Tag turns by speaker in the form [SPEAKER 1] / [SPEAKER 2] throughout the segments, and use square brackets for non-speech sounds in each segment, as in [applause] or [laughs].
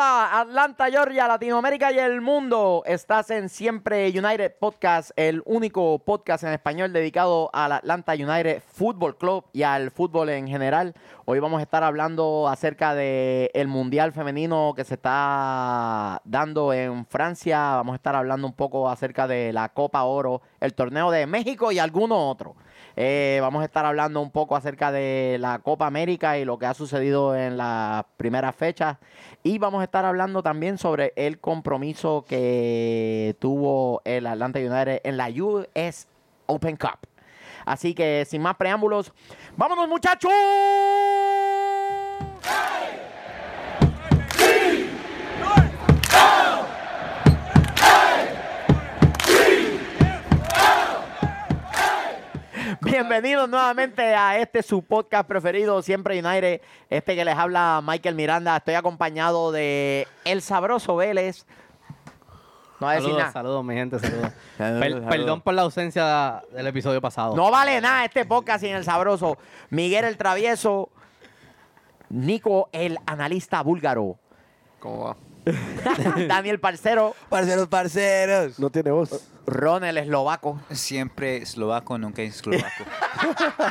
[SPEAKER 1] Atlanta, Georgia, Latinoamérica y el mundo. Estás en Siempre United Podcast, el único podcast en español dedicado al Atlanta United Football Club y al fútbol en general. Hoy vamos a estar hablando acerca del el Mundial Femenino que se está dando en Francia. Vamos a estar hablando un poco acerca de la Copa Oro, el torneo de México y alguno otro. Eh, vamos a estar hablando un poco acerca de la Copa América y lo que ha sucedido en las primeras fechas. Y vamos a estar hablando también sobre el compromiso que tuvo el Atlanta United en la US Open Cup. Así que sin más preámbulos, vámonos muchachos. Bienvenidos nuevamente a este su podcast preferido, siempre en aire. Este que les habla Michael Miranda. Estoy acompañado de El Sabroso Vélez. No va a decir
[SPEAKER 2] Saludos,
[SPEAKER 1] nada.
[SPEAKER 2] saludos, mi gente, saludos.
[SPEAKER 3] Saludos,
[SPEAKER 2] Per-
[SPEAKER 3] saludos.
[SPEAKER 2] Perdón por la ausencia del episodio pasado.
[SPEAKER 1] No vale nada este podcast sin el sabroso. Miguel el travieso. Nico el analista búlgaro.
[SPEAKER 4] ¿Cómo va?
[SPEAKER 1] [laughs] Daniel Parcero.
[SPEAKER 3] Parceros, parceros.
[SPEAKER 5] No tiene voz.
[SPEAKER 1] Ron el eslovaco.
[SPEAKER 4] Siempre eslovaco, nunca eslovaco.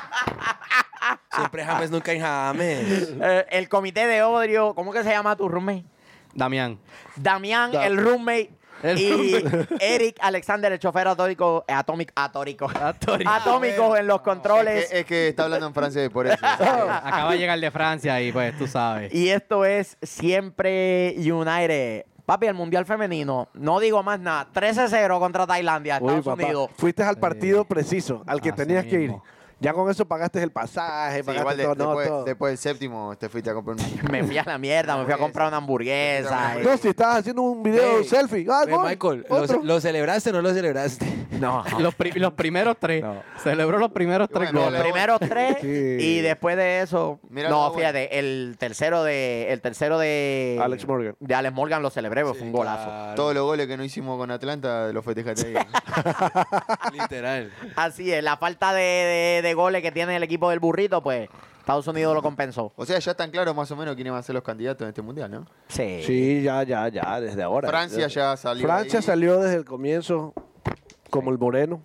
[SPEAKER 3] [laughs] Siempre James, nunca hay James.
[SPEAKER 1] Eh, el comité de odio. ¿Cómo que se llama tu roommate?
[SPEAKER 2] Damián.
[SPEAKER 1] Damián
[SPEAKER 5] Da-
[SPEAKER 1] el roommate.
[SPEAKER 2] El
[SPEAKER 1] y Eric Alexander, el chofer atómico, eh, atómico, atórico.
[SPEAKER 2] Atórico.
[SPEAKER 1] Atómico en los
[SPEAKER 6] Es
[SPEAKER 1] controles.
[SPEAKER 6] que, es que está hablando en francés, por
[SPEAKER 5] [laughs]
[SPEAKER 6] eso.
[SPEAKER 2] Acaba de llegar de Francia y pues tú sabes.
[SPEAKER 1] [laughs] Y esto es Siempre United. Papi, el Mundial Femenino. No digo más nada. 13-0 contra Tailandia,
[SPEAKER 5] Uy,
[SPEAKER 1] Estados
[SPEAKER 5] papá,
[SPEAKER 1] Unidos.
[SPEAKER 5] Fuiste al partido preciso, al que
[SPEAKER 2] Así
[SPEAKER 5] tenías que ir.
[SPEAKER 2] mismo.
[SPEAKER 5] Ya con eso pagaste el pasaje,
[SPEAKER 6] Sí,
[SPEAKER 5] pagaste
[SPEAKER 6] igual de-
[SPEAKER 5] todo. no,
[SPEAKER 6] después,
[SPEAKER 5] todo.
[SPEAKER 6] después del séptimo te fuiste a comprar un...
[SPEAKER 1] Me fui a la mierda, me fui a comprar una hamburguesa.
[SPEAKER 5] No, si estabas haciendo un video
[SPEAKER 3] Ey,
[SPEAKER 5] selfie. Ah,
[SPEAKER 3] Oye,
[SPEAKER 7] eh,
[SPEAKER 5] gol,
[SPEAKER 3] Michael, ¿lo,
[SPEAKER 5] otro.
[SPEAKER 3] ce- lo celebraste o no lo celebraste?
[SPEAKER 1] No.
[SPEAKER 2] Los, pri- los primeros tres. Celebró los primeros tres
[SPEAKER 6] Bueno,
[SPEAKER 2] goles.
[SPEAKER 6] le-
[SPEAKER 1] Primero tres
[SPEAKER 5] Sí.
[SPEAKER 1] y después de eso.
[SPEAKER 6] Mira
[SPEAKER 1] no,
[SPEAKER 6] lo bueno.
[SPEAKER 1] fíjate, el tercero de. El tercero de.
[SPEAKER 5] Alex Morgan.
[SPEAKER 1] De Alex Morgan lo celebré, porque fue un golazo.
[SPEAKER 3] Claro,
[SPEAKER 6] Todos los goles que no hicimos con Atlanta los festejaste
[SPEAKER 5] [laughs]
[SPEAKER 6] ahí.
[SPEAKER 3] Literal.
[SPEAKER 1] Así es, la falta de, de- de goles que tiene el equipo del burrito, pues Estados Unidos lo compensó.
[SPEAKER 6] O sea, ya están claros más o menos quiénes van a ser los candidatos en este mundial, ¿no?
[SPEAKER 1] Sí.
[SPEAKER 5] Sí, ya, ya, ya, desde ahora. eh,
[SPEAKER 6] Francia ya salió.
[SPEAKER 5] Francia
[SPEAKER 6] ahí,
[SPEAKER 5] salió desde el comienzo como el moreno.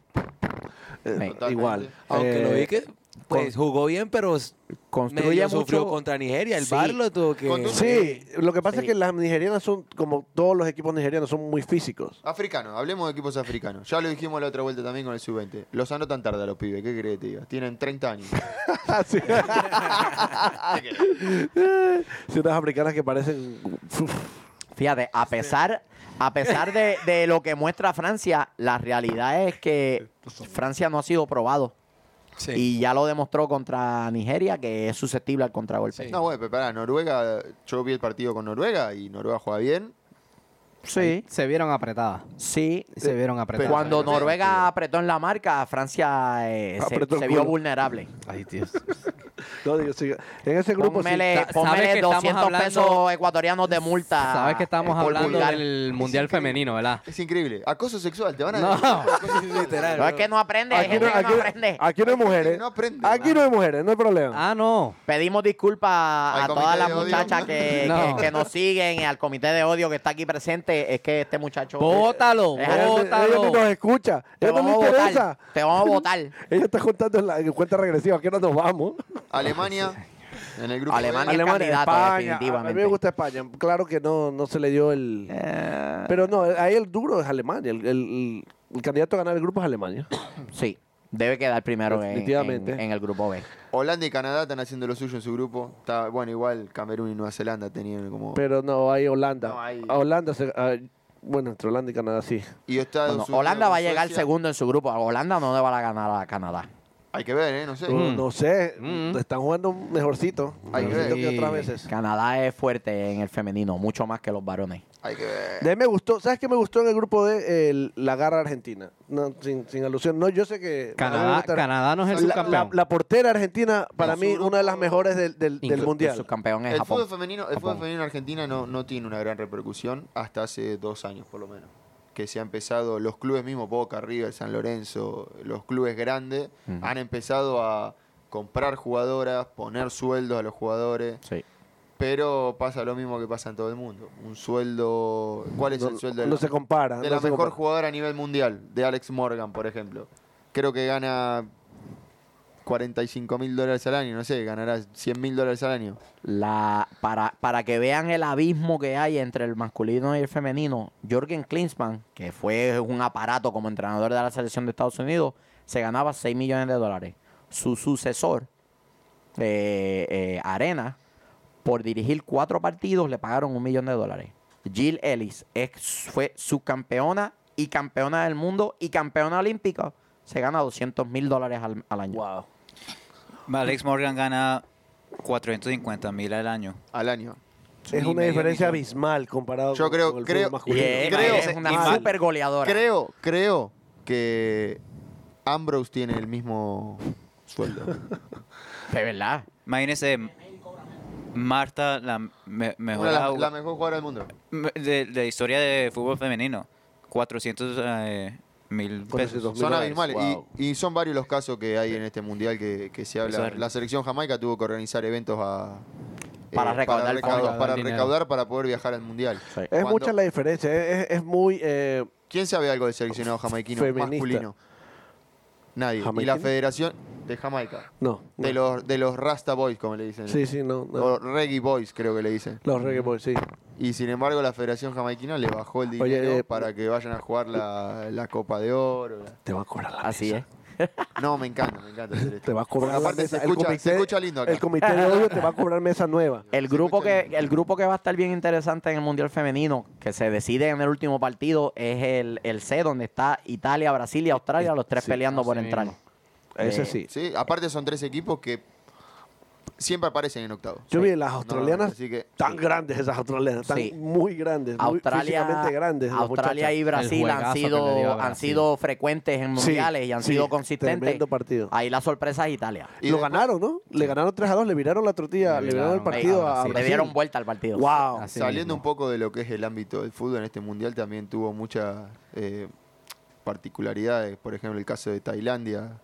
[SPEAKER 5] Eh,
[SPEAKER 6] totalmente.
[SPEAKER 5] igual.
[SPEAKER 3] Aunque
[SPEAKER 5] Eh,
[SPEAKER 3] lo vi que pues, jugó bien, pero s-
[SPEAKER 1] Construye
[SPEAKER 3] medio sufrió
[SPEAKER 1] mucho.
[SPEAKER 3] contra Nigeria. El
[SPEAKER 1] Sí.
[SPEAKER 3] bar lo tuvo que...
[SPEAKER 6] Contra-
[SPEAKER 5] Sí, lo que pasa
[SPEAKER 1] Sí.
[SPEAKER 5] es que las nigerianas son, como todos los equipos nigerianos, son muy físicos.
[SPEAKER 6] Africanos, hablemos de equipos africanos. Ya lo dijimos la otra vuelta también con el sub-20. Los anotan tarde a los pibes, ¿qué crees que te diga? Tienen 30 años.
[SPEAKER 5] Así. [laughs] Sí, unas africanas que parecen.
[SPEAKER 1] Fíjate, a pesar, a pesar de, de lo que muestra Francia, la realidad es que Francia no ha sido probado.
[SPEAKER 3] Sí.
[SPEAKER 1] Y ya lo demostró contra Nigeria, que es susceptible al contragolpe.
[SPEAKER 3] Sí.
[SPEAKER 6] No, bueno, pero pará, Noruega, yo vi el partido con Noruega y Noruega juega bien.
[SPEAKER 1] Sí,
[SPEAKER 2] Se vieron apretadas.
[SPEAKER 1] sí.
[SPEAKER 2] Se vieron apretadas.
[SPEAKER 1] Cuando
[SPEAKER 6] Pero-
[SPEAKER 1] Noruega apretó en la marca, Francia eh, se-
[SPEAKER 5] Apretó
[SPEAKER 1] se,
[SPEAKER 5] el
[SPEAKER 1] vio
[SPEAKER 5] culo.
[SPEAKER 1] vulnerable.
[SPEAKER 2] Ay, Dios.
[SPEAKER 5] No, digo, sí, en ese grupo sí.
[SPEAKER 1] Pónmele,
[SPEAKER 2] Sa-
[SPEAKER 1] pónmele
[SPEAKER 2] sabes que estamos
[SPEAKER 1] 200
[SPEAKER 2] hablando-
[SPEAKER 1] pesos ecuatorianos de multa.
[SPEAKER 2] Sabes que estamos
[SPEAKER 1] Ah, por
[SPEAKER 2] hablando
[SPEAKER 1] pulgar.
[SPEAKER 2] del Mundial Femenino, ¿verdad?
[SPEAKER 6] Es increíble. Acoso sexual, te van a
[SPEAKER 2] No.
[SPEAKER 3] [laughs] Literal.
[SPEAKER 1] No Eh, es que no aprende, hay
[SPEAKER 5] Aquí
[SPEAKER 1] gente
[SPEAKER 5] no,
[SPEAKER 1] que
[SPEAKER 5] aquí,
[SPEAKER 1] eh, no aprende.
[SPEAKER 5] aquí no hay mujeres.
[SPEAKER 6] No aprende.
[SPEAKER 5] Aquí no hay mujeres, no hay problema.
[SPEAKER 2] Ah, no.
[SPEAKER 1] Pedimos disculpas a
[SPEAKER 6] Al comité
[SPEAKER 1] todas las
[SPEAKER 6] de odio.
[SPEAKER 1] muchachas que,
[SPEAKER 2] No.
[SPEAKER 1] que- que nos siguen y al comité de odio que está aquí presente. Es que este muchacho.
[SPEAKER 2] Bótalo,
[SPEAKER 1] Es-
[SPEAKER 5] ella, ni- ella
[SPEAKER 2] bótalo.
[SPEAKER 5] ni nos escucha.
[SPEAKER 1] Te
[SPEAKER 5] Ella no le
[SPEAKER 1] vamos a votar.
[SPEAKER 5] interesa.
[SPEAKER 1] Te vamos a votar.
[SPEAKER 5] Ella está contando en, la, en cuenta regresiva. ¿A qué hora nos vamos? [laughs]
[SPEAKER 6] Alemania, en el grupo
[SPEAKER 1] Alemania.
[SPEAKER 6] B.
[SPEAKER 1] Alemania, candidato,
[SPEAKER 5] España. A mí
[SPEAKER 1] definitivamente.
[SPEAKER 5] me gusta España. Claro que no, no se le dio el.
[SPEAKER 1] Eh.
[SPEAKER 5] Pero no, ahí el duro es Alemania. El, el- el candidato a ganar el grupo es Alemania.
[SPEAKER 1] Sí. Debe quedar primero en,
[SPEAKER 5] Definitivamente.
[SPEAKER 1] en- en el grupo B.
[SPEAKER 6] Holanda y Canadá están haciendo lo suyo en su grupo. Está, bueno, igual Camerún y Nueva Zelanda tenían como...
[SPEAKER 5] Pero no, hay Holanda.
[SPEAKER 6] No, hay-
[SPEAKER 5] A Holanda se- a- bueno, entre Holanda y Canadá sí.
[SPEAKER 6] y Estados
[SPEAKER 1] Bueno,
[SPEAKER 6] Unidos
[SPEAKER 1] Holanda
[SPEAKER 6] con
[SPEAKER 1] va a llegar
[SPEAKER 6] Suecia.
[SPEAKER 1] segundo en su grupo. A Holanda no le va a ganar a Canadá.
[SPEAKER 6] Hay que ver, ¿eh? No sé.
[SPEAKER 5] No- No sé,
[SPEAKER 2] Mm.
[SPEAKER 5] están jugando mejorcito.
[SPEAKER 6] Hay que ver.
[SPEAKER 5] Mejorcito que otras veces.
[SPEAKER 1] Canadá es fuerte en el femenino, mucho más que los varones.
[SPEAKER 6] Hay que ver.
[SPEAKER 5] De ahí me gustó, ¿sabes qué me gustó en el grupo de el- la garra argentina? No, sin, sin alusión, no, yo sé que...
[SPEAKER 2] Canadá, Canadá no es el
[SPEAKER 5] La, la-
[SPEAKER 2] subcampeón.
[SPEAKER 5] la portera argentina, para
[SPEAKER 6] En
[SPEAKER 5] mí,
[SPEAKER 6] su
[SPEAKER 5] una de las
[SPEAKER 6] grupo-
[SPEAKER 5] mejores del, del- del
[SPEAKER 2] Inclu-
[SPEAKER 1] El
[SPEAKER 5] mundial.
[SPEAKER 1] subcampeón es
[SPEAKER 6] El
[SPEAKER 1] Japón.
[SPEAKER 6] fútbol femenino, el fútbol
[SPEAKER 1] Japón.
[SPEAKER 6] femenino en Argentina no, no tiene una gran repercusión hasta hace dos años, por lo menos. Que se ha empezado, los clubes mismos, Boca, River, San Lorenzo, los clubes grandes, han empezado a comprar jugadoras, poner sueldos a los jugadores.
[SPEAKER 1] Sí.
[SPEAKER 6] Pero pasa lo mismo que pasa en todo el mundo. Un sueldo. ¿Cuál es
[SPEAKER 5] No,
[SPEAKER 6] el sueldo de
[SPEAKER 5] no
[SPEAKER 6] la-
[SPEAKER 5] se compara.
[SPEAKER 6] de
[SPEAKER 5] no
[SPEAKER 6] la
[SPEAKER 5] se
[SPEAKER 6] mejor
[SPEAKER 5] compara.
[SPEAKER 6] jugadora a nivel mundial, de Alex Morgan, por ejemplo. Creo que gana 45 mil dólares al año, no sé, ganará 100 mil dólares al año.
[SPEAKER 1] La, para, para que vean el abismo que hay entre el masculino y el femenino, Jorgen Klinsmann, que fue un aparato como entrenador de la selección de Estados Unidos, se ganaba 6 millones de dólares. Su sucesor, eh, eh, Arena, por dirigir cuatro partidos, le pagaron un millón de dólares. Jill Ellis ex- fue subcampeona y campeona del mundo y campeona olímpica. Se gana 200 mil dólares al, al año.
[SPEAKER 5] Wow.
[SPEAKER 4] Alex Morgan gana 450 mil al año.
[SPEAKER 6] Al año.
[SPEAKER 5] Es
[SPEAKER 4] Ni
[SPEAKER 5] una
[SPEAKER 4] medio
[SPEAKER 5] diferencia
[SPEAKER 4] millón.
[SPEAKER 5] abismal comparado
[SPEAKER 6] Yo
[SPEAKER 5] con-
[SPEAKER 6] creo-
[SPEAKER 5] con el
[SPEAKER 6] creo-
[SPEAKER 5] fútbol
[SPEAKER 1] Y
[SPEAKER 5] masculino.
[SPEAKER 1] es,
[SPEAKER 6] Creo-
[SPEAKER 1] Eh, es una
[SPEAKER 6] Mal.
[SPEAKER 1] super goleadora.
[SPEAKER 6] Creo, creo que Ambrose tiene el mismo sueldo.
[SPEAKER 1] De verdad.
[SPEAKER 4] Imagínese, Marta, la me- mejor
[SPEAKER 6] Una de las-
[SPEAKER 4] jugu-
[SPEAKER 6] la mejor jugadora del mundo.
[SPEAKER 4] me- de, de historia de fútbol femenino. 400 eh, mil
[SPEAKER 5] 400.000
[SPEAKER 4] pesos.
[SPEAKER 6] Son
[SPEAKER 5] dólares,
[SPEAKER 6] abismales. Y-
[SPEAKER 5] wow.
[SPEAKER 6] Y, son varios los casos que hay en este mundial que, que se habla.
[SPEAKER 4] Bizarro.
[SPEAKER 6] La selección jamaica tuvo que organizar eventos a. eh,
[SPEAKER 1] Para recaudar
[SPEAKER 6] para recaudar,
[SPEAKER 1] fondos.
[SPEAKER 6] para,
[SPEAKER 2] Dinero.
[SPEAKER 6] recaudar para poder viajar al mundial.
[SPEAKER 1] Sí.
[SPEAKER 5] Es
[SPEAKER 6] Cuando-
[SPEAKER 5] mucha la diferencia. Es, es- es muy. eh,
[SPEAKER 6] ¿Quién sabe algo del seleccionado jamaiquino
[SPEAKER 5] Feminista.
[SPEAKER 6] masculino? Nadie. Y
[SPEAKER 5] ¿Jamaiquino?
[SPEAKER 6] la Federación de Jamaica.
[SPEAKER 5] no. no.
[SPEAKER 6] De los, de los Rasta Boys, como le dicen.
[SPEAKER 5] Sí, sí, no. no.
[SPEAKER 6] O Reggae Boys, creo que le dicen.
[SPEAKER 5] Los reggae boys, sí.
[SPEAKER 6] Y sin embargo, la Federación Jamaiquina le bajó el dinero
[SPEAKER 5] eh,
[SPEAKER 6] para que vayan a jugar la, la Copa de Oro. la-
[SPEAKER 5] Te va a cobrar la
[SPEAKER 1] Así ¿eh? es.
[SPEAKER 6] No, me encanta, me encanta.
[SPEAKER 5] [laughs]
[SPEAKER 6] hacer esto.
[SPEAKER 5] Te va a cobrar la
[SPEAKER 6] Aparte,
[SPEAKER 5] mesa.
[SPEAKER 6] se
[SPEAKER 5] El
[SPEAKER 6] escucha,
[SPEAKER 5] comité-
[SPEAKER 6] se escucha lindo acá.
[SPEAKER 5] El comité de odio te va a cobrar
[SPEAKER 1] [laughs]
[SPEAKER 5] mesa nueva.
[SPEAKER 1] El
[SPEAKER 6] Se
[SPEAKER 1] grupo,
[SPEAKER 6] escucha
[SPEAKER 1] que, el grupo que va a estar bien interesante en el Mundial Femenino, que se decide en el último partido, es el, el C, donde está Italia, Brasil y Australia, los tres
[SPEAKER 5] Sí,
[SPEAKER 1] peleando por
[SPEAKER 2] así
[SPEAKER 1] entrar.
[SPEAKER 2] mismo.
[SPEAKER 5] Ese
[SPEAKER 1] Eh,
[SPEAKER 5] sí.
[SPEAKER 6] Sí, aparte son tres equipos que siempre aparecen en octavos.
[SPEAKER 5] Yo
[SPEAKER 6] Sí.
[SPEAKER 5] vi las
[SPEAKER 6] No,
[SPEAKER 5] australianas
[SPEAKER 6] así que-
[SPEAKER 5] tan grandes, esas australianas, tan
[SPEAKER 1] Sí.
[SPEAKER 5] muy grandes, muy
[SPEAKER 1] Australia,
[SPEAKER 5] físicamente grandes. las
[SPEAKER 1] Australia y
[SPEAKER 5] muchachas.
[SPEAKER 1] Brasil
[SPEAKER 2] El
[SPEAKER 1] han
[SPEAKER 2] juegazo que le dio a
[SPEAKER 1] sido, han
[SPEAKER 2] Brasil.
[SPEAKER 1] sido frecuentes en
[SPEAKER 5] Sí,
[SPEAKER 1] mundiales y han
[SPEAKER 5] sí,
[SPEAKER 1] sido consistentes.
[SPEAKER 5] Tremendo partido.
[SPEAKER 1] Ahí la sorpresa es Italia.
[SPEAKER 6] Y
[SPEAKER 5] lo
[SPEAKER 6] después-
[SPEAKER 5] ganaron, ¿no? Le ganaron 3 a 2, le viraron la tortilla,
[SPEAKER 2] Le
[SPEAKER 5] le viraron el
[SPEAKER 2] viraron a
[SPEAKER 5] partido a
[SPEAKER 2] Brasil.
[SPEAKER 5] Brasil.
[SPEAKER 1] Le dieron vuelta al partido.
[SPEAKER 5] ¡Wow!
[SPEAKER 2] Así mismo.
[SPEAKER 6] Saliendo un poco de lo que es el ámbito del fútbol en este mundial, también tuvo muchas eh, particularidades. Por ejemplo, el caso de Tailandia.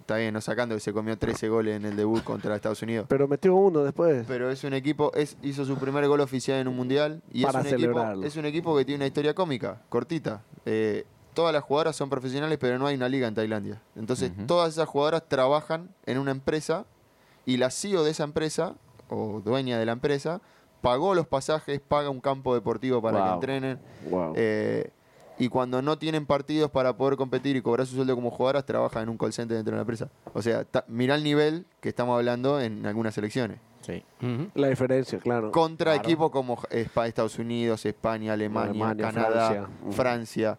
[SPEAKER 6] Está bien, no sacando que se comió 13 goles en el debut contra Estados Unidos.
[SPEAKER 5] Pero metió uno después.
[SPEAKER 6] Pero es un equipo, es, hizo su primer gol oficial en un mundial y
[SPEAKER 5] Para
[SPEAKER 6] es, un equipo,
[SPEAKER 5] celebrarlo.
[SPEAKER 6] es un equipo que tiene una historia cómica, cortita. Eh, todas las jugadoras son profesionales, pero no hay una liga en Tailandia. Entonces, todas esas jugadoras trabajan en una empresa y la CEO de esa empresa, o dueña de la empresa, pagó los pasajes, paga un campo deportivo para que
[SPEAKER 1] Wow.
[SPEAKER 6] entrenen.
[SPEAKER 5] Wow.
[SPEAKER 6] Eh, y cuando no tienen partidos para poder competir y cobrar su sueldo como jugadoras, trabajan en un call center dentro de la empresa. O sea, ta- mirá el nivel que estamos hablando en algunas selecciones
[SPEAKER 1] Sí.
[SPEAKER 2] Ujú.
[SPEAKER 5] la diferencia, claro.
[SPEAKER 6] contra equipos como Espa- Estados Unidos, España, Alemania,
[SPEAKER 5] Alemania,
[SPEAKER 6] Canadá,
[SPEAKER 5] Francia.
[SPEAKER 6] Francia.
[SPEAKER 5] Mm.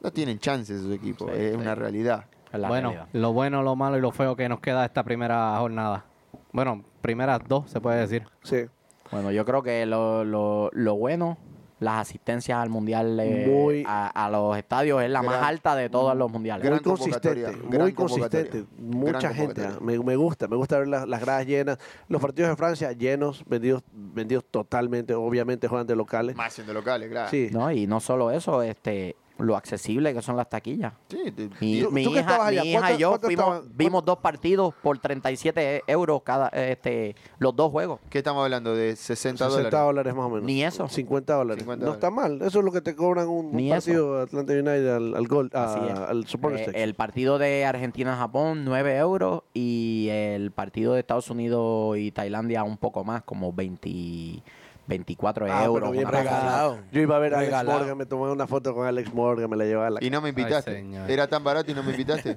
[SPEAKER 6] No tienen chances esos equipos, eh, es una realidad.
[SPEAKER 1] es la
[SPEAKER 2] bueno,
[SPEAKER 1] realidad.
[SPEAKER 2] lo bueno, lo malo y lo feo que nos queda esta primera jornada. Bueno, primeras dos se puede decir.
[SPEAKER 5] Sí.
[SPEAKER 1] Bueno, yo creo que lo, lo- lo bueno, las asistencias al mundial eh,
[SPEAKER 5] Muy-
[SPEAKER 1] a, a los estadios es la más
[SPEAKER 6] Gran-
[SPEAKER 1] alta de todos los mundiales.
[SPEAKER 5] Muy
[SPEAKER 6] Gran convocatoria,
[SPEAKER 5] consistente,
[SPEAKER 6] gran
[SPEAKER 5] muy consistente.
[SPEAKER 6] convocatoria,
[SPEAKER 5] Mucha
[SPEAKER 6] gran
[SPEAKER 5] gente. ah,
[SPEAKER 6] convocatoria.
[SPEAKER 5] Me, me gusta, me gusta ver las, las gradas llenas. Los partidos de Francia llenos, vendidos, vendidos totalmente. Obviamente juegan de locales.
[SPEAKER 6] Más siendo locales, claro.
[SPEAKER 5] Sí.
[SPEAKER 1] No, y no solo eso, este, lo accesible que son las taquillas.
[SPEAKER 6] Sí, te-
[SPEAKER 1] Mi,
[SPEAKER 5] ¿Tú-
[SPEAKER 1] mi
[SPEAKER 5] tú
[SPEAKER 1] hija,
[SPEAKER 5] que estabas
[SPEAKER 1] mi
[SPEAKER 5] allá,
[SPEAKER 1] hija y
[SPEAKER 5] ¿cuánto-
[SPEAKER 1] yo
[SPEAKER 5] cuánto
[SPEAKER 1] fuimos,
[SPEAKER 5] estaban- cuánto-
[SPEAKER 1] vimos dos partidos por 37 euros cada, eh, este, los dos juegos.
[SPEAKER 6] ¿Qué estamos hablando? ¿De 60,
[SPEAKER 5] 60
[SPEAKER 6] dólares?
[SPEAKER 5] dólares más o menos.
[SPEAKER 1] Ni eso.
[SPEAKER 5] 50 dólares.
[SPEAKER 6] 50
[SPEAKER 5] No está mal. Eso es lo que te cobran un, un
[SPEAKER 1] Ni eso.
[SPEAKER 5] partido de Atlanta United al, al gol, a-
[SPEAKER 1] Así es.
[SPEAKER 5] al Super Ah,
[SPEAKER 1] Eh,
[SPEAKER 5] Six.
[SPEAKER 1] el partido de Argentina-Japón, 9 euros. Y el partido de Estados Unidos y Tailandia, un poco más, como 20 24
[SPEAKER 5] Ah, pero
[SPEAKER 1] euros.
[SPEAKER 5] bien
[SPEAKER 1] una cosa así.
[SPEAKER 5] regalado. Yo iba a ver a Alex
[SPEAKER 3] Regalado.
[SPEAKER 5] Morgan, me tomé una foto con Alex Morgan, me la llevaba a la
[SPEAKER 6] Y no me
[SPEAKER 2] Ay,
[SPEAKER 6] invitaste.
[SPEAKER 2] señor.
[SPEAKER 6] Era tan barato y no me
[SPEAKER 5] [laughs]
[SPEAKER 6] invitaste.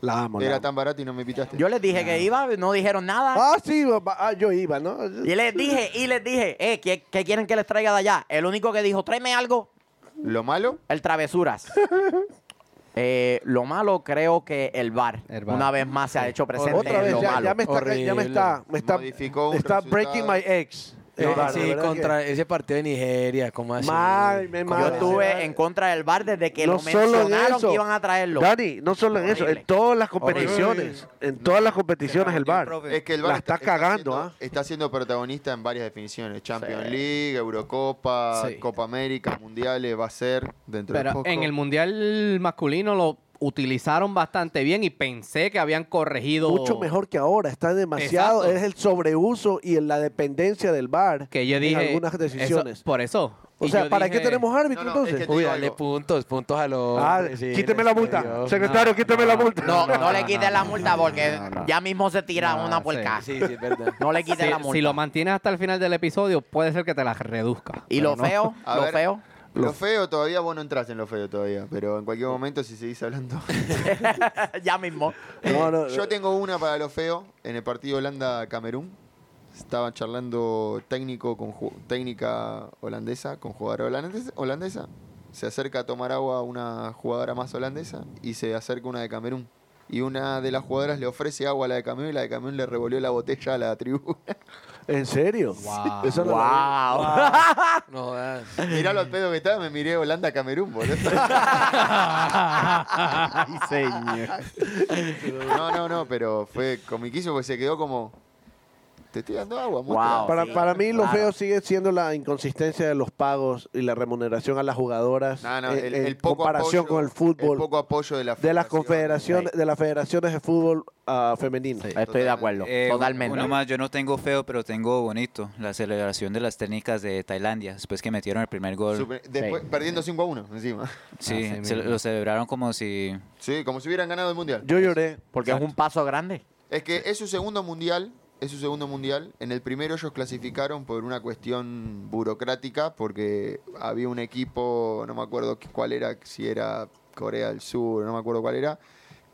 [SPEAKER 5] La amo, la
[SPEAKER 6] Era
[SPEAKER 5] amo.
[SPEAKER 6] tan barato y no me invitaste.
[SPEAKER 1] Yo les dije que iba, no dijeron nada.
[SPEAKER 5] Ah, sí, papá. Ah, yo iba, ¿no?
[SPEAKER 1] Y les dije, y les dije, eh, ¿qué, qué quieren que les traiga de allá? El único que dijo, tráeme algo,
[SPEAKER 6] Lo malo,
[SPEAKER 1] el travesuras. Eh, lo malo creo que el bar,
[SPEAKER 2] El VAR.
[SPEAKER 1] una vez más se ha hecho presente
[SPEAKER 5] Otra
[SPEAKER 1] en
[SPEAKER 5] vez,
[SPEAKER 1] lo
[SPEAKER 5] ya,
[SPEAKER 1] malo.
[SPEAKER 5] ya me está, ya me
[SPEAKER 3] Horrible.
[SPEAKER 5] está, me está,
[SPEAKER 6] Modificó un
[SPEAKER 5] está
[SPEAKER 6] resultado.
[SPEAKER 5] breaking my ex.
[SPEAKER 3] No,
[SPEAKER 5] Eh, la
[SPEAKER 3] sí,
[SPEAKER 5] verdad
[SPEAKER 3] contra ese partido de Nigeria, ¿cómo
[SPEAKER 5] que-
[SPEAKER 3] así?
[SPEAKER 5] Mal, me mal.
[SPEAKER 1] Yo estuve en contra del bar desde que
[SPEAKER 5] No
[SPEAKER 1] lo
[SPEAKER 5] solo en
[SPEAKER 1] mencionaron
[SPEAKER 5] eso.
[SPEAKER 1] que iban a traerlo.
[SPEAKER 5] Dani, no solo en eso,
[SPEAKER 1] Horrible.
[SPEAKER 5] en todas las competiciones, en todas las competiciones el bar.
[SPEAKER 6] es que el
[SPEAKER 5] La
[SPEAKER 6] VAR
[SPEAKER 5] está cagando,
[SPEAKER 6] siendo,
[SPEAKER 5] ¿ah?
[SPEAKER 6] está siendo protagonista en varias definiciones. Champions League, Eurocopa,
[SPEAKER 3] Sí.
[SPEAKER 6] Copa América, Mundiales, va a ser dentro de
[SPEAKER 2] Pero
[SPEAKER 6] poco.
[SPEAKER 2] en el mundial masculino, lo utilizaron bastante bien y pensé que habían corregido.
[SPEAKER 5] Mucho mejor que ahora. Está demasiado.
[SPEAKER 2] Exacto.
[SPEAKER 5] Es el sobreuso y en la dependencia del bar
[SPEAKER 2] Que yo dije.
[SPEAKER 5] en algunas
[SPEAKER 2] eso-
[SPEAKER 5] decisiones.
[SPEAKER 2] por eso.
[SPEAKER 5] o
[SPEAKER 2] Y
[SPEAKER 5] sea,
[SPEAKER 2] yo
[SPEAKER 5] ¿para
[SPEAKER 2] dije,
[SPEAKER 5] qué tenemos árbitro
[SPEAKER 6] No, no, es
[SPEAKER 5] entonces?
[SPEAKER 6] que-
[SPEAKER 3] Uy,
[SPEAKER 6] digo
[SPEAKER 3] dale
[SPEAKER 6] algo.
[SPEAKER 3] puntos, puntos a los.
[SPEAKER 5] Ah,
[SPEAKER 3] sí,
[SPEAKER 5] quíteme la multa.
[SPEAKER 3] serio.
[SPEAKER 5] Secretario, quíteme la multa.
[SPEAKER 1] No, no,
[SPEAKER 2] no,
[SPEAKER 1] le
[SPEAKER 2] no,
[SPEAKER 1] quites
[SPEAKER 2] no,
[SPEAKER 1] la
[SPEAKER 2] no,
[SPEAKER 1] multa
[SPEAKER 2] no,
[SPEAKER 1] porque
[SPEAKER 2] no, no.
[SPEAKER 1] ya mismo se tira
[SPEAKER 2] No,
[SPEAKER 1] una
[SPEAKER 2] sí,
[SPEAKER 1] puerca.
[SPEAKER 3] Sí, sí, es verdad.
[SPEAKER 1] No le quites
[SPEAKER 2] Si,
[SPEAKER 1] la
[SPEAKER 2] si
[SPEAKER 1] multa.
[SPEAKER 2] lo mantienes hasta el final del episodio, puede ser que te la reduzca.
[SPEAKER 1] y lo
[SPEAKER 2] pero no. [laughs]
[SPEAKER 1] feo,
[SPEAKER 6] A
[SPEAKER 1] lo
[SPEAKER 6] ver.
[SPEAKER 1] feo. [laughs]
[SPEAKER 6] Lo feo todavía, vos no entras en lo feo todavía, pero en cualquier momento si seguís hablando.
[SPEAKER 1] ya mismo.
[SPEAKER 5] [laughs] No, eh. no,
[SPEAKER 6] Yo tengo una para lo feo en el partido Holanda-Camerún. Estaban charlando técnico con ju- técnica holandesa con jugadora holandesa, holandesa. Se acerca a tomar agua una jugadora más holandesa y se acerca una de Camerún. Y una de las jugadoras le ofrece agua a la de Camerún y la de Camerún le revolvió la botella a la tribuna.
[SPEAKER 5] ¿En serio?
[SPEAKER 2] Wow.
[SPEAKER 5] Eso no lo vi.
[SPEAKER 1] Wow.
[SPEAKER 3] No jodas.
[SPEAKER 6] Mirá lo al pedo que estaba, me miré Holanda-Camerún, boludo.
[SPEAKER 2] Ay, señor.
[SPEAKER 6] No, no, no, pero fue comiquísimo porque pues se quedó como. Te estoy dando agua,
[SPEAKER 1] Wow.
[SPEAKER 6] muestra.
[SPEAKER 5] Para,
[SPEAKER 1] sí,
[SPEAKER 5] para mí lo
[SPEAKER 1] claro.
[SPEAKER 5] feo sigue siendo la inconsistencia de los pagos y la remuneración a las jugadoras
[SPEAKER 6] No, no,
[SPEAKER 5] en,
[SPEAKER 6] el,
[SPEAKER 5] en
[SPEAKER 6] el poco
[SPEAKER 5] eh, comparación
[SPEAKER 6] apoyo,
[SPEAKER 5] con el fútbol
[SPEAKER 6] El poco apoyo de, la
[SPEAKER 5] de las
[SPEAKER 6] federación.
[SPEAKER 5] confederaciones de las federaciones de fútbol ah, femenino.
[SPEAKER 1] Estoy de
[SPEAKER 6] Totalmente.
[SPEAKER 1] acuerdo,
[SPEAKER 4] Eh,
[SPEAKER 1] totalmente.
[SPEAKER 4] Uno más, yo no tengo feo, pero tengo bonito. La celebración de las técnicas de Tailandia, después que metieron el primer gol.
[SPEAKER 6] Super- después, Perdiendo 5 a 1 encima.
[SPEAKER 4] Sí,
[SPEAKER 2] Así
[SPEAKER 4] se-
[SPEAKER 2] mismo.
[SPEAKER 4] lo celebraron como si...
[SPEAKER 6] Sí, como si hubieran ganado el mundial.
[SPEAKER 5] Yo lloré.
[SPEAKER 1] Porque es
[SPEAKER 4] Exacto.
[SPEAKER 1] un paso grande.
[SPEAKER 6] Es que es su segundo mundial, es su segundo mundial. En el primero ellos clasificaron por una cuestión burocrática, porque había un equipo, no me acuerdo qué- cuál era, si era Corea del Sur, no me acuerdo cuál era,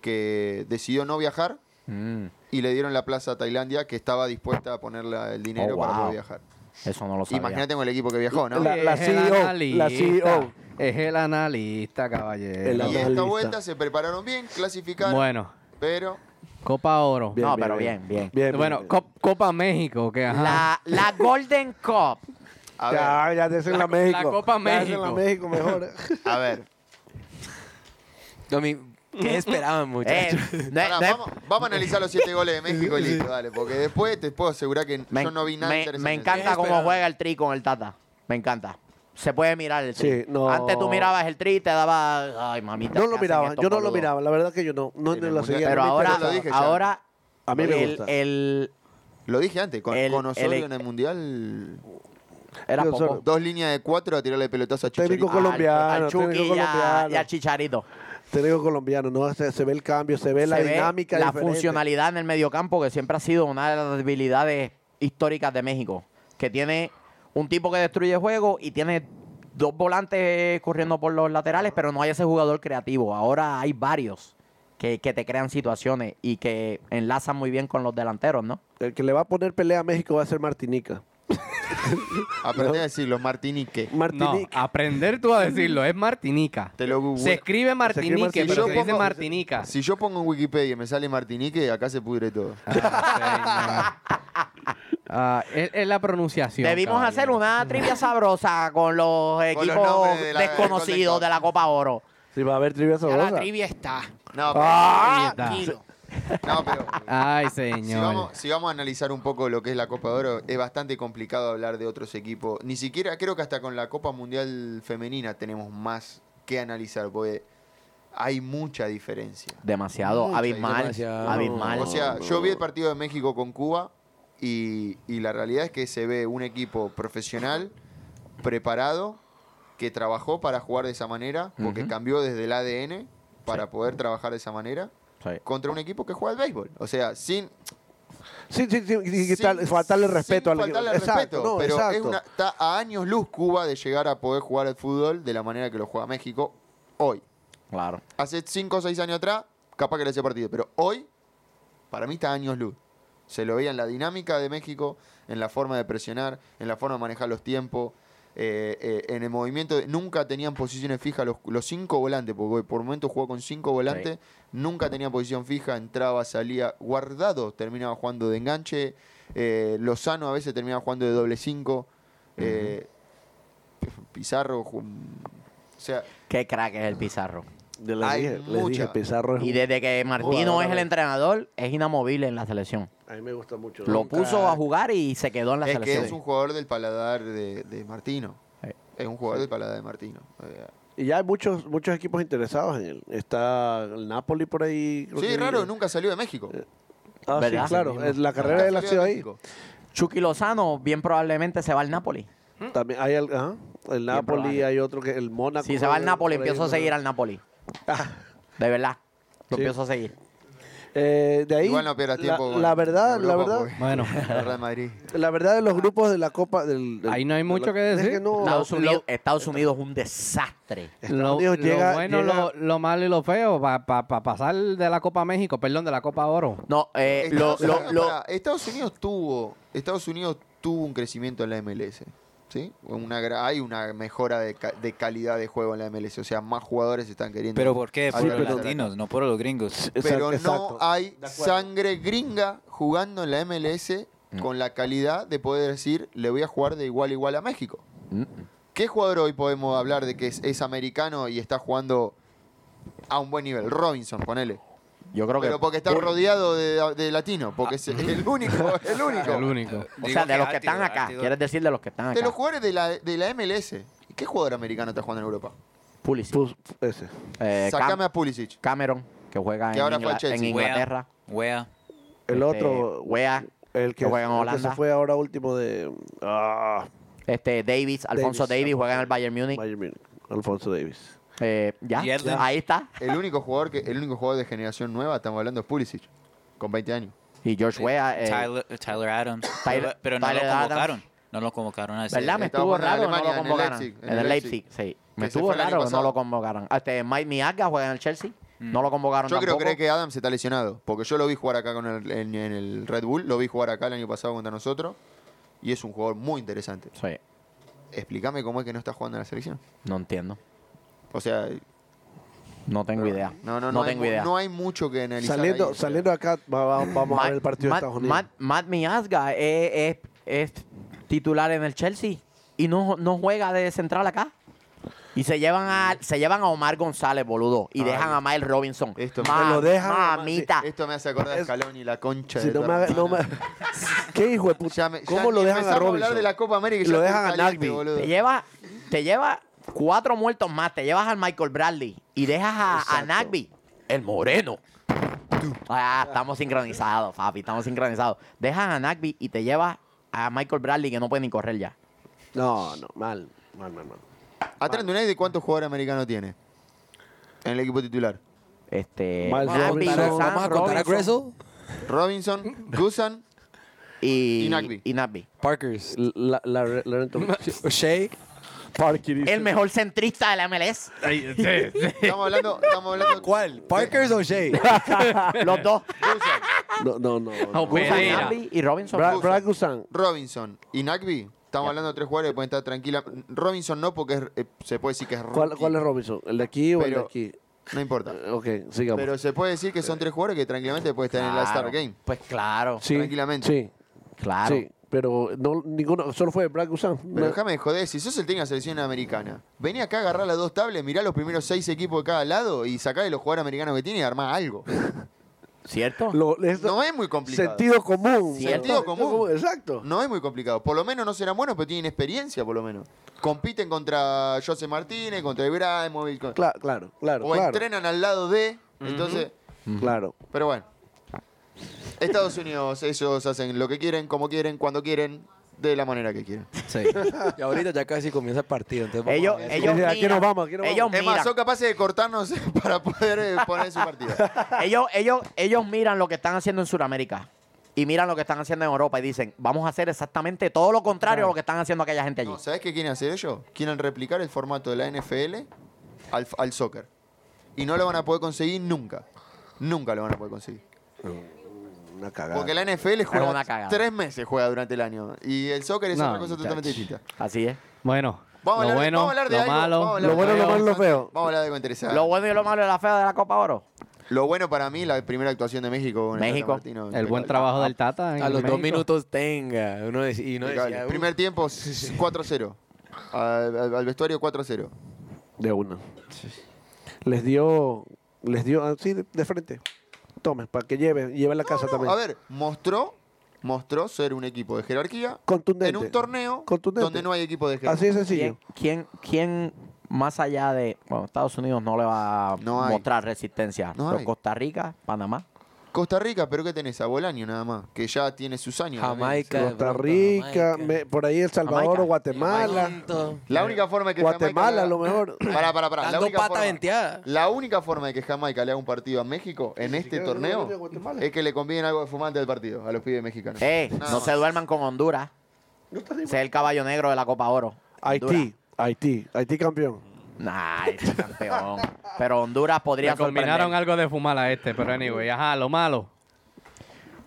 [SPEAKER 6] que decidió no viajar y le dieron la plaza a Tailandia, que estaba dispuesta a ponerle el dinero
[SPEAKER 1] Oh,
[SPEAKER 6] para
[SPEAKER 1] wow.
[SPEAKER 6] poder viajar.
[SPEAKER 1] Eso no lo sabía.
[SPEAKER 6] Imagínate con el equipo que viajó, ¿no?
[SPEAKER 5] La- la
[SPEAKER 2] Es el
[SPEAKER 5] CEO, la
[SPEAKER 2] analista,
[SPEAKER 5] CEO.
[SPEAKER 2] Es el analista, caballero.
[SPEAKER 5] El
[SPEAKER 6] y
[SPEAKER 5] analista.
[SPEAKER 6] esta vuelta se prepararon bien, clasificaron,
[SPEAKER 2] Bueno,
[SPEAKER 6] pero
[SPEAKER 2] Copa Oro.
[SPEAKER 5] Bien,
[SPEAKER 1] no,
[SPEAKER 5] bien,
[SPEAKER 1] pero
[SPEAKER 5] bien.
[SPEAKER 1] bien, bien.
[SPEAKER 5] Bien,
[SPEAKER 2] bueno,
[SPEAKER 5] bien, bien.
[SPEAKER 2] Cop- Copa México, que ajá.
[SPEAKER 1] La, la Golden Cup.
[SPEAKER 6] a ver,
[SPEAKER 5] ya, ya te hacen la,
[SPEAKER 2] La-
[SPEAKER 5] México.
[SPEAKER 2] la Copa
[SPEAKER 5] Ya hacen la
[SPEAKER 2] México.
[SPEAKER 5] México mejor.
[SPEAKER 6] a ver.
[SPEAKER 3] No, mi- ¿Qué esperaban,
[SPEAKER 1] Eh,
[SPEAKER 3] muchachos?
[SPEAKER 1] no es-
[SPEAKER 6] Pará,
[SPEAKER 1] no es-
[SPEAKER 6] vamos, vamos a analizar los
[SPEAKER 1] [laughs]
[SPEAKER 6] siete goles de México y listo, dale, porque después te puedo asegurar que
[SPEAKER 1] me,
[SPEAKER 6] yo no vi nada
[SPEAKER 1] me-
[SPEAKER 6] interesante.
[SPEAKER 1] me encanta
[SPEAKER 3] Bien
[SPEAKER 1] cómo
[SPEAKER 3] esperado.
[SPEAKER 1] juega el tri con el Tata. Me encanta. Se puede mirar el tri.
[SPEAKER 5] Sí, no.
[SPEAKER 1] Antes tú mirabas el tri y te daba. Ay, mamita.
[SPEAKER 5] No
[SPEAKER 1] ¿qué
[SPEAKER 5] lo
[SPEAKER 1] hacen
[SPEAKER 5] miraba,
[SPEAKER 1] estos
[SPEAKER 5] yo no lo
[SPEAKER 1] boludos?
[SPEAKER 5] miraba, la verdad que yo no, no,
[SPEAKER 6] En
[SPEAKER 5] no
[SPEAKER 6] el
[SPEAKER 5] lo
[SPEAKER 6] mundial.
[SPEAKER 5] seguía.
[SPEAKER 1] Pero
[SPEAKER 5] no me
[SPEAKER 1] ahora,
[SPEAKER 5] interesaba.
[SPEAKER 6] lo dije ya.
[SPEAKER 1] ahora
[SPEAKER 5] a mí me
[SPEAKER 1] el, eh,
[SPEAKER 5] gusta.
[SPEAKER 1] el-
[SPEAKER 6] Lo dije antes, con,
[SPEAKER 1] El-
[SPEAKER 6] con Osorio
[SPEAKER 1] el-
[SPEAKER 6] en el Mundial,
[SPEAKER 1] era
[SPEAKER 5] Yo
[SPEAKER 1] poco.
[SPEAKER 5] solo-
[SPEAKER 6] dos líneas de cuatro a tirarle pelotazo a
[SPEAKER 5] Técnico
[SPEAKER 6] Chicharito.
[SPEAKER 1] Al-
[SPEAKER 5] colombiano,
[SPEAKER 1] al Chucky
[SPEAKER 5] técnico
[SPEAKER 1] y a-
[SPEAKER 5] colombiano.
[SPEAKER 1] y al Chicharito.
[SPEAKER 5] Te digo colombiano, ¿no? Se, se ve el cambio, se ve la
[SPEAKER 1] se ve
[SPEAKER 5] dinámica.
[SPEAKER 1] la
[SPEAKER 5] diferente.
[SPEAKER 1] funcionalidad en el mediocampo, que siempre ha sido una de las debilidades históricas de México. Que tiene un tipo que destruye juego y tiene dos volantes corriendo por los laterales, pero no hay ese jugador creativo. Ahora hay varios que, que te crean situaciones y que enlazan muy bien con los delanteros, ¿no?
[SPEAKER 5] El que le va a poner pelea a México va a ser Martinica.
[SPEAKER 6] Ah, Aprendí a decirlo, Martinique.
[SPEAKER 2] No,
[SPEAKER 5] Martinica.
[SPEAKER 2] aprender tú a decirlo, es Martinica.
[SPEAKER 6] Te lo googleo.
[SPEAKER 2] Se escribe Martinique,
[SPEAKER 5] Martinique,
[SPEAKER 2] pero
[SPEAKER 6] yo
[SPEAKER 2] se dice
[SPEAKER 6] pongo-
[SPEAKER 2] Martinica.
[SPEAKER 6] Si yo pongo en Wikipedia y me sale Martinique, acá se pudre todo.
[SPEAKER 2] Ah, señor. Ah, es, es la pronunciación.
[SPEAKER 1] Debimos
[SPEAKER 2] caballero.
[SPEAKER 1] hacer una trivia sabrosa con los equipos
[SPEAKER 6] nombres de la-
[SPEAKER 1] desconocidos de la Copa Oro.
[SPEAKER 5] Si va a haber trivia
[SPEAKER 8] Ya la
[SPEAKER 5] sabrosa.
[SPEAKER 8] trivia está.
[SPEAKER 6] No, pero,
[SPEAKER 1] Ah,
[SPEAKER 2] Ahí está.
[SPEAKER 8] Tranquilo.
[SPEAKER 6] no, pero [laughs]
[SPEAKER 2] Ay,
[SPEAKER 6] si,
[SPEAKER 2] señor.
[SPEAKER 6] vamos, si vamos a analizar un poco lo que es la Copa de Oro, es bastante complicado hablar de otros equipos. Ni siquiera, creo que hasta con la Copa Mundial Femenina tenemos más que analizar, porque hay mucha diferencia.
[SPEAKER 1] Demasiado
[SPEAKER 6] Mucha,
[SPEAKER 1] abismal.
[SPEAKER 3] demasiado.
[SPEAKER 1] Abismal.
[SPEAKER 6] O sea, yo vi el partido de México con Cuba y, y la realidad es que se ve un equipo profesional, preparado, que trabajó para jugar de esa manera, porque cambió desde el ADN para poder trabajar de esa manera,
[SPEAKER 1] Sí.
[SPEAKER 6] contra un equipo que juega al béisbol. O sea, sin,
[SPEAKER 5] Sí, sí, sí. y
[SPEAKER 6] sin-
[SPEAKER 5] tal, faltarle
[SPEAKER 6] sin
[SPEAKER 5] respeto al
[SPEAKER 6] faltarle
[SPEAKER 5] Exacto,
[SPEAKER 6] respeto,
[SPEAKER 5] no,
[SPEAKER 6] pero es
[SPEAKER 5] exacto.
[SPEAKER 6] una- está a años luz Cuba de llegar a poder jugar al fútbol de la manera que lo juega México hoy.
[SPEAKER 1] claro.
[SPEAKER 6] Hace 5 o 6 años atrás, capaz que le hacía partido, pero hoy, para mí está años luz. Se lo veía en la dinámica de México, en la forma de presionar, en la forma de manejar los tiempos, eh, eh, en el movimiento. de- nunca tenían posiciones fijas los, los cinco volantes, porque por momentos jugó con cinco volantes, nunca tenía posición fija, entraba, salía, guardado, terminaba jugando de enganche, eh, Lozano a veces terminaba jugando de doble cinco, eh, Pizarro, ju- o sea,
[SPEAKER 1] Qué crack es el Pizarro.
[SPEAKER 5] Yo les
[SPEAKER 6] Hay
[SPEAKER 5] dije, les dije,
[SPEAKER 6] mucha.
[SPEAKER 5] Pizarro es
[SPEAKER 1] Y
[SPEAKER 5] un-
[SPEAKER 1] desde que Martino
[SPEAKER 5] Jugador,
[SPEAKER 1] es el
[SPEAKER 5] eh.
[SPEAKER 1] entrenador, es inamovible en la selección.
[SPEAKER 5] A mí me gusta mucho.
[SPEAKER 1] Lo puso a jugar y se quedó en la
[SPEAKER 6] es que
[SPEAKER 1] selección.
[SPEAKER 6] es un jugador del paladar de, de Martino.
[SPEAKER 1] Sí.
[SPEAKER 6] Es un jugador del paladar de Martino. Eh,
[SPEAKER 5] Y ya hay muchos, muchos equipos interesados en él. Está el Napoli por ahí. creo
[SPEAKER 6] Sí,
[SPEAKER 5] que-
[SPEAKER 6] raro, nunca salió de México.
[SPEAKER 5] Ah, sí,
[SPEAKER 1] ¿Verdad?
[SPEAKER 5] claro. es La carrera
[SPEAKER 6] Nunca
[SPEAKER 5] de la
[SPEAKER 6] salió
[SPEAKER 5] ciudad ahí.
[SPEAKER 6] México.
[SPEAKER 1] Chucky Lozano bien probablemente se va al Napoli.
[SPEAKER 5] También hay el, ajá, el Napoli,
[SPEAKER 1] probable.
[SPEAKER 5] hay otro que el Mónaco. eh,
[SPEAKER 1] Si se va al Napoli,
[SPEAKER 5] por ahí, Ah,
[SPEAKER 1] empiezo a
[SPEAKER 5] ¿no?
[SPEAKER 1] seguir al Napoli. De verdad. Lo
[SPEAKER 5] Sí.
[SPEAKER 1] empiezo a seguir.
[SPEAKER 5] Eh, de ahí.
[SPEAKER 6] Igual no pierdas
[SPEAKER 5] la-
[SPEAKER 6] tiempo.
[SPEAKER 5] La,
[SPEAKER 6] con-
[SPEAKER 5] verdad,
[SPEAKER 6] con
[SPEAKER 5] la
[SPEAKER 6] Europa,
[SPEAKER 5] verdad,
[SPEAKER 6] [laughs]
[SPEAKER 2] Bueno,
[SPEAKER 6] porque La Real Madrid.
[SPEAKER 5] la verdad de los grupos de la Copa del. del-
[SPEAKER 2] Ahí no hay
[SPEAKER 5] de
[SPEAKER 2] mucho
[SPEAKER 5] la-
[SPEAKER 2] que
[SPEAKER 5] es
[SPEAKER 2] decir.
[SPEAKER 5] no-
[SPEAKER 1] Estados
[SPEAKER 5] lo-
[SPEAKER 1] Unidos, Estados Unidos es un desastre.
[SPEAKER 2] lo,
[SPEAKER 5] Unidos
[SPEAKER 2] lo
[SPEAKER 5] llega-
[SPEAKER 2] bueno,
[SPEAKER 5] llega-
[SPEAKER 2] Lo, lo malo y lo feo, para pasar de la Copa México, perdón, de la Copa Oro.
[SPEAKER 1] No, eh, lo,
[SPEAKER 6] Estados,
[SPEAKER 1] lo,
[SPEAKER 6] Unidos,
[SPEAKER 1] lo-
[SPEAKER 6] pará, Estados Unidos tuvo Estados Unidos tuvo un crecimiento en la MLS ¿sí? Una gra- hay una mejora de, ca- de calidad de juego en la MLS o sea más jugadores están queriendo
[SPEAKER 4] Pero ¿por qué? Por
[SPEAKER 6] Sí,
[SPEAKER 4] los
[SPEAKER 6] pero-
[SPEAKER 4] latinos, no por los gringos.
[SPEAKER 6] pero
[SPEAKER 5] Exacto,
[SPEAKER 6] no
[SPEAKER 5] exacto.
[SPEAKER 6] hay sangre gringa jugando en la MLS con la calidad de poder decir le voy a jugar de igual a igual a México ¿qué jugador hoy podemos hablar de que es, es americano y está jugando a un buen nivel? Robinson ponele
[SPEAKER 1] yo creo que.
[SPEAKER 6] pero porque está rodeado de, de latino porque es el [laughs] único el único
[SPEAKER 2] El único.
[SPEAKER 1] o sea, de los que están acá. Quieres
[SPEAKER 4] Quieres
[SPEAKER 1] decir de los que están acá.
[SPEAKER 6] De los jugadores de la, de la MLS. ¿Qué jugador americano está jugando en Europa?
[SPEAKER 1] Pulisic.
[SPEAKER 5] Pus- ese.
[SPEAKER 1] Eh,
[SPEAKER 6] Sacame
[SPEAKER 1] Cam-
[SPEAKER 6] a Pulisic.
[SPEAKER 1] Cameron, que juega
[SPEAKER 6] Que
[SPEAKER 1] en,
[SPEAKER 6] ahora fue
[SPEAKER 1] Ingla-
[SPEAKER 6] al Chelsea.
[SPEAKER 1] en Inglaterra.
[SPEAKER 4] Wea.
[SPEAKER 5] El
[SPEAKER 1] Este,
[SPEAKER 5] otro.
[SPEAKER 1] Wea,
[SPEAKER 5] El que,
[SPEAKER 1] que juega en
[SPEAKER 5] el que
[SPEAKER 1] Holanda.
[SPEAKER 5] se fue ahora último de. Ah,
[SPEAKER 1] Este, Davis, Alfonso Davis,
[SPEAKER 5] Alfonso
[SPEAKER 1] juega en el Bayern Múnich.
[SPEAKER 5] Bayern Múnich, Alfonso Davis.
[SPEAKER 1] Eh, ya,
[SPEAKER 4] Y Erling.
[SPEAKER 1] ahí está.
[SPEAKER 6] El único jugador que el único jugador de generación nueva, estamos hablando, es Pulisic. Con 20 años.
[SPEAKER 1] Y George Wea. eh,
[SPEAKER 4] Tyler, Tyler Adams.
[SPEAKER 1] Tyler-
[SPEAKER 4] pero no
[SPEAKER 1] Tyler
[SPEAKER 4] lo
[SPEAKER 1] Adams.
[SPEAKER 4] convocaron. No lo convocaron a ese.
[SPEAKER 1] ¿Verdad? Me
[SPEAKER 6] estaba
[SPEAKER 1] estuvo
[SPEAKER 6] jugando en
[SPEAKER 1] raro que no lo
[SPEAKER 6] Alemania, en el
[SPEAKER 1] convocaran.
[SPEAKER 6] Leipzig,
[SPEAKER 1] En el Leipzig, sí. Me
[SPEAKER 6] Que se
[SPEAKER 1] estuvo
[SPEAKER 6] fue el año
[SPEAKER 1] raro que no
[SPEAKER 6] pasado. Mm.
[SPEAKER 1] lo convocaran. Este, Mike Miaga juega en el Chelsea. No lo convocaron
[SPEAKER 6] Yo creo
[SPEAKER 1] tampoco.
[SPEAKER 6] creo que Adams está lesionado. Porque yo lo vi jugar acá con el, en, en el Red Bull. Lo vi jugar acá el año pasado contra nosotros. Y es un jugador muy interesante.
[SPEAKER 1] Sí,
[SPEAKER 6] Explícame cómo es que no está jugando en la selección.
[SPEAKER 1] no entiendo.
[SPEAKER 6] O sea,
[SPEAKER 1] No tengo idea.
[SPEAKER 6] no, no, no, hay,
[SPEAKER 1] tengo
[SPEAKER 6] mu-
[SPEAKER 1] idea.
[SPEAKER 6] no hay mucho que analizar.
[SPEAKER 5] Saliendo,
[SPEAKER 6] ahí.
[SPEAKER 5] saliendo acá, va- va- vamos a
[SPEAKER 1] Matt-
[SPEAKER 5] ver el partido
[SPEAKER 1] Matt-
[SPEAKER 5] de Estados Unidos.
[SPEAKER 1] Matt, Matt Miazga es, es- es titular en el Chelsea y no, no juega de central acá. Y se llevan
[SPEAKER 5] Mm.
[SPEAKER 1] a, se llevan a Omar González, boludo. Y dejan a Miles Robinson.
[SPEAKER 6] Esto-
[SPEAKER 1] Ma-
[SPEAKER 5] Me lo dejan a Miles,
[SPEAKER 1] Mamita.
[SPEAKER 6] Esto me hace acordar a Scaloni y la concha
[SPEAKER 5] Si
[SPEAKER 6] de
[SPEAKER 5] no
[SPEAKER 6] tu
[SPEAKER 5] me haga-
[SPEAKER 6] hermana.
[SPEAKER 5] no me-
[SPEAKER 6] [laughs]
[SPEAKER 5] ¿Qué hijo de puta?
[SPEAKER 6] Ya me- ya
[SPEAKER 5] ¿Cómo lo
[SPEAKER 6] ni
[SPEAKER 5] dejan a
[SPEAKER 6] empezamos
[SPEAKER 5] Robinson?
[SPEAKER 6] hablar de la Copa América y
[SPEAKER 5] Lo
[SPEAKER 6] ya
[SPEAKER 5] dejan
[SPEAKER 6] estoy
[SPEAKER 5] a
[SPEAKER 6] caliente,
[SPEAKER 5] Nagby.
[SPEAKER 6] boludo.
[SPEAKER 1] Te lleva, te lleva cuatro muertos más. Te llevas al Michael Bradley y dejas a, a
[SPEAKER 6] Exacto.
[SPEAKER 1] Nagby. El moreno. Ah, estamos sincronizados, papi. Estamos sincronizados. Dejas a Nagby y te llevas a Michael Bradley que no puede ni correr ya.
[SPEAKER 5] No, no, mal, mal, mal, mal.
[SPEAKER 6] Atlanta United, ¿cuántos jugadores americanos tiene? En el equipo titular.
[SPEAKER 1] Este.
[SPEAKER 5] Miles
[SPEAKER 1] Nagby,
[SPEAKER 5] Robinson.
[SPEAKER 1] Guzan,
[SPEAKER 3] Ah, Vamos a contar a
[SPEAKER 1] Robinson
[SPEAKER 3] Gressel,
[SPEAKER 5] [laughs]
[SPEAKER 6] Robinson, Gusan,
[SPEAKER 1] Y,
[SPEAKER 6] Y Nagby.
[SPEAKER 1] y Nagby.
[SPEAKER 5] [laughs]
[SPEAKER 3] Parkers,
[SPEAKER 5] La, la, la, la-
[SPEAKER 3] O'Shea.
[SPEAKER 5] Parker dice-
[SPEAKER 1] El mejor centrista de la
[SPEAKER 5] [laughs]
[SPEAKER 1] MLS.
[SPEAKER 6] estamos hablando, estamos hablando
[SPEAKER 3] ¿Cuál? Parkers o O'Shea. [laughs]
[SPEAKER 1] Los dos.
[SPEAKER 6] Guzan,
[SPEAKER 5] No, no, no. no.
[SPEAKER 1] Guzan, Nagby y Robinson.
[SPEAKER 5] Brad, Brad Guzan.
[SPEAKER 6] Robinson y Nagby. Estamos hablando de tres jugadores que pueden estar tranquilas. Robinson no, porque es- eh, se puede decir que es
[SPEAKER 5] ¿Cuál,
[SPEAKER 6] rookie.
[SPEAKER 5] ¿Cuál es Robinson? ¿El de aquí o el de
[SPEAKER 6] Pero-
[SPEAKER 5] aquí?
[SPEAKER 6] No importa.
[SPEAKER 5] Eh, Ok, sigamos.
[SPEAKER 6] Pero se puede decir que son tres jugadores que tranquilamente pueden estar en la
[SPEAKER 1] Claro.
[SPEAKER 6] Star Game.
[SPEAKER 1] Pues claro,
[SPEAKER 5] sí,
[SPEAKER 6] tranquilamente.
[SPEAKER 5] Sí,
[SPEAKER 1] claro.
[SPEAKER 5] sí. Pero no, ninguno, solo fue Brad Guzan.
[SPEAKER 6] Pero
[SPEAKER 5] No.
[SPEAKER 6] déjame de joder, si sos el técnico de la selección americana, vení acá a agarrar las dos tablas, mirá los primeros seis equipos de cada lado y sacá de los jugadores americanos que tiene y armá
[SPEAKER 5] [laughs]
[SPEAKER 6] algo.
[SPEAKER 1] ¿Cierto?
[SPEAKER 5] Lo- es-
[SPEAKER 6] No es muy complicado.
[SPEAKER 5] Sentido común.
[SPEAKER 1] Cierto.
[SPEAKER 6] Sentido común.
[SPEAKER 5] Exacto.
[SPEAKER 6] No es muy complicado. Por lo menos no serán buenos, pero tienen experiencia, por lo menos. Compiten contra José Martínez, contra Ibrahimovic. con-
[SPEAKER 5] Cla- claro, claro,
[SPEAKER 6] o
[SPEAKER 5] claro.
[SPEAKER 6] entrenan al lado de. Entonces,
[SPEAKER 5] Claro.
[SPEAKER 6] pero bueno. Estados Unidos, ellos hacen lo que quieren, como quieren, cuando quieren, de la manera que quieren.
[SPEAKER 2] Sí.
[SPEAKER 3] Y ahorita ya casi comienza el partido. Entonces vamos
[SPEAKER 1] Ellos,
[SPEAKER 3] a ver.
[SPEAKER 1] ellos
[SPEAKER 5] Aquí nos
[SPEAKER 1] miran,
[SPEAKER 5] vamos, aquí nos
[SPEAKER 1] ellos
[SPEAKER 6] Es
[SPEAKER 1] miran,
[SPEAKER 6] más, son capaces de cortarnos [laughs] para poder eh, poner su partida.
[SPEAKER 1] [laughs] ellos, ellos, ellos miran lo que están haciendo en Sudamérica y miran lo que están haciendo en Europa y dicen, vamos a hacer exactamente todo lo contrario a lo que están haciendo aquella gente allí.
[SPEAKER 6] No, ¿Sabés qué quieren hacer ellos? Quieren replicar el formato de la NFL al, al soccer. Y no lo van a poder conseguir nunca. Nunca lo van a poder conseguir.
[SPEAKER 5] Una cagada.
[SPEAKER 6] Porque la NFL
[SPEAKER 1] Es una
[SPEAKER 6] juega
[SPEAKER 1] cagada.
[SPEAKER 6] tres meses juega durante el año. Y el soccer es
[SPEAKER 2] No,
[SPEAKER 6] otra cosa totalmente distinta.
[SPEAKER 1] Así es.
[SPEAKER 2] Bueno,
[SPEAKER 6] Vamos a
[SPEAKER 2] lo
[SPEAKER 6] hablar,
[SPEAKER 2] bueno,
[SPEAKER 6] vamos a hablar de
[SPEAKER 2] lo
[SPEAKER 6] algo,
[SPEAKER 2] malo,
[SPEAKER 6] vamos a hablar
[SPEAKER 5] lo
[SPEAKER 6] de
[SPEAKER 5] bueno, lo
[SPEAKER 6] algo
[SPEAKER 5] malo, lo feo.
[SPEAKER 6] Vamos a hablar de algo interesante.
[SPEAKER 1] Lo
[SPEAKER 6] Lo,
[SPEAKER 1] bueno y lo malo de la fea de la Copa Oro.
[SPEAKER 6] bueno para mí, la primera actuación de México. con el
[SPEAKER 1] México.
[SPEAKER 6] Tata Martino,
[SPEAKER 2] el
[SPEAKER 6] impecable.
[SPEAKER 2] buen trabajo del Tata. en
[SPEAKER 3] a los
[SPEAKER 2] México.
[SPEAKER 3] dos minutos tenga. Uno dec- y uno
[SPEAKER 6] Impecable.
[SPEAKER 3] decía, "Uh, [laughs]
[SPEAKER 6] Primer tiempo, s- 4-0. Al, al- al vestuario 4-0.
[SPEAKER 5] De una. Les dio, les dio así de, de frente. Tomen, para que lleven, lleven a la casa
[SPEAKER 6] No,
[SPEAKER 5] también.
[SPEAKER 6] a ver, mostró, mostró ser un equipo de jerarquía
[SPEAKER 5] Contundente.
[SPEAKER 6] en un torneo
[SPEAKER 5] Contundente.
[SPEAKER 6] donde no hay equipo de jerarquía.
[SPEAKER 5] Así
[SPEAKER 1] ¿Quién,
[SPEAKER 5] de sencillo.
[SPEAKER 1] quién, quién más allá de. Bueno, Estados Unidos no le va a
[SPEAKER 6] No hay.
[SPEAKER 1] mostrar resistencia.
[SPEAKER 6] No
[SPEAKER 1] pero
[SPEAKER 6] hay.
[SPEAKER 1] Costa Rica, Panamá.
[SPEAKER 6] Costa Rica, pero ¿qué tenés? A Bolaño nada más, que ya tiene sus años. también.
[SPEAKER 3] Jamaica.
[SPEAKER 5] Costa
[SPEAKER 3] Bruto,
[SPEAKER 5] Rica,
[SPEAKER 3] Jamaica.
[SPEAKER 5] me- por ahí El Salvador
[SPEAKER 1] Jamaica.
[SPEAKER 5] o Guatemala.
[SPEAKER 3] Tonto.
[SPEAKER 6] La única forma de que
[SPEAKER 5] Guatemala,
[SPEAKER 6] Jamaica
[SPEAKER 5] a lo
[SPEAKER 6] le haga-
[SPEAKER 5] mejor.
[SPEAKER 6] Pará, pará, pará. La
[SPEAKER 3] Dando
[SPEAKER 6] única,
[SPEAKER 3] pata
[SPEAKER 6] forma,
[SPEAKER 3] venteada.
[SPEAKER 6] la única forma de que Jamaica le haga un partido a México en este
[SPEAKER 5] siquiera
[SPEAKER 6] torneo
[SPEAKER 5] de Guatemala.
[SPEAKER 6] es que le conviene algo de fumante del partido a los pibes mexicanos.
[SPEAKER 1] Eh,
[SPEAKER 6] Nada
[SPEAKER 1] no
[SPEAKER 6] más.
[SPEAKER 1] se duerman con Honduras. Ese es el caballo negro de la Copa Oro. Honduras.
[SPEAKER 5] Haití, Haití, Haití campeón.
[SPEAKER 1] Nah, este es campeón. Pero Honduras podría
[SPEAKER 2] Le combinaron
[SPEAKER 1] sorprender.
[SPEAKER 2] algo de fumar a este, pero anyway, ajá, lo malo.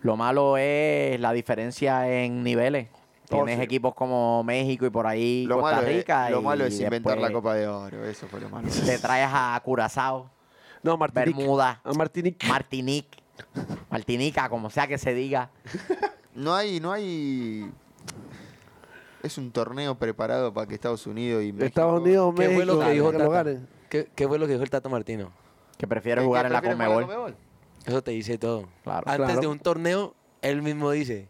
[SPEAKER 1] Lo malo es la diferencia en niveles. Tienes
[SPEAKER 5] Oh, sí.
[SPEAKER 1] equipos como México y por ahí
[SPEAKER 6] Lo
[SPEAKER 1] Costa
[SPEAKER 6] malo,
[SPEAKER 1] Rica.
[SPEAKER 6] es, lo
[SPEAKER 1] y
[SPEAKER 6] malo es inventar
[SPEAKER 1] después
[SPEAKER 6] la Copa de Oro, eso fue
[SPEAKER 1] [laughs]
[SPEAKER 6] lo malo.
[SPEAKER 1] Te traes a Curazao,
[SPEAKER 5] No, Martinique.
[SPEAKER 1] Bermuda,
[SPEAKER 5] A Martinique.
[SPEAKER 1] Martinique, Martinica, como sea que se diga.
[SPEAKER 6] No hay, no hay. Es un torneo preparado para que Estados Unidos y México.
[SPEAKER 5] Estados Unidos,
[SPEAKER 3] ¿Qué fue lo
[SPEAKER 5] México,
[SPEAKER 3] que dijo
[SPEAKER 5] que lo
[SPEAKER 3] Tata?
[SPEAKER 5] ganen.
[SPEAKER 3] ¿Qué, qué fue lo que dijo el Tata Martino?
[SPEAKER 1] Que
[SPEAKER 6] ¿Qué-
[SPEAKER 1] prefiere
[SPEAKER 6] qué
[SPEAKER 1] jugar en la
[SPEAKER 6] prefieren jugar
[SPEAKER 1] Conmebol.
[SPEAKER 3] Eso te dice todo.
[SPEAKER 1] Claro.
[SPEAKER 3] Antes
[SPEAKER 5] Claro.
[SPEAKER 3] de un torneo, él mismo dice,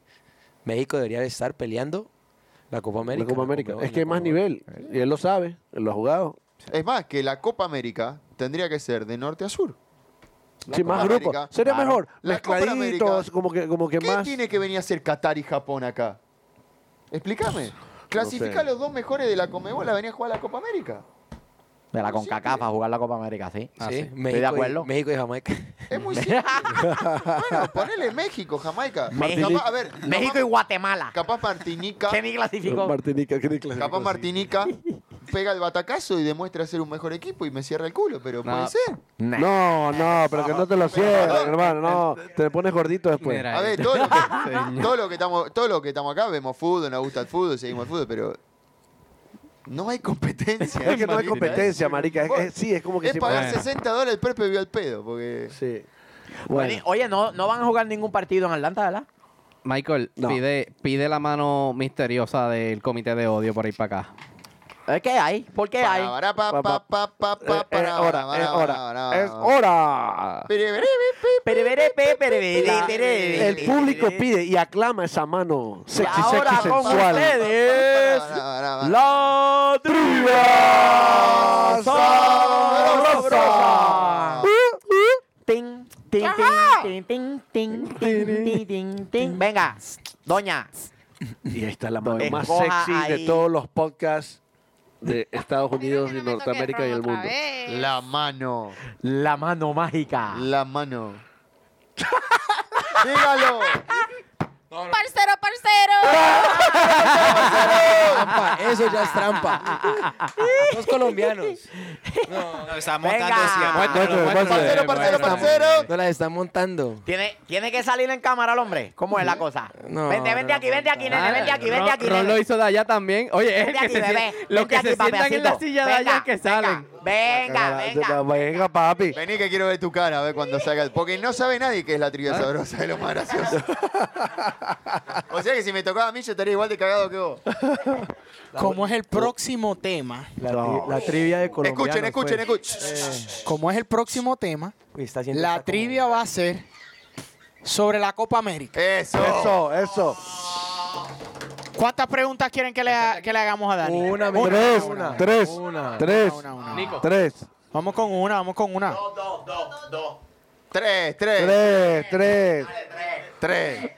[SPEAKER 3] México debería estar peleando la Copa América.
[SPEAKER 5] la Copa América.
[SPEAKER 3] Conmebol,
[SPEAKER 5] Es que hay
[SPEAKER 3] la
[SPEAKER 5] más
[SPEAKER 3] Conmebol.
[SPEAKER 5] nivel. Y él lo sabe, él lo ha jugado.
[SPEAKER 6] Es más, que la Copa América tendría que ser de norte a sur.
[SPEAKER 5] sí,
[SPEAKER 6] Copa
[SPEAKER 5] más grupos.
[SPEAKER 6] América.
[SPEAKER 5] Sería
[SPEAKER 6] Claro.
[SPEAKER 5] mejor.
[SPEAKER 6] La Copa
[SPEAKER 5] Mezcladitos,
[SPEAKER 6] América.
[SPEAKER 5] como que, como que
[SPEAKER 6] ¿Qué
[SPEAKER 5] más.
[SPEAKER 6] tiene que venir a hacer Qatar y Japón acá? Explícame. Clasifica a los dos mejores de la Conmebol a venir a jugar a la Copa América.
[SPEAKER 1] De la
[SPEAKER 6] Pues sí,
[SPEAKER 1] CONCACAF
[SPEAKER 6] que-
[SPEAKER 1] a jugar la Copa América, sí.
[SPEAKER 2] Ah,
[SPEAKER 3] Sí,
[SPEAKER 2] sí.
[SPEAKER 3] México
[SPEAKER 1] Estoy de
[SPEAKER 3] y-
[SPEAKER 1] acuerdo.
[SPEAKER 3] México y Jamaica. [laughs]
[SPEAKER 6] Es muy simple. bueno, ponele México, Jamaica.
[SPEAKER 1] México-
[SPEAKER 6] Capaz- a ver, capaz-
[SPEAKER 1] México y Guatemala.
[SPEAKER 6] Capaz Martinica.
[SPEAKER 1] ¿Qué ni clasificó?
[SPEAKER 5] Martinique, ¿qué clasificó?
[SPEAKER 6] Capaz Martinica pega el batacazo y demuestra ser un mejor equipo y me cierra el culo, pero
[SPEAKER 2] No.
[SPEAKER 6] puede ser.
[SPEAKER 1] Nah.
[SPEAKER 5] No, no, pero que no te lo cierres, hermano. No, te pones gordito después.
[SPEAKER 2] Mira,
[SPEAKER 6] A ver,
[SPEAKER 2] eh,
[SPEAKER 6] todo
[SPEAKER 2] [laughs]
[SPEAKER 6] lo que, todo lo que estamos, todo lo que estamos acá, vemos fútbol, nos gusta el fútbol, seguimos el fútbol, pero no hay competencia.
[SPEAKER 5] [laughs] Es que no hay
[SPEAKER 6] Marita,
[SPEAKER 5] competencia, marica. Es- es- sí, es como que
[SPEAKER 6] Es
[SPEAKER 5] sí.
[SPEAKER 6] pagar
[SPEAKER 2] bueno.
[SPEAKER 6] 60 dólares el prepe vio al pedo, porque
[SPEAKER 5] Sí.
[SPEAKER 1] Bueno,
[SPEAKER 5] Bueno,
[SPEAKER 1] Oye, no, no van a jugar ningún partido en Atlanta, ¿verdad?
[SPEAKER 2] Michael,
[SPEAKER 5] No.
[SPEAKER 2] pide, pide la mano misteriosa del comité de odio por ir para acá.
[SPEAKER 1] Es que hay. ¿Por qué hay?
[SPEAKER 6] Para, para, pa, pa, pa, pa,
[SPEAKER 5] eh,
[SPEAKER 6] pa,
[SPEAKER 5] es
[SPEAKER 6] para,
[SPEAKER 5] hora,
[SPEAKER 6] para,
[SPEAKER 5] es
[SPEAKER 6] para,
[SPEAKER 5] hora.
[SPEAKER 6] para.
[SPEAKER 5] Es hora.
[SPEAKER 6] Pere, pere, pere,
[SPEAKER 1] Pereberepe,
[SPEAKER 5] La-
[SPEAKER 1] pereberere.
[SPEAKER 5] el público pide y aclama esa mano
[SPEAKER 1] Y
[SPEAKER 5] sexy,
[SPEAKER 1] ahora
[SPEAKER 5] sexy,
[SPEAKER 1] con
[SPEAKER 5] sensual.
[SPEAKER 1] ustedes,
[SPEAKER 6] para, para, para.
[SPEAKER 1] la
[SPEAKER 5] Trivia
[SPEAKER 1] trivia
[SPEAKER 5] Sabrosa.
[SPEAKER 1] sabrosa. Ting, ting, ting, ting, ting, ting, ting, ting, ting. Venga, doña.
[SPEAKER 5] Y ahí está la mano
[SPEAKER 1] Escoja
[SPEAKER 5] más sexy de
[SPEAKER 1] ahí.
[SPEAKER 5] todos los podcasts de Estados Unidos y
[SPEAKER 8] Mira que no me toque
[SPEAKER 5] Norteamérica y el
[SPEAKER 8] otra
[SPEAKER 5] mundo.
[SPEAKER 8] vez.
[SPEAKER 6] La mano,
[SPEAKER 1] La mano mágica.
[SPEAKER 6] la mano. Dígalo.
[SPEAKER 8] Parcero, parcero.
[SPEAKER 3] Trampa, eso ya es trampa. Los colombianos. No,
[SPEAKER 4] No, está
[SPEAKER 1] Venga.
[SPEAKER 4] montando así.
[SPEAKER 5] Muéstralo, muéstralo.
[SPEAKER 6] Parcero, parcero, parcero.
[SPEAKER 3] no las están montando.
[SPEAKER 1] Tiene, tiene que salir en cámara el hombre. ¿Cómo es la cosa?
[SPEAKER 3] No,
[SPEAKER 1] vente, vente
[SPEAKER 3] no,
[SPEAKER 1] aquí, vente aquí, nene, vente aquí, vente aquí.
[SPEAKER 2] Ron
[SPEAKER 1] nene.
[SPEAKER 2] lo hizo de allá también. Oye, Ah, es
[SPEAKER 1] Vente
[SPEAKER 2] que
[SPEAKER 1] aquí,
[SPEAKER 2] se,
[SPEAKER 1] bebé.
[SPEAKER 2] los
[SPEAKER 1] Vente
[SPEAKER 2] que
[SPEAKER 1] aquí,
[SPEAKER 2] se sientan en la
[SPEAKER 1] papiacito.
[SPEAKER 2] silla de allá
[SPEAKER 1] Venga,
[SPEAKER 2] que
[SPEAKER 1] venga,
[SPEAKER 2] salen.
[SPEAKER 1] Venga, venga.
[SPEAKER 5] Venga, papi.
[SPEAKER 6] Vení que quiero ver tu cara, a ver cuando salga. el- Porque no sabe nadie que es la trivia sabrosa, es lo más gracioso. o sea que si me tocaba a mí, yo estaría igual de cagado que vos.
[SPEAKER 9] Como es el próximo tema,
[SPEAKER 7] La, tri- la trivia de Colombia.
[SPEAKER 6] Escuchen, escuchen, escuchen.
[SPEAKER 9] como es el próximo tema,
[SPEAKER 7] Uy, está haciendo
[SPEAKER 9] la
[SPEAKER 7] esta como-
[SPEAKER 9] trivia va a ser sobre la Copa América.
[SPEAKER 6] Eso.
[SPEAKER 5] Eso, eso.
[SPEAKER 9] ¿Cuántas preguntas quieren que le, ha- que le hagamos a Dani?
[SPEAKER 7] Una, mi-
[SPEAKER 5] Tres,
[SPEAKER 7] una,
[SPEAKER 5] tres,
[SPEAKER 7] una.
[SPEAKER 5] tres,
[SPEAKER 9] Una, una, una.
[SPEAKER 5] tres,
[SPEAKER 9] Vamos con una, vamos con una.
[SPEAKER 6] Tres, tres,
[SPEAKER 5] tres, tres.
[SPEAKER 6] tres.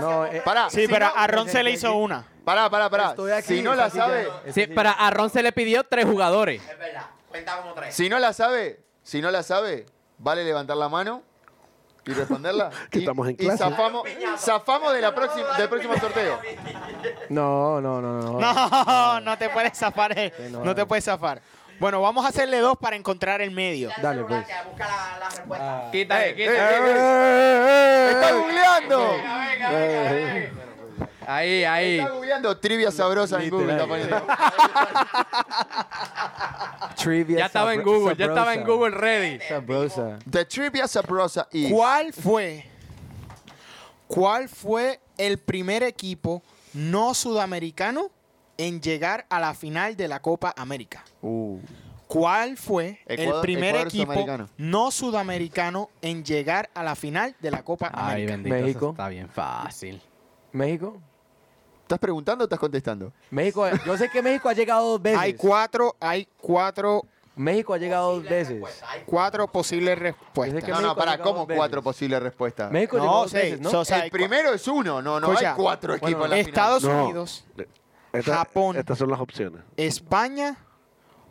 [SPEAKER 7] No, eh,
[SPEAKER 6] Pará.
[SPEAKER 9] Sí,
[SPEAKER 6] si
[SPEAKER 9] pero
[SPEAKER 6] no-
[SPEAKER 9] a Ron se le hizo una.
[SPEAKER 6] Pará, pará, pará.
[SPEAKER 7] estoy aquí,
[SPEAKER 6] Si no
[SPEAKER 7] o
[SPEAKER 6] la
[SPEAKER 7] sea, sí,
[SPEAKER 6] sabe,
[SPEAKER 7] ya-
[SPEAKER 2] Sí, pero a Ron se le pidió tres jugadores.
[SPEAKER 1] Es verdad. Cuenta como tres.
[SPEAKER 6] si no la sabe, si no la sabe, vale levantar la mano y responderla.
[SPEAKER 5] [laughs] Que
[SPEAKER 6] Y-
[SPEAKER 5] estamos en
[SPEAKER 6] Y
[SPEAKER 5] clase.
[SPEAKER 6] zafamos, zafamos de la próxima, del próximo sorteo.
[SPEAKER 7] No, no, no, no.
[SPEAKER 9] No, [laughs] no te puedes zafar. eh. No te puedes zafar. Bueno, vamos a hacerle dos para encontrar el medio.
[SPEAKER 7] Dale, pues.
[SPEAKER 1] Busca la, la respuesta.
[SPEAKER 2] Quítale,
[SPEAKER 6] Eh, eh, eh, Está googleando.
[SPEAKER 2] Ahí, ahí.
[SPEAKER 6] Está googleando trivia sabrosa en Google. está poniendo.
[SPEAKER 7] Trivia
[SPEAKER 2] Ya estaba en
[SPEAKER 7] sabro-
[SPEAKER 2] Google, ya estaba en
[SPEAKER 7] sabrosa.
[SPEAKER 2] Google ready.
[SPEAKER 7] Sabrosa.
[SPEAKER 6] The Trivia Sabrosa y
[SPEAKER 9] ¿Cuál fue? ¿Cuál fue el primer equipo no sudamericano en llegar a la final de la Copa América?
[SPEAKER 6] Uh.
[SPEAKER 9] ¿Cuál fue el
[SPEAKER 6] Ecuador-
[SPEAKER 9] primer
[SPEAKER 6] Ecuador
[SPEAKER 9] equipo
[SPEAKER 6] sudamericano.
[SPEAKER 9] no sudamericano en llegar a la final de la Copa
[SPEAKER 2] Ay,
[SPEAKER 9] América?
[SPEAKER 2] bendito, eso
[SPEAKER 7] México.
[SPEAKER 2] está bien fácil.
[SPEAKER 7] ¿México?
[SPEAKER 6] ¿Estás preguntando o estás contestando?
[SPEAKER 7] México, yo sé que México ha llegado dos veces.
[SPEAKER 9] Hay cuatro, hay cuatro,
[SPEAKER 7] México ha llegado dos veces.
[SPEAKER 9] cuatro posibles
[SPEAKER 7] Yo sé
[SPEAKER 9] respuestas.
[SPEAKER 7] que
[SPEAKER 6] No, no,
[SPEAKER 7] México
[SPEAKER 6] pará,
[SPEAKER 7] llegó dos
[SPEAKER 6] ¿cómo
[SPEAKER 7] veces?
[SPEAKER 6] cuatro posibles respuestas?
[SPEAKER 7] México
[SPEAKER 9] No,
[SPEAKER 7] llegó dos
[SPEAKER 9] sí,
[SPEAKER 7] veces, ¿no?
[SPEAKER 9] so- o sea,
[SPEAKER 6] el primero es uno, no, no
[SPEAKER 9] Escucha.
[SPEAKER 6] hay cuatro equipos en la final.
[SPEAKER 9] Estados
[SPEAKER 5] No.
[SPEAKER 9] Unidos,
[SPEAKER 5] Estas-
[SPEAKER 9] Japón.
[SPEAKER 5] Estas son las opciones.
[SPEAKER 9] España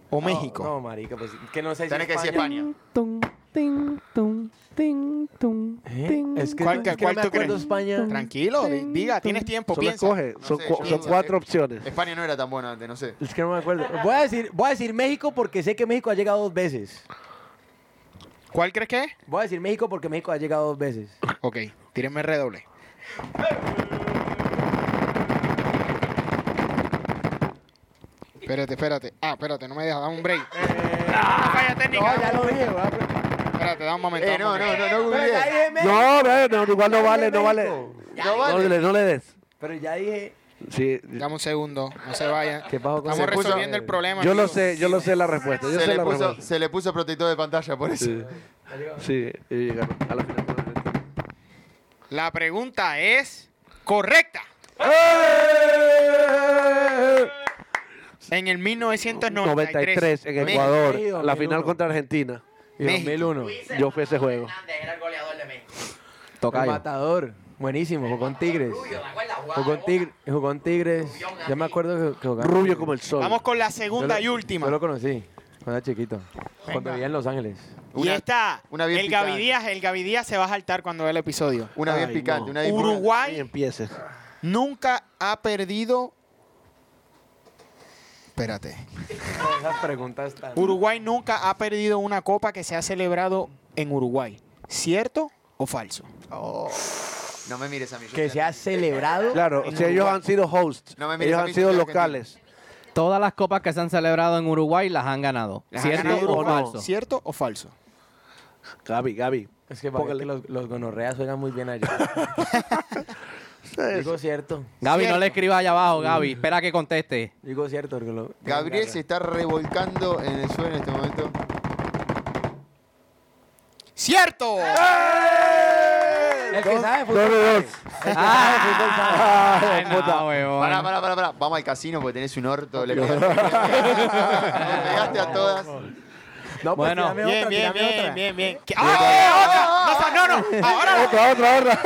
[SPEAKER 9] o
[SPEAKER 7] No,
[SPEAKER 9] México.
[SPEAKER 7] No, marica, pues que no sé si
[SPEAKER 6] Tenés que decir España.
[SPEAKER 2] Tum, ting, tum, ting, tum, ting.
[SPEAKER 7] ¿Eh? Es que,
[SPEAKER 9] ¿Cuál-
[SPEAKER 7] es que
[SPEAKER 9] cuál
[SPEAKER 7] no
[SPEAKER 9] tú
[SPEAKER 7] me acuerdo
[SPEAKER 9] crees?
[SPEAKER 7] España.
[SPEAKER 9] Tranquilo, di- diga, tienes tiempo,
[SPEAKER 5] Solo
[SPEAKER 9] piensa.
[SPEAKER 5] escoge.
[SPEAKER 6] No
[SPEAKER 5] Son,
[SPEAKER 6] sé,
[SPEAKER 5] cu-
[SPEAKER 6] yo
[SPEAKER 5] son
[SPEAKER 6] no sé.
[SPEAKER 5] cuatro opciones.
[SPEAKER 6] España no era tan buena antes, no sé.
[SPEAKER 7] Es que no me acuerdo. Voy a decir, voy a decir México porque sé que México ha llegado dos veces.
[SPEAKER 9] ¿Cuál crees que es?
[SPEAKER 7] Voy a decir México porque México ha llegado dos veces.
[SPEAKER 9] Ok, tírenme redoble. Espérate, espérate. Ah, espérate, no me dejas, dame un break. Una Ah, falla técnica.
[SPEAKER 7] No, ya lo dije, weón.
[SPEAKER 9] Espérate, dame un momento.
[SPEAKER 6] Eh,
[SPEAKER 9] dame un
[SPEAKER 6] no, no, no, no
[SPEAKER 9] momento.
[SPEAKER 7] Pero ya
[SPEAKER 6] googleé.
[SPEAKER 7] dije México.
[SPEAKER 5] No, no, no, igual no
[SPEAKER 7] Ya
[SPEAKER 5] vale,
[SPEAKER 7] dije
[SPEAKER 5] no vale.
[SPEAKER 7] México.
[SPEAKER 6] No
[SPEAKER 5] No
[SPEAKER 6] vale.
[SPEAKER 5] le, no le des.
[SPEAKER 7] Pero ya dije.
[SPEAKER 5] Sí,
[SPEAKER 9] Dame un segundo, no se vayan.
[SPEAKER 7] ¿Qué pasó con
[SPEAKER 9] Estamos
[SPEAKER 6] Se puso-
[SPEAKER 9] resolviendo el problema.
[SPEAKER 5] yo lo
[SPEAKER 9] amigos.
[SPEAKER 5] sé, yo lo sé la respuesta. Yo
[SPEAKER 6] Se
[SPEAKER 5] sé
[SPEAKER 6] le,
[SPEAKER 5] la
[SPEAKER 6] puso,
[SPEAKER 5] respuesta.
[SPEAKER 6] se le puso protector de pantalla por eso.
[SPEAKER 5] Sí, sí, y llegaron a la final.
[SPEAKER 9] La pregunta es correcta. En el 1993,
[SPEAKER 5] 93 en
[SPEAKER 9] México-
[SPEAKER 5] Ecuador,
[SPEAKER 7] Sí,
[SPEAKER 5] la
[SPEAKER 7] 2001.
[SPEAKER 5] final contra Argentina.
[SPEAKER 7] Y
[SPEAKER 9] México.
[SPEAKER 7] 2001.
[SPEAKER 5] Yo fui a ese juego.
[SPEAKER 1] Era el goleador de México.
[SPEAKER 2] Tocayo.
[SPEAKER 7] El matador. Buenísimo, jugó con Tigres. Jugó con, tigre, jugó con Tigres. Ya me acuerdo que, que jugaba.
[SPEAKER 5] Rubio como el sol.
[SPEAKER 9] Vamos con la
[SPEAKER 7] Yo
[SPEAKER 9] segunda
[SPEAKER 7] lo-
[SPEAKER 9] y última.
[SPEAKER 7] Yo lo conocí cuando era chiquito. Cuando
[SPEAKER 9] Venga.
[SPEAKER 7] vivía en Los Ángeles.
[SPEAKER 9] y
[SPEAKER 6] Una-
[SPEAKER 9] está
[SPEAKER 6] una bien
[SPEAKER 9] el
[SPEAKER 6] picada.
[SPEAKER 9] Gavidías, el Gavidías se va a saltar cuando vea el episodio.
[SPEAKER 6] Una bien
[SPEAKER 5] Ay,
[SPEAKER 6] picante,
[SPEAKER 5] no.
[SPEAKER 6] una bien picante.
[SPEAKER 5] Ahí
[SPEAKER 9] Uruguay
[SPEAKER 5] empieces.
[SPEAKER 9] nunca ha perdido. Espérate.
[SPEAKER 7] Esas preguntas tan.
[SPEAKER 9] Uruguay nunca ha perdido una copa que se ha celebrado en Uruguay. ¿Cierto o falso?
[SPEAKER 6] Oh, No me mires a mí. yo
[SPEAKER 7] Que
[SPEAKER 6] sé.
[SPEAKER 7] se ha celebrado.
[SPEAKER 5] Claro, si ellos han sido hosts,
[SPEAKER 6] No me mires
[SPEAKER 5] ellos
[SPEAKER 6] a
[SPEAKER 5] han
[SPEAKER 6] mí,
[SPEAKER 5] sido
[SPEAKER 6] soy
[SPEAKER 5] locales.
[SPEAKER 2] Todas las copas que se han celebrado en Uruguay las han ganado.
[SPEAKER 9] ¿Las ha
[SPEAKER 2] ¿Cierto
[SPEAKER 9] ganado
[SPEAKER 2] o
[SPEAKER 9] Uruguay?
[SPEAKER 2] falso?
[SPEAKER 9] ¿Cierto o falso?
[SPEAKER 5] Gaby, Gaby.
[SPEAKER 7] Es que, para que los, los gonorreas juegan muy
[SPEAKER 1] [laughs]
[SPEAKER 7] bien allá. Digo cierto.
[SPEAKER 2] Gaby, no
[SPEAKER 9] Cierto.
[SPEAKER 2] le escribas allá abajo, Gaby. Espera que conteste.
[SPEAKER 7] Digo cierto. porque lo-
[SPEAKER 6] Gabriel se está revolcando en el suelo en este momento.
[SPEAKER 9] ¡Cierto!
[SPEAKER 7] ¡Eh! El que sabe pues, fútbol.
[SPEAKER 5] Dos de
[SPEAKER 7] sabe.
[SPEAKER 5] dos.
[SPEAKER 7] El que sabe fútbol
[SPEAKER 2] [laughs]
[SPEAKER 7] sabe.
[SPEAKER 2] Ay, no, huevón.
[SPEAKER 6] Pará, pará, pará, pará. Vamos al casino porque tenés un orto. Le pegaste, le
[SPEAKER 7] [laughs]
[SPEAKER 6] pegaste a todas.
[SPEAKER 7] No, pues
[SPEAKER 2] Bueno,
[SPEAKER 7] tírame otra, tírame otra.
[SPEAKER 9] bien, bien. ¿Qué- ¡Ah, eh, otra! No, no, no. Ahora no.
[SPEAKER 5] Otra,
[SPEAKER 6] [laughs]
[SPEAKER 5] otra, otra.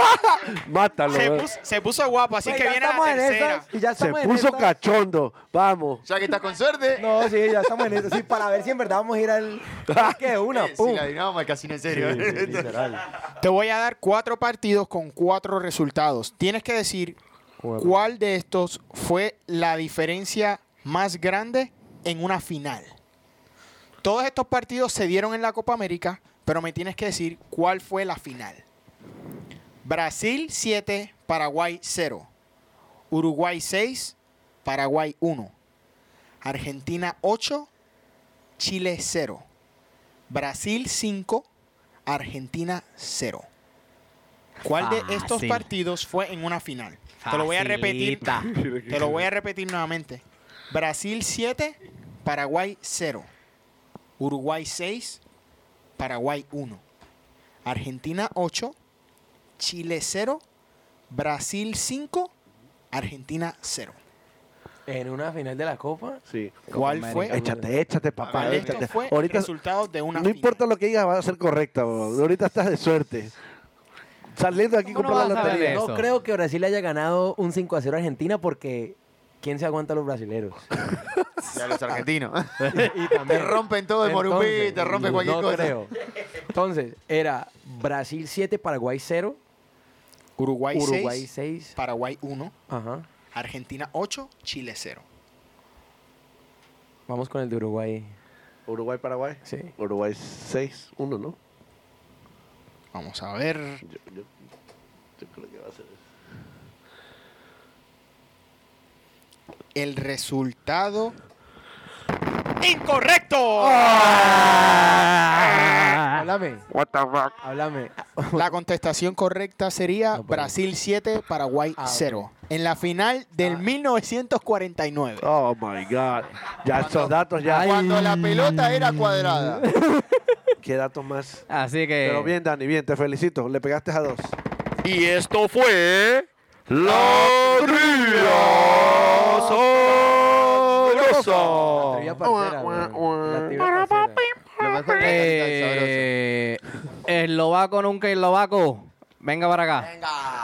[SPEAKER 5] Mátalo.
[SPEAKER 9] Se
[SPEAKER 5] eh.
[SPEAKER 9] puso, se puso guapo, así
[SPEAKER 7] Pues
[SPEAKER 9] que
[SPEAKER 7] ya
[SPEAKER 9] viene la
[SPEAKER 7] estamos en
[SPEAKER 9] tercera.
[SPEAKER 7] esas, y ya
[SPEAKER 5] Se
[SPEAKER 7] estamos en
[SPEAKER 5] puso
[SPEAKER 7] esas.
[SPEAKER 5] cachondo. Vamos.
[SPEAKER 6] Ya que estás con suerte.
[SPEAKER 7] No, sí, ya estamos en eso. Sí, para ver si en verdad vamos a
[SPEAKER 1] [laughs]
[SPEAKER 7] ir al. Es que una,
[SPEAKER 6] eh, si
[SPEAKER 7] pum.
[SPEAKER 6] la adivinamos al casino en serio. eh. [laughs]
[SPEAKER 9] Te voy a dar cuatro partidos con cuatro resultados. Tienes que decir cuál de estos fue la diferencia más grande en una final. Todos estos partidos se dieron en la Copa América, pero me tienes que decir cuál fue la final. Brasil 7, Paraguay 0. Uruguay 6, Paraguay 1. Argentina 8, Chile 0. Brasil 5, Argentina 0. ¿Cuál de estos
[SPEAKER 2] Fácil.
[SPEAKER 9] partidos fue en una final? Te lo voy a repetir.
[SPEAKER 2] Facilita.
[SPEAKER 9] Te lo voy a repetir nuevamente. Brasil 7, Paraguay 0. Uruguay 6, Paraguay 1. Argentina 8, Chile 0, Brasil 5, Argentina 0.
[SPEAKER 7] En una final de la Copa.
[SPEAKER 5] Sí.
[SPEAKER 9] ¿Cuál fue?
[SPEAKER 5] Échate, échate, papá.
[SPEAKER 9] ¿Cuál de estos
[SPEAKER 5] Échate.
[SPEAKER 9] fue el
[SPEAKER 5] Ahorita
[SPEAKER 9] resultado de una
[SPEAKER 5] no
[SPEAKER 9] final?
[SPEAKER 5] importa lo que digas, va a ser correcta. bro. Ahorita estás de suerte. Saliendo de aquí
[SPEAKER 2] ¿Cómo
[SPEAKER 5] con
[SPEAKER 2] no
[SPEAKER 5] la
[SPEAKER 2] vas a saber
[SPEAKER 5] lotería.
[SPEAKER 7] No
[SPEAKER 2] Eso.
[SPEAKER 7] creo que Brasil haya ganado un 5 a 0 a Argentina porque. ¿Quién se aguanta a los brasileros?
[SPEAKER 6] Y a los argentinos.
[SPEAKER 7] [laughs] Y también-
[SPEAKER 6] Te rompen todo el Morumbí,
[SPEAKER 7] Entonces,
[SPEAKER 6] te rompen cualquier
[SPEAKER 7] no
[SPEAKER 6] cosa.
[SPEAKER 7] creo. Entonces, era Brasil 7, Paraguay 0,
[SPEAKER 9] Uruguay,
[SPEAKER 7] Uruguay
[SPEAKER 9] 6,
[SPEAKER 7] 6.
[SPEAKER 9] Paraguay 1,
[SPEAKER 7] Ajá.
[SPEAKER 9] Argentina 8, Chile 0.
[SPEAKER 7] Vamos con el de Uruguay.
[SPEAKER 5] Uruguay, Paraguay.
[SPEAKER 7] Sí.
[SPEAKER 5] Uruguay 6-1, ¿no?
[SPEAKER 9] Vamos a ver.
[SPEAKER 5] Yo, yo- yo creo que va a ser este. eso.
[SPEAKER 9] El resultado incorrecto.
[SPEAKER 7] Háblame. What the fuck. Háblame.
[SPEAKER 9] La contestación correcta sería
[SPEAKER 7] No puede.
[SPEAKER 9] Brasil 7, Paraguay
[SPEAKER 7] Ah,
[SPEAKER 9] 0. En la final del 1949.
[SPEAKER 7] Ah.
[SPEAKER 5] Oh my God. Ya esos datos ya.
[SPEAKER 6] Cuando la pelota era cuadrada.
[SPEAKER 5] Qué datos más.
[SPEAKER 2] Así que.
[SPEAKER 5] Pero bien, Dani, bien, te felicito. Le pegaste a dos.
[SPEAKER 9] Y esto fue
[SPEAKER 6] La trivia
[SPEAKER 7] La trivia parcera, güey. La trivia parcera.
[SPEAKER 6] Lo mejor es
[SPEAKER 2] Eh, eslovaco nunca eslovaco. Venga para acá.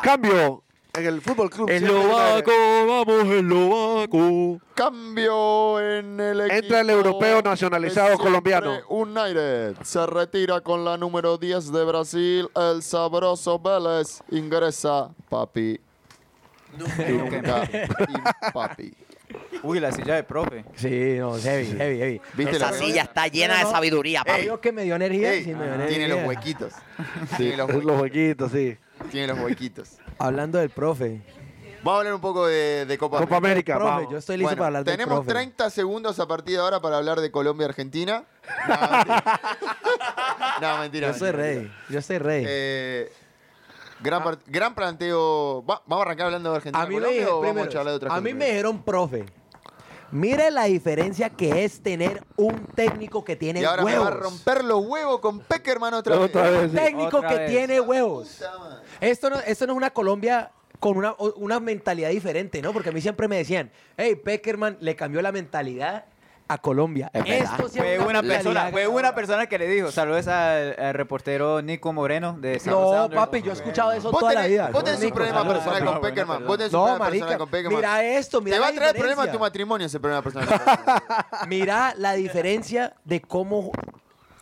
[SPEAKER 5] Cambio. En el fútbol club. siempre
[SPEAKER 6] Eslovaco,
[SPEAKER 2] vamos eslovaco.
[SPEAKER 6] Cambio en el equipo.
[SPEAKER 5] Entra el europeo
[SPEAKER 6] de
[SPEAKER 5] nacionalizado
[SPEAKER 6] siempre
[SPEAKER 5] colombiano.
[SPEAKER 6] United se retira con la número 10 de Brasil. El sabroso Vélez ingresa. Papi. Nunca. y papi.
[SPEAKER 4] Uy, la silla de profe.
[SPEAKER 7] Sí, no, es heavy, heavy, heavy.
[SPEAKER 6] ¿Viste
[SPEAKER 1] Esa
[SPEAKER 6] la-
[SPEAKER 1] silla está llena de sabiduría,
[SPEAKER 7] Te
[SPEAKER 1] papi.
[SPEAKER 7] digo que me dio energía.
[SPEAKER 6] Ey,
[SPEAKER 7] sí, me dio energía.
[SPEAKER 6] tiene los huequitos. Tiene los
[SPEAKER 5] [laughs] Los
[SPEAKER 6] huequitos.
[SPEAKER 5] jueguitos, sí.
[SPEAKER 6] Tiene los huequitos.
[SPEAKER 7] Hablando del profe.
[SPEAKER 6] Vamos a hablar un poco de, de Copa
[SPEAKER 5] Copa
[SPEAKER 6] América.
[SPEAKER 5] América,
[SPEAKER 7] Profe,
[SPEAKER 5] vamos.
[SPEAKER 7] yo estoy listo
[SPEAKER 6] Bueno,
[SPEAKER 7] para hablar del
[SPEAKER 6] tenemos
[SPEAKER 7] profe.
[SPEAKER 6] 30 segundos a partir de ahora para hablar
[SPEAKER 7] [laughs]
[SPEAKER 6] de Colombia-Argentina. No, mentira. no, mentira.
[SPEAKER 7] Yo soy
[SPEAKER 6] mentira,
[SPEAKER 7] rey.
[SPEAKER 6] mentira.
[SPEAKER 7] Yo soy rey.
[SPEAKER 6] Eh, gran, part- gran planteo. Va- vamos a arrancar hablando de Argentina.
[SPEAKER 7] a mí me,
[SPEAKER 6] Colombia,
[SPEAKER 7] dijeron-
[SPEAKER 6] o vamos
[SPEAKER 7] primero,
[SPEAKER 6] a hablar de
[SPEAKER 7] a
[SPEAKER 6] otras cosas
[SPEAKER 7] mí me
[SPEAKER 6] primero?
[SPEAKER 7] dijeron, profe, mire la diferencia que es tener un técnico que tiene
[SPEAKER 6] Y ahora
[SPEAKER 7] huevos.
[SPEAKER 6] me va a romper los huevos con Peckerman otra,
[SPEAKER 5] Otra
[SPEAKER 6] vez.
[SPEAKER 5] vez.
[SPEAKER 7] Un técnico
[SPEAKER 2] Este Otra
[SPEAKER 7] que
[SPEAKER 2] vez.
[SPEAKER 7] tiene huevos. Esto no, esto no es una Colombia con una, o- una mentalidad diferente, ¿no? Porque a mí siempre me decían, hey, Peckerman le cambió la mentalidad a Colombia.
[SPEAKER 1] Es verdad.
[SPEAKER 7] esto sí es
[SPEAKER 4] Fue una
[SPEAKER 7] mentalidad
[SPEAKER 4] persona, fue
[SPEAKER 7] ganadora.
[SPEAKER 4] una persona que le dijo. Saludos al, al reportero Nico Moreno de Seattle
[SPEAKER 7] No,
[SPEAKER 4] Sounders.
[SPEAKER 7] papi, yo he escuchado eso
[SPEAKER 6] Vos
[SPEAKER 7] toda la
[SPEAKER 6] tenés-
[SPEAKER 7] vida.
[SPEAKER 6] Vos tenés
[SPEAKER 7] Nico,
[SPEAKER 6] un problema
[SPEAKER 4] saludos,
[SPEAKER 6] personal
[SPEAKER 4] saludos.
[SPEAKER 6] con Peckerman. Vos tenés un
[SPEAKER 7] No,
[SPEAKER 6] problema personal
[SPEAKER 7] marica,
[SPEAKER 6] con Peckerman.
[SPEAKER 7] mira esto, mira
[SPEAKER 6] Te va
[SPEAKER 7] la
[SPEAKER 6] a traer
[SPEAKER 7] diferencia.
[SPEAKER 6] problemas a tu matrimonio ese problema
[SPEAKER 7] [laughs]
[SPEAKER 6] personal. con Peckerman.
[SPEAKER 7] Mira la diferencia de cómo.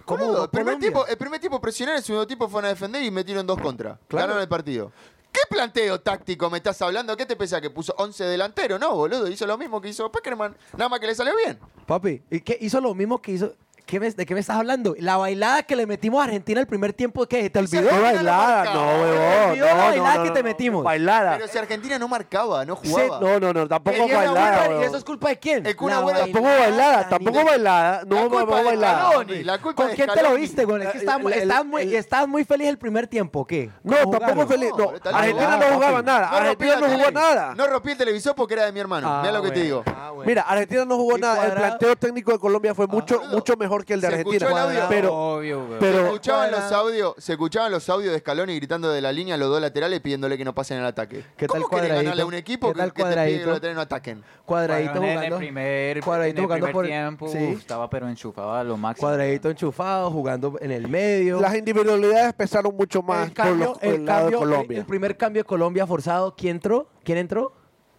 [SPEAKER 7] cómo
[SPEAKER 6] Boludo,
[SPEAKER 7] jugó
[SPEAKER 6] el, primer
[SPEAKER 7] Colombia.
[SPEAKER 6] tiempo, el primer tiempo presionaron, el segundo tiempo fueron a defender y metieron dos contra. Ganaron el partido. ¿Qué planteo táctico me estás hablando? ¿Qué te pensás? ¿Que puso 11 delantero? No, boludo. Hizo lo mismo que hizo Peckerman. Nada más que le salió bien.
[SPEAKER 7] Papi, ¿y qué hizo lo mismo que hizo? ¿Qué me- ¿De qué me estás hablando? La bailada que le metimos a Argentina el primer tiempo, ¿qué? ¿Te
[SPEAKER 6] Esa
[SPEAKER 7] olvidó?
[SPEAKER 6] Argentina
[SPEAKER 5] bailada,
[SPEAKER 6] marcaba.
[SPEAKER 5] no,
[SPEAKER 7] Se
[SPEAKER 5] huevón.
[SPEAKER 7] olvidó la
[SPEAKER 5] no, no,
[SPEAKER 7] bailada
[SPEAKER 5] no,
[SPEAKER 7] que
[SPEAKER 5] no,
[SPEAKER 7] te
[SPEAKER 5] no.
[SPEAKER 7] metimos.
[SPEAKER 5] Bailada.
[SPEAKER 6] Pero si Argentina no marcaba, no
[SPEAKER 7] Se-
[SPEAKER 6] jugaba.
[SPEAKER 5] No, no, no, tampoco
[SPEAKER 6] Quería la
[SPEAKER 5] bailada.
[SPEAKER 7] ¿Y eso
[SPEAKER 5] huevón.
[SPEAKER 7] es culpa de quién?
[SPEAKER 6] El Kun
[SPEAKER 7] La
[SPEAKER 6] Agüero-
[SPEAKER 5] Tampoco bailada, tampoco bailada.
[SPEAKER 6] La
[SPEAKER 5] No,
[SPEAKER 6] culpa
[SPEAKER 5] no
[SPEAKER 6] de
[SPEAKER 5] bailada.
[SPEAKER 6] Scaloni, la culpa
[SPEAKER 7] ¿Con
[SPEAKER 6] de
[SPEAKER 7] quién te lo
[SPEAKER 6] Scaloni.
[SPEAKER 7] viste, güey? Es que
[SPEAKER 5] El-
[SPEAKER 7] estabas muy,
[SPEAKER 5] el-
[SPEAKER 7] estabas muy-
[SPEAKER 5] el-
[SPEAKER 7] estabas muy feliz el primer tiempo, ¿qué?
[SPEAKER 5] No,
[SPEAKER 7] ¿Cómo
[SPEAKER 5] tampoco
[SPEAKER 7] jugaron?
[SPEAKER 5] feliz. No,
[SPEAKER 6] No, está
[SPEAKER 5] Argentina
[SPEAKER 7] bien.
[SPEAKER 5] no jugaba
[SPEAKER 6] No
[SPEAKER 5] nada.
[SPEAKER 6] rompí la
[SPEAKER 5] Argentina no jugó
[SPEAKER 6] tele.
[SPEAKER 5] nada.
[SPEAKER 6] No rompí el televisor porque era de mi hermano.
[SPEAKER 7] Ah,
[SPEAKER 6] Mira lo que te
[SPEAKER 7] bueno.
[SPEAKER 6] digo.
[SPEAKER 7] Ah, bueno.
[SPEAKER 5] Mira, Argentina no jugó
[SPEAKER 7] Y
[SPEAKER 5] nada. El
[SPEAKER 7] cuadrado-
[SPEAKER 5] planteo técnico de Colombia fue mucho,
[SPEAKER 6] boludo.
[SPEAKER 5] mucho mejor que el de
[SPEAKER 6] Se escuchó
[SPEAKER 5] Argentina.
[SPEAKER 6] el audio.
[SPEAKER 5] Pero,
[SPEAKER 2] Obvio, güey.
[SPEAKER 6] se,
[SPEAKER 5] pero
[SPEAKER 6] escuchaban los
[SPEAKER 7] Cuadrado.
[SPEAKER 6] audios, se escuchaban los audios de Scaloni gritando de la línea a los dos laterales pidiéndole que no pasen el ataque.
[SPEAKER 7] ¿Qué tal
[SPEAKER 6] ¿Cómo querés
[SPEAKER 7] cuadradito?
[SPEAKER 6] ganarle a un equipo
[SPEAKER 7] ¿Qué
[SPEAKER 6] que,
[SPEAKER 7] tal
[SPEAKER 6] que te pide que
[SPEAKER 7] cuadradito?
[SPEAKER 6] los laterales no ataquen?
[SPEAKER 7] Cuadradito
[SPEAKER 4] Cuadradito en
[SPEAKER 7] jugando.
[SPEAKER 4] el primer,
[SPEAKER 7] cuadradito
[SPEAKER 4] en el
[SPEAKER 7] jugando
[SPEAKER 4] primer
[SPEAKER 7] por-
[SPEAKER 4] tiempo
[SPEAKER 7] sí.
[SPEAKER 4] uf, estaba pero enchufado a lo máximo.
[SPEAKER 7] Cuadradito enchufado, jugando en el medio.
[SPEAKER 5] las individualidades pesaron mucho más
[SPEAKER 7] el cambio,
[SPEAKER 5] por, los- por
[SPEAKER 7] el
[SPEAKER 5] el lado
[SPEAKER 7] cambio-
[SPEAKER 5] de Colombia.
[SPEAKER 7] el primer cambio de Colombia forzado, ¿quién entró? ¿Quién entró?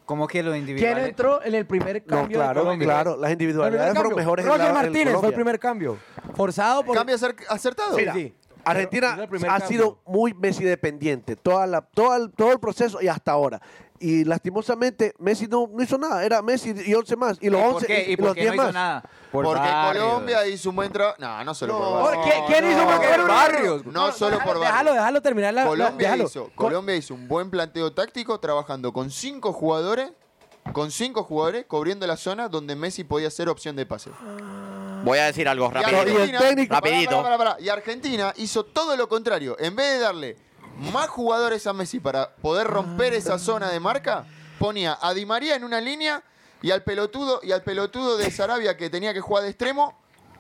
[SPEAKER 4] ¿Cómo que lo individual?
[SPEAKER 7] ¿Quién entró en el primer
[SPEAKER 5] no,
[SPEAKER 7] cambio? de
[SPEAKER 5] claro,
[SPEAKER 7] Colombia?
[SPEAKER 5] claro. Las
[SPEAKER 7] No, el primer
[SPEAKER 5] individualidades fueron
[SPEAKER 7] cambio.
[SPEAKER 5] mejores en
[SPEAKER 7] Roger
[SPEAKER 5] la- en
[SPEAKER 7] Martínez fue el
[SPEAKER 5] Colombia.
[SPEAKER 7] primer cambio. Forzado por.
[SPEAKER 6] Cambio acer- acertado.
[SPEAKER 5] Mira,
[SPEAKER 7] Sí, sí.
[SPEAKER 5] Argentina
[SPEAKER 7] Pero es el primer
[SPEAKER 5] ha
[SPEAKER 7] cambio.
[SPEAKER 5] sido muy Messi dependiente, toda la, todo, el, todo el proceso y hasta ahora. Y lastimosamente, Messi no, no hizo nada. Era Messi y 11 más. Y los
[SPEAKER 4] ¿Y por
[SPEAKER 5] 11
[SPEAKER 4] qué?
[SPEAKER 5] y,
[SPEAKER 4] ¿Y
[SPEAKER 5] y
[SPEAKER 4] por
[SPEAKER 5] los
[SPEAKER 4] qué
[SPEAKER 5] 10
[SPEAKER 4] no hizo
[SPEAKER 5] más.
[SPEAKER 4] nada? Por
[SPEAKER 6] Porque
[SPEAKER 4] barrios.
[SPEAKER 6] Colombia hizo un buen trabajo. No, no solo por
[SPEAKER 7] Oye,
[SPEAKER 6] barrios.
[SPEAKER 7] ¿Quién, quién hizo más que
[SPEAKER 6] barrios. No, solo
[SPEAKER 7] déjalo,
[SPEAKER 6] por
[SPEAKER 7] Déjalo,
[SPEAKER 6] barrios.
[SPEAKER 7] déjalo terminar la. la-
[SPEAKER 6] Colombia,
[SPEAKER 7] déjalo.
[SPEAKER 6] hizo, Colombia hizo un buen planteo táctico trabajando con cinco jugadores, con cinco jugadores cubriendo la zona donde Messi podía ser opción de pase.
[SPEAKER 1] Voy a decir algo
[SPEAKER 6] Y
[SPEAKER 1] rápido.
[SPEAKER 5] Y el técnico-
[SPEAKER 6] Pará,
[SPEAKER 1] Rapidito.
[SPEAKER 6] pará, pará, pará. Y Argentina hizo todo lo contrario. En vez de darle más jugadores a Messi para poder romper esa zona de marca, ponía a Di María en una línea y al pelotudo y al pelotudo de Sarabia que tenía que jugar de extremo,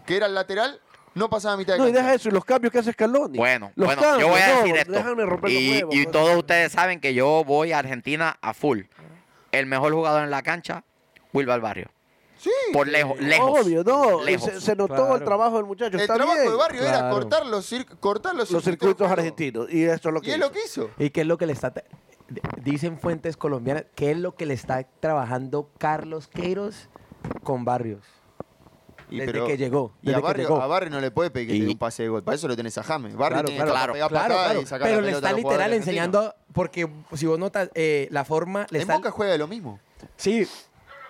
[SPEAKER 6] que era el lateral, no pasaba a mitad de
[SPEAKER 5] No, y
[SPEAKER 6] cancha.
[SPEAKER 5] deja eso. Y los cambios que hace Scaloni.
[SPEAKER 1] Bueno,
[SPEAKER 5] Los
[SPEAKER 1] bueno, yo
[SPEAKER 5] cambios,
[SPEAKER 1] voy a
[SPEAKER 5] no,
[SPEAKER 1] decir
[SPEAKER 5] Déjame
[SPEAKER 1] esto.
[SPEAKER 5] romper los
[SPEAKER 1] Y,
[SPEAKER 5] huevos, pues.
[SPEAKER 1] y
[SPEAKER 6] pues.
[SPEAKER 5] no.
[SPEAKER 1] todos ustedes saben que yo voy a Argentina a full. El mejor jugador en la cancha, Wilber Barrio.
[SPEAKER 6] Sí.
[SPEAKER 1] Por lejos, lejos.
[SPEAKER 5] Obvio, no.
[SPEAKER 1] lejos.
[SPEAKER 5] Se, se notó el
[SPEAKER 7] Claro.
[SPEAKER 5] trabajo del muchacho.
[SPEAKER 6] El
[SPEAKER 5] está
[SPEAKER 6] trabajo
[SPEAKER 5] bien.
[SPEAKER 6] de barrio era
[SPEAKER 7] Claro.
[SPEAKER 6] cortar los, cir- cortar los,
[SPEAKER 5] Los
[SPEAKER 6] de
[SPEAKER 5] circuitos
[SPEAKER 6] juego.
[SPEAKER 5] argentinos. Y eso es lo que.
[SPEAKER 6] Y es
[SPEAKER 5] hizo.
[SPEAKER 6] lo que hizo.
[SPEAKER 7] ¿Y qué es lo que le está.? te- d- Dicen fuentes colombianas, ¿qué es lo que le está trabajando Carlos Queiroz con Barrios?
[SPEAKER 6] Y
[SPEAKER 7] Desde que llegó,
[SPEAKER 6] Y
[SPEAKER 7] desde
[SPEAKER 6] a
[SPEAKER 7] que
[SPEAKER 6] Barrio,
[SPEAKER 7] llegó.
[SPEAKER 6] a Barrio no le puede pedir que
[SPEAKER 1] Y-
[SPEAKER 6] le dé un pase de gol. Para eso lo tenés a James. Barrio
[SPEAKER 7] Claro,
[SPEAKER 6] tiene
[SPEAKER 7] claro,
[SPEAKER 6] que
[SPEAKER 1] claro,
[SPEAKER 6] pegar
[SPEAKER 7] Claro,
[SPEAKER 6] patada
[SPEAKER 7] claro,
[SPEAKER 6] y sacar la
[SPEAKER 7] pero le
[SPEAKER 6] pelota
[SPEAKER 7] está
[SPEAKER 6] a los jugadores
[SPEAKER 7] literal
[SPEAKER 6] argentinos.
[SPEAKER 7] enseñando, porque si vos notas, eh, la forma le
[SPEAKER 6] En
[SPEAKER 7] está...
[SPEAKER 6] Boca juega de lo mismo.
[SPEAKER 7] Sí,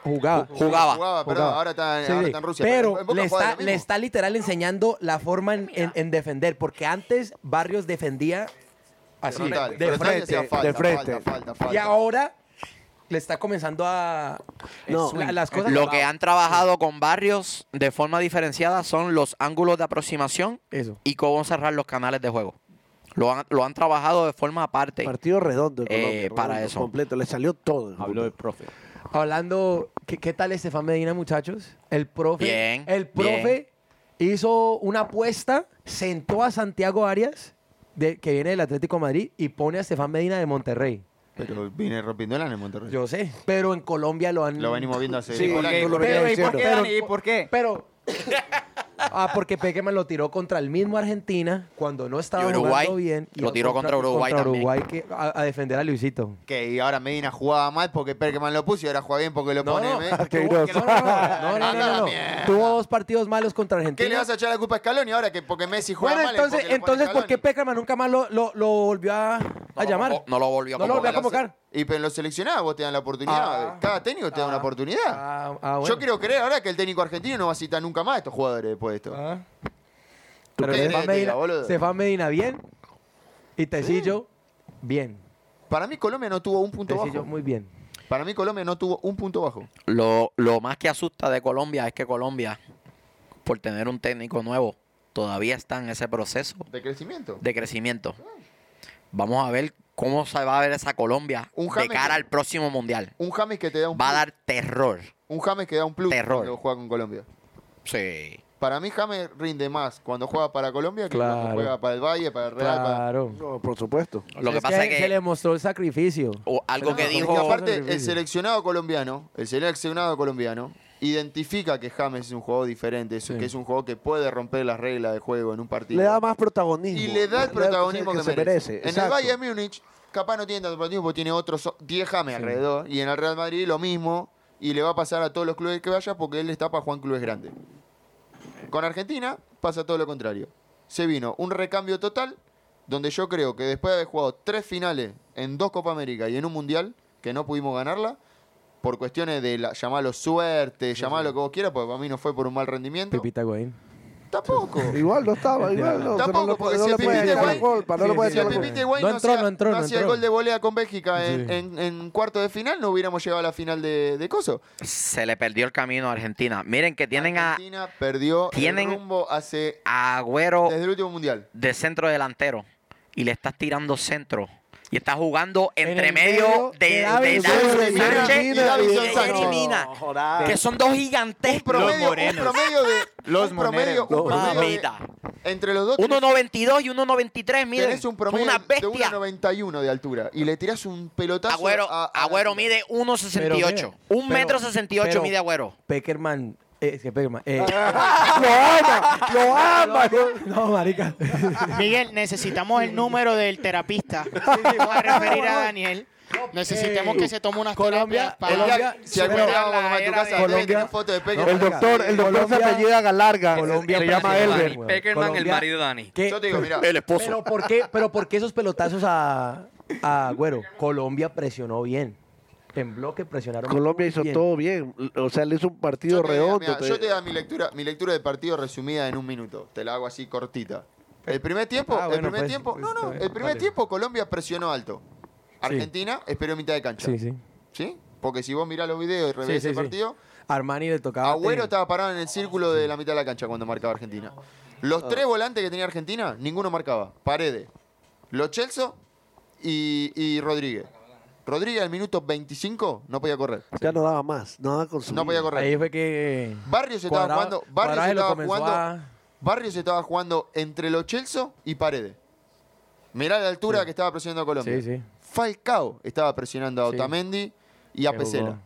[SPEAKER 7] jugaba.
[SPEAKER 1] Jugaba.
[SPEAKER 6] Jugaba, perdón,
[SPEAKER 7] Jugaba.
[SPEAKER 6] ahora está,
[SPEAKER 7] Sí,
[SPEAKER 6] ahora
[SPEAKER 7] sí.
[SPEAKER 6] está en Rusia.
[SPEAKER 7] Pero,
[SPEAKER 6] en Boca
[SPEAKER 7] le,
[SPEAKER 6] juega
[SPEAKER 7] está,
[SPEAKER 6] de lo
[SPEAKER 7] le
[SPEAKER 6] mismo.
[SPEAKER 7] está literal enseñando la forma en, en- en defender, porque antes Barrios defendía así,
[SPEAKER 6] Frontal,
[SPEAKER 7] de
[SPEAKER 6] frontal y hacía
[SPEAKER 7] frente.
[SPEAKER 6] falta,
[SPEAKER 5] de frente.
[SPEAKER 6] falta, falta, falta.
[SPEAKER 7] Y ahora le está comenzando a...
[SPEAKER 5] No.
[SPEAKER 7] la- las cosas...
[SPEAKER 1] Lo que han trabajado con Barrios de forma diferenciada son los ángulos de aproximación
[SPEAKER 7] Eso.
[SPEAKER 1] y cómo cerrar los canales de juego. Lo han, lo han trabajado de forma aparte.
[SPEAKER 5] Partido redondo. de
[SPEAKER 1] Eh,
[SPEAKER 5] Colombia,
[SPEAKER 1] para
[SPEAKER 5] redondo,
[SPEAKER 1] eso.
[SPEAKER 5] Completo. Le salió todo.
[SPEAKER 2] Habló el profe.
[SPEAKER 7] Hablando, ¿qué, qué tal Estefan Medina, muchachos? El profe.
[SPEAKER 1] Bien,
[SPEAKER 7] El profe hizo una apuesta, sentó a Santiago Arias, de, que viene del Atlético de Madrid, y pone a Estefan Medina de Monterrey.
[SPEAKER 6] Pero vine rompiendo el ánimo en Monterrey.
[SPEAKER 3] Yo sé.
[SPEAKER 7] Pero en Colombia lo han...
[SPEAKER 6] lo venimos viendo hace
[SPEAKER 5] Sí,
[SPEAKER 6] por
[SPEAKER 5] porque
[SPEAKER 6] años.
[SPEAKER 5] Colombia-
[SPEAKER 4] Pero, ¿y por
[SPEAKER 5] Cierto.
[SPEAKER 4] qué, Dani? ¿Y por qué?
[SPEAKER 7] Pero... ah, porque Pekeman lo tiró contra el mismo Argentina cuando no estaba
[SPEAKER 4] Y Uruguay,
[SPEAKER 7] jugando bien.
[SPEAKER 4] lo tiró contra Uruguay también.
[SPEAKER 7] Uruguay que, a, a defender a Luisito.
[SPEAKER 6] Que y ahora Medina jugaba mal porque Perkman lo puso y ahora juega bien porque lo pone. ¿eh?
[SPEAKER 5] Qué
[SPEAKER 7] tuvo,
[SPEAKER 5] groso.
[SPEAKER 7] no, no, no, no, no,
[SPEAKER 6] Anda
[SPEAKER 7] no,
[SPEAKER 6] la
[SPEAKER 7] no.
[SPEAKER 6] mierda.
[SPEAKER 7] Tuvo dos partidos malos contra Argentina.
[SPEAKER 6] ¿Qué le vas a echar la culpa a Scaloni ahora que porque Messi juega
[SPEAKER 7] Bueno,
[SPEAKER 6] mal? es
[SPEAKER 7] entonces,
[SPEAKER 6] porque lo pone
[SPEAKER 7] entonces ¿por qué
[SPEAKER 6] Scaloni?
[SPEAKER 7] Peckerman nunca más lo, lo- lo volvió a, a llamar?
[SPEAKER 4] No, lo volvió a
[SPEAKER 7] No lo volvió a
[SPEAKER 4] convocar.
[SPEAKER 7] convocar.
[SPEAKER 6] Y pero en los seleccionados vos te dan la oportunidad.
[SPEAKER 7] Ah.
[SPEAKER 6] Cada técnico te da una
[SPEAKER 7] Ah.
[SPEAKER 6] oportunidad.
[SPEAKER 7] Ah, ah, bueno.
[SPEAKER 6] Yo quiero creer ahora que el técnico argentino no va a citar nunca más a estos jugadores después de esto.
[SPEAKER 7] Ah. Pero
[SPEAKER 6] qué
[SPEAKER 7] se fue, a
[SPEAKER 6] eres,
[SPEAKER 7] Medina,
[SPEAKER 6] tira, boludo?
[SPEAKER 7] se fue a Medina bien. Y Tecillo, bien.
[SPEAKER 6] Para mí Colombia no tuvo un punto
[SPEAKER 7] Tecillo,
[SPEAKER 6] bajo.
[SPEAKER 7] muy bien.
[SPEAKER 6] Para mí Colombia no tuvo un punto bajo.
[SPEAKER 3] Lo, lo más que asusta de Colombia es que Colombia, por tener un técnico nuevo, todavía está en ese proceso
[SPEAKER 6] De crecimiento.
[SPEAKER 3] de crecimiento. Vamos a ver cómo se va a ver esa Colombia
[SPEAKER 6] Un
[SPEAKER 3] de
[SPEAKER 6] James
[SPEAKER 3] cara
[SPEAKER 6] que-
[SPEAKER 3] al próximo mundial.
[SPEAKER 6] Un James que te da un
[SPEAKER 3] Va a
[SPEAKER 6] plus.
[SPEAKER 3] dar terror.
[SPEAKER 6] Un James que da un plus
[SPEAKER 3] Terror.
[SPEAKER 6] cuando juega con Colombia.
[SPEAKER 3] Sí.
[SPEAKER 6] Para mí James rinde más cuando juega para Colombia que cuando
[SPEAKER 7] Claro.
[SPEAKER 6] juega para el Valle, para el Real. para-
[SPEAKER 7] Claro.
[SPEAKER 5] No, por supuesto.
[SPEAKER 3] Lo que pasa es
[SPEAKER 7] se le
[SPEAKER 3] que
[SPEAKER 7] mostró el sacrificio.
[SPEAKER 3] o algo que
[SPEAKER 6] Porque
[SPEAKER 3] dijo
[SPEAKER 6] aparte, el
[SPEAKER 7] Sacrificio.
[SPEAKER 6] seleccionado colombiano, el seleccionado colombiano, identifica que James es un jugador diferente, es- que es un jugador que puede romper las reglas de juego en un partido.
[SPEAKER 5] Le da más protagonismo.
[SPEAKER 6] y le da el protagonismo que,
[SPEAKER 5] se merece.
[SPEAKER 6] En el
[SPEAKER 5] exacto.
[SPEAKER 6] Bayern Múnich, capaz no tiene tanto protagonismo porque tiene otros so- 10 James alrededor. Y en el Real Madrid lo mismo. Y le va a pasar a todos los clubes que vaya porque él está para Juan Clubes Grande. Con Argentina pasa todo lo contrario. Se vino un recambio total donde yo creo que después de haber jugado tres finales en dos Copa América y en un Mundial, que no pudimos ganarla, por cuestiones de la, llamarlo suerte, llamarlo como quieras, porque para mí no fue por un mal rendimiento.
[SPEAKER 7] Pipita Goin.
[SPEAKER 5] [laughs]
[SPEAKER 6] Tampoco.
[SPEAKER 5] Igual no estaba, igual no.
[SPEAKER 6] Tampoco,
[SPEAKER 5] no lo-
[SPEAKER 6] porque
[SPEAKER 5] no
[SPEAKER 6] si
[SPEAKER 5] le
[SPEAKER 6] el
[SPEAKER 5] puede
[SPEAKER 6] Pipita
[SPEAKER 5] echar la
[SPEAKER 6] Guay-
[SPEAKER 5] culpa, no
[SPEAKER 7] sí,
[SPEAKER 6] [laughs]
[SPEAKER 5] lo puede
[SPEAKER 7] sí,
[SPEAKER 6] Si
[SPEAKER 5] echar
[SPEAKER 6] el
[SPEAKER 5] la
[SPEAKER 7] sí.
[SPEAKER 5] culpa.
[SPEAKER 6] Pipita Higuaín
[SPEAKER 7] No
[SPEAKER 6] no,
[SPEAKER 7] entró,
[SPEAKER 6] hacía,
[SPEAKER 7] no entró,
[SPEAKER 6] no
[SPEAKER 7] no
[SPEAKER 6] hacía el
[SPEAKER 7] entró.
[SPEAKER 6] gol de volea con Bélgica en,
[SPEAKER 7] Sí.
[SPEAKER 6] en- en cuarto de final, no hubiéramos llegado a la final de, de Coso.
[SPEAKER 3] se le perdió el camino a Argentina. Miren que tienen a,
[SPEAKER 6] Argentina perdió
[SPEAKER 3] tienen-
[SPEAKER 6] el rumbo hace
[SPEAKER 3] a Agüero
[SPEAKER 6] desde el último mundial.
[SPEAKER 3] de centro delantero y le estás tirando centro. Y estás jugando
[SPEAKER 7] En
[SPEAKER 3] entre
[SPEAKER 7] el
[SPEAKER 3] medio
[SPEAKER 7] medio
[SPEAKER 3] de,
[SPEAKER 7] de
[SPEAKER 3] de
[SPEAKER 7] Davinson
[SPEAKER 3] Davinson
[SPEAKER 6] Mina,
[SPEAKER 3] Sánchez
[SPEAKER 6] y
[SPEAKER 3] y
[SPEAKER 6] Davinson
[SPEAKER 3] de
[SPEAKER 6] Sánchez.
[SPEAKER 3] Jerry Mina,
[SPEAKER 7] No, joda.
[SPEAKER 3] que son dos gigantescos.
[SPEAKER 6] Promedio, un
[SPEAKER 3] [laughs]
[SPEAKER 6] promedio de.
[SPEAKER 4] Los
[SPEAKER 6] un promedio, un
[SPEAKER 4] moneros.
[SPEAKER 6] promedio de-
[SPEAKER 3] Mamita.
[SPEAKER 6] Entre los dos. tenés-
[SPEAKER 3] 1.92 y 1.93, miren.
[SPEAKER 6] tenés
[SPEAKER 3] Son
[SPEAKER 6] un promedio
[SPEAKER 3] una
[SPEAKER 6] de
[SPEAKER 3] bestia.
[SPEAKER 6] 1.91 de altura y le tirás un pelotazo.
[SPEAKER 3] Agüero,
[SPEAKER 6] a- a-
[SPEAKER 3] Agüero mide 1.68.
[SPEAKER 7] Pero,
[SPEAKER 3] Un metro 68
[SPEAKER 7] pero-
[SPEAKER 3] mide Agüero.
[SPEAKER 7] Peckerman. eh, es que Peckerman. eh,
[SPEAKER 6] Ah,
[SPEAKER 5] ¡Lo ama!
[SPEAKER 6] [laughs]
[SPEAKER 7] no, marica.
[SPEAKER 9] Miguel, necesitamos el número del terapista para referir a Daniel. Necesitamos que se tome unas
[SPEAKER 7] Colombia-
[SPEAKER 9] terapias para
[SPEAKER 7] Colombia-
[SPEAKER 6] Si algún día vamos a comer a tu casa, debe
[SPEAKER 7] Colombia-
[SPEAKER 6] tener foto de Peque.
[SPEAKER 5] El doctor, el doctor se
[SPEAKER 7] Colombia-
[SPEAKER 5] apellida Galarga.
[SPEAKER 7] Colombia
[SPEAKER 5] se llama
[SPEAKER 7] perdió,
[SPEAKER 5] Elber.
[SPEAKER 7] marica.
[SPEAKER 10] Peckerman, el
[SPEAKER 7] Colombia-
[SPEAKER 10] marido de Dani.
[SPEAKER 7] ¿Qué?
[SPEAKER 6] Yo te digo, mirá.
[SPEAKER 7] Pero ¿por qué, pero ¿por qué esos pelotazos a, a Güero? Colombia presionó bien. En bloque presionaron
[SPEAKER 5] Colombia
[SPEAKER 7] muy
[SPEAKER 5] hizo
[SPEAKER 7] bien.
[SPEAKER 5] todo bien. O sea, le hizo un partido
[SPEAKER 6] Yo te voy a-
[SPEAKER 5] redondo.
[SPEAKER 6] mira,
[SPEAKER 5] te-
[SPEAKER 6] yo te voy a dar mi lectura, mi lectura de partido resumida en un minuto. Te la hago así cortita. El primer tiempo,
[SPEAKER 7] Ah,
[SPEAKER 6] el
[SPEAKER 7] bueno,
[SPEAKER 6] primer
[SPEAKER 7] pues,
[SPEAKER 6] tiempo,
[SPEAKER 7] pues,
[SPEAKER 6] no, no,
[SPEAKER 7] está bien,
[SPEAKER 6] el primer
[SPEAKER 7] vale.
[SPEAKER 6] tiempo Colombia presionó alto. Argentina esperó mitad de cancha.
[SPEAKER 7] Sí, sí.
[SPEAKER 6] ¿Sí? Porque si vos mirás los videos y revés
[SPEAKER 7] Sí, sí,
[SPEAKER 6] ese
[SPEAKER 7] sí.
[SPEAKER 6] partido,
[SPEAKER 7] Armani le tocaba.
[SPEAKER 6] Agüero
[SPEAKER 7] tener-
[SPEAKER 6] estaba parado en el círculo de la mitad de la cancha cuando marcaba Argentina. Los
[SPEAKER 7] Ah.
[SPEAKER 6] tres volantes que tenía Argentina, ninguno marcaba. Paredes, Los Chelsea y, y Rodríguez. Rodríguez al minuto 25 no podía correr.
[SPEAKER 5] Ya no daba más. No daba con su
[SPEAKER 6] No podía
[SPEAKER 5] vida.
[SPEAKER 6] correr.
[SPEAKER 7] Ahí fue que.
[SPEAKER 6] Barrios estaba
[SPEAKER 7] Cuadrado-
[SPEAKER 6] jugando. Barrios
[SPEAKER 7] Cuadrado lo
[SPEAKER 6] estaba
[SPEAKER 7] comenzó
[SPEAKER 6] jugando.
[SPEAKER 7] a-
[SPEAKER 6] Barrios estaba jugando entre los Chelsea y Paredes. Mirá la altura que estaba presionando a Colombia.
[SPEAKER 7] Sí, sí.
[SPEAKER 6] Falcao estaba presionando a
[SPEAKER 7] Sí.
[SPEAKER 6] Otamendi y a
[SPEAKER 7] que
[SPEAKER 6] Pesela.
[SPEAKER 7] jugó,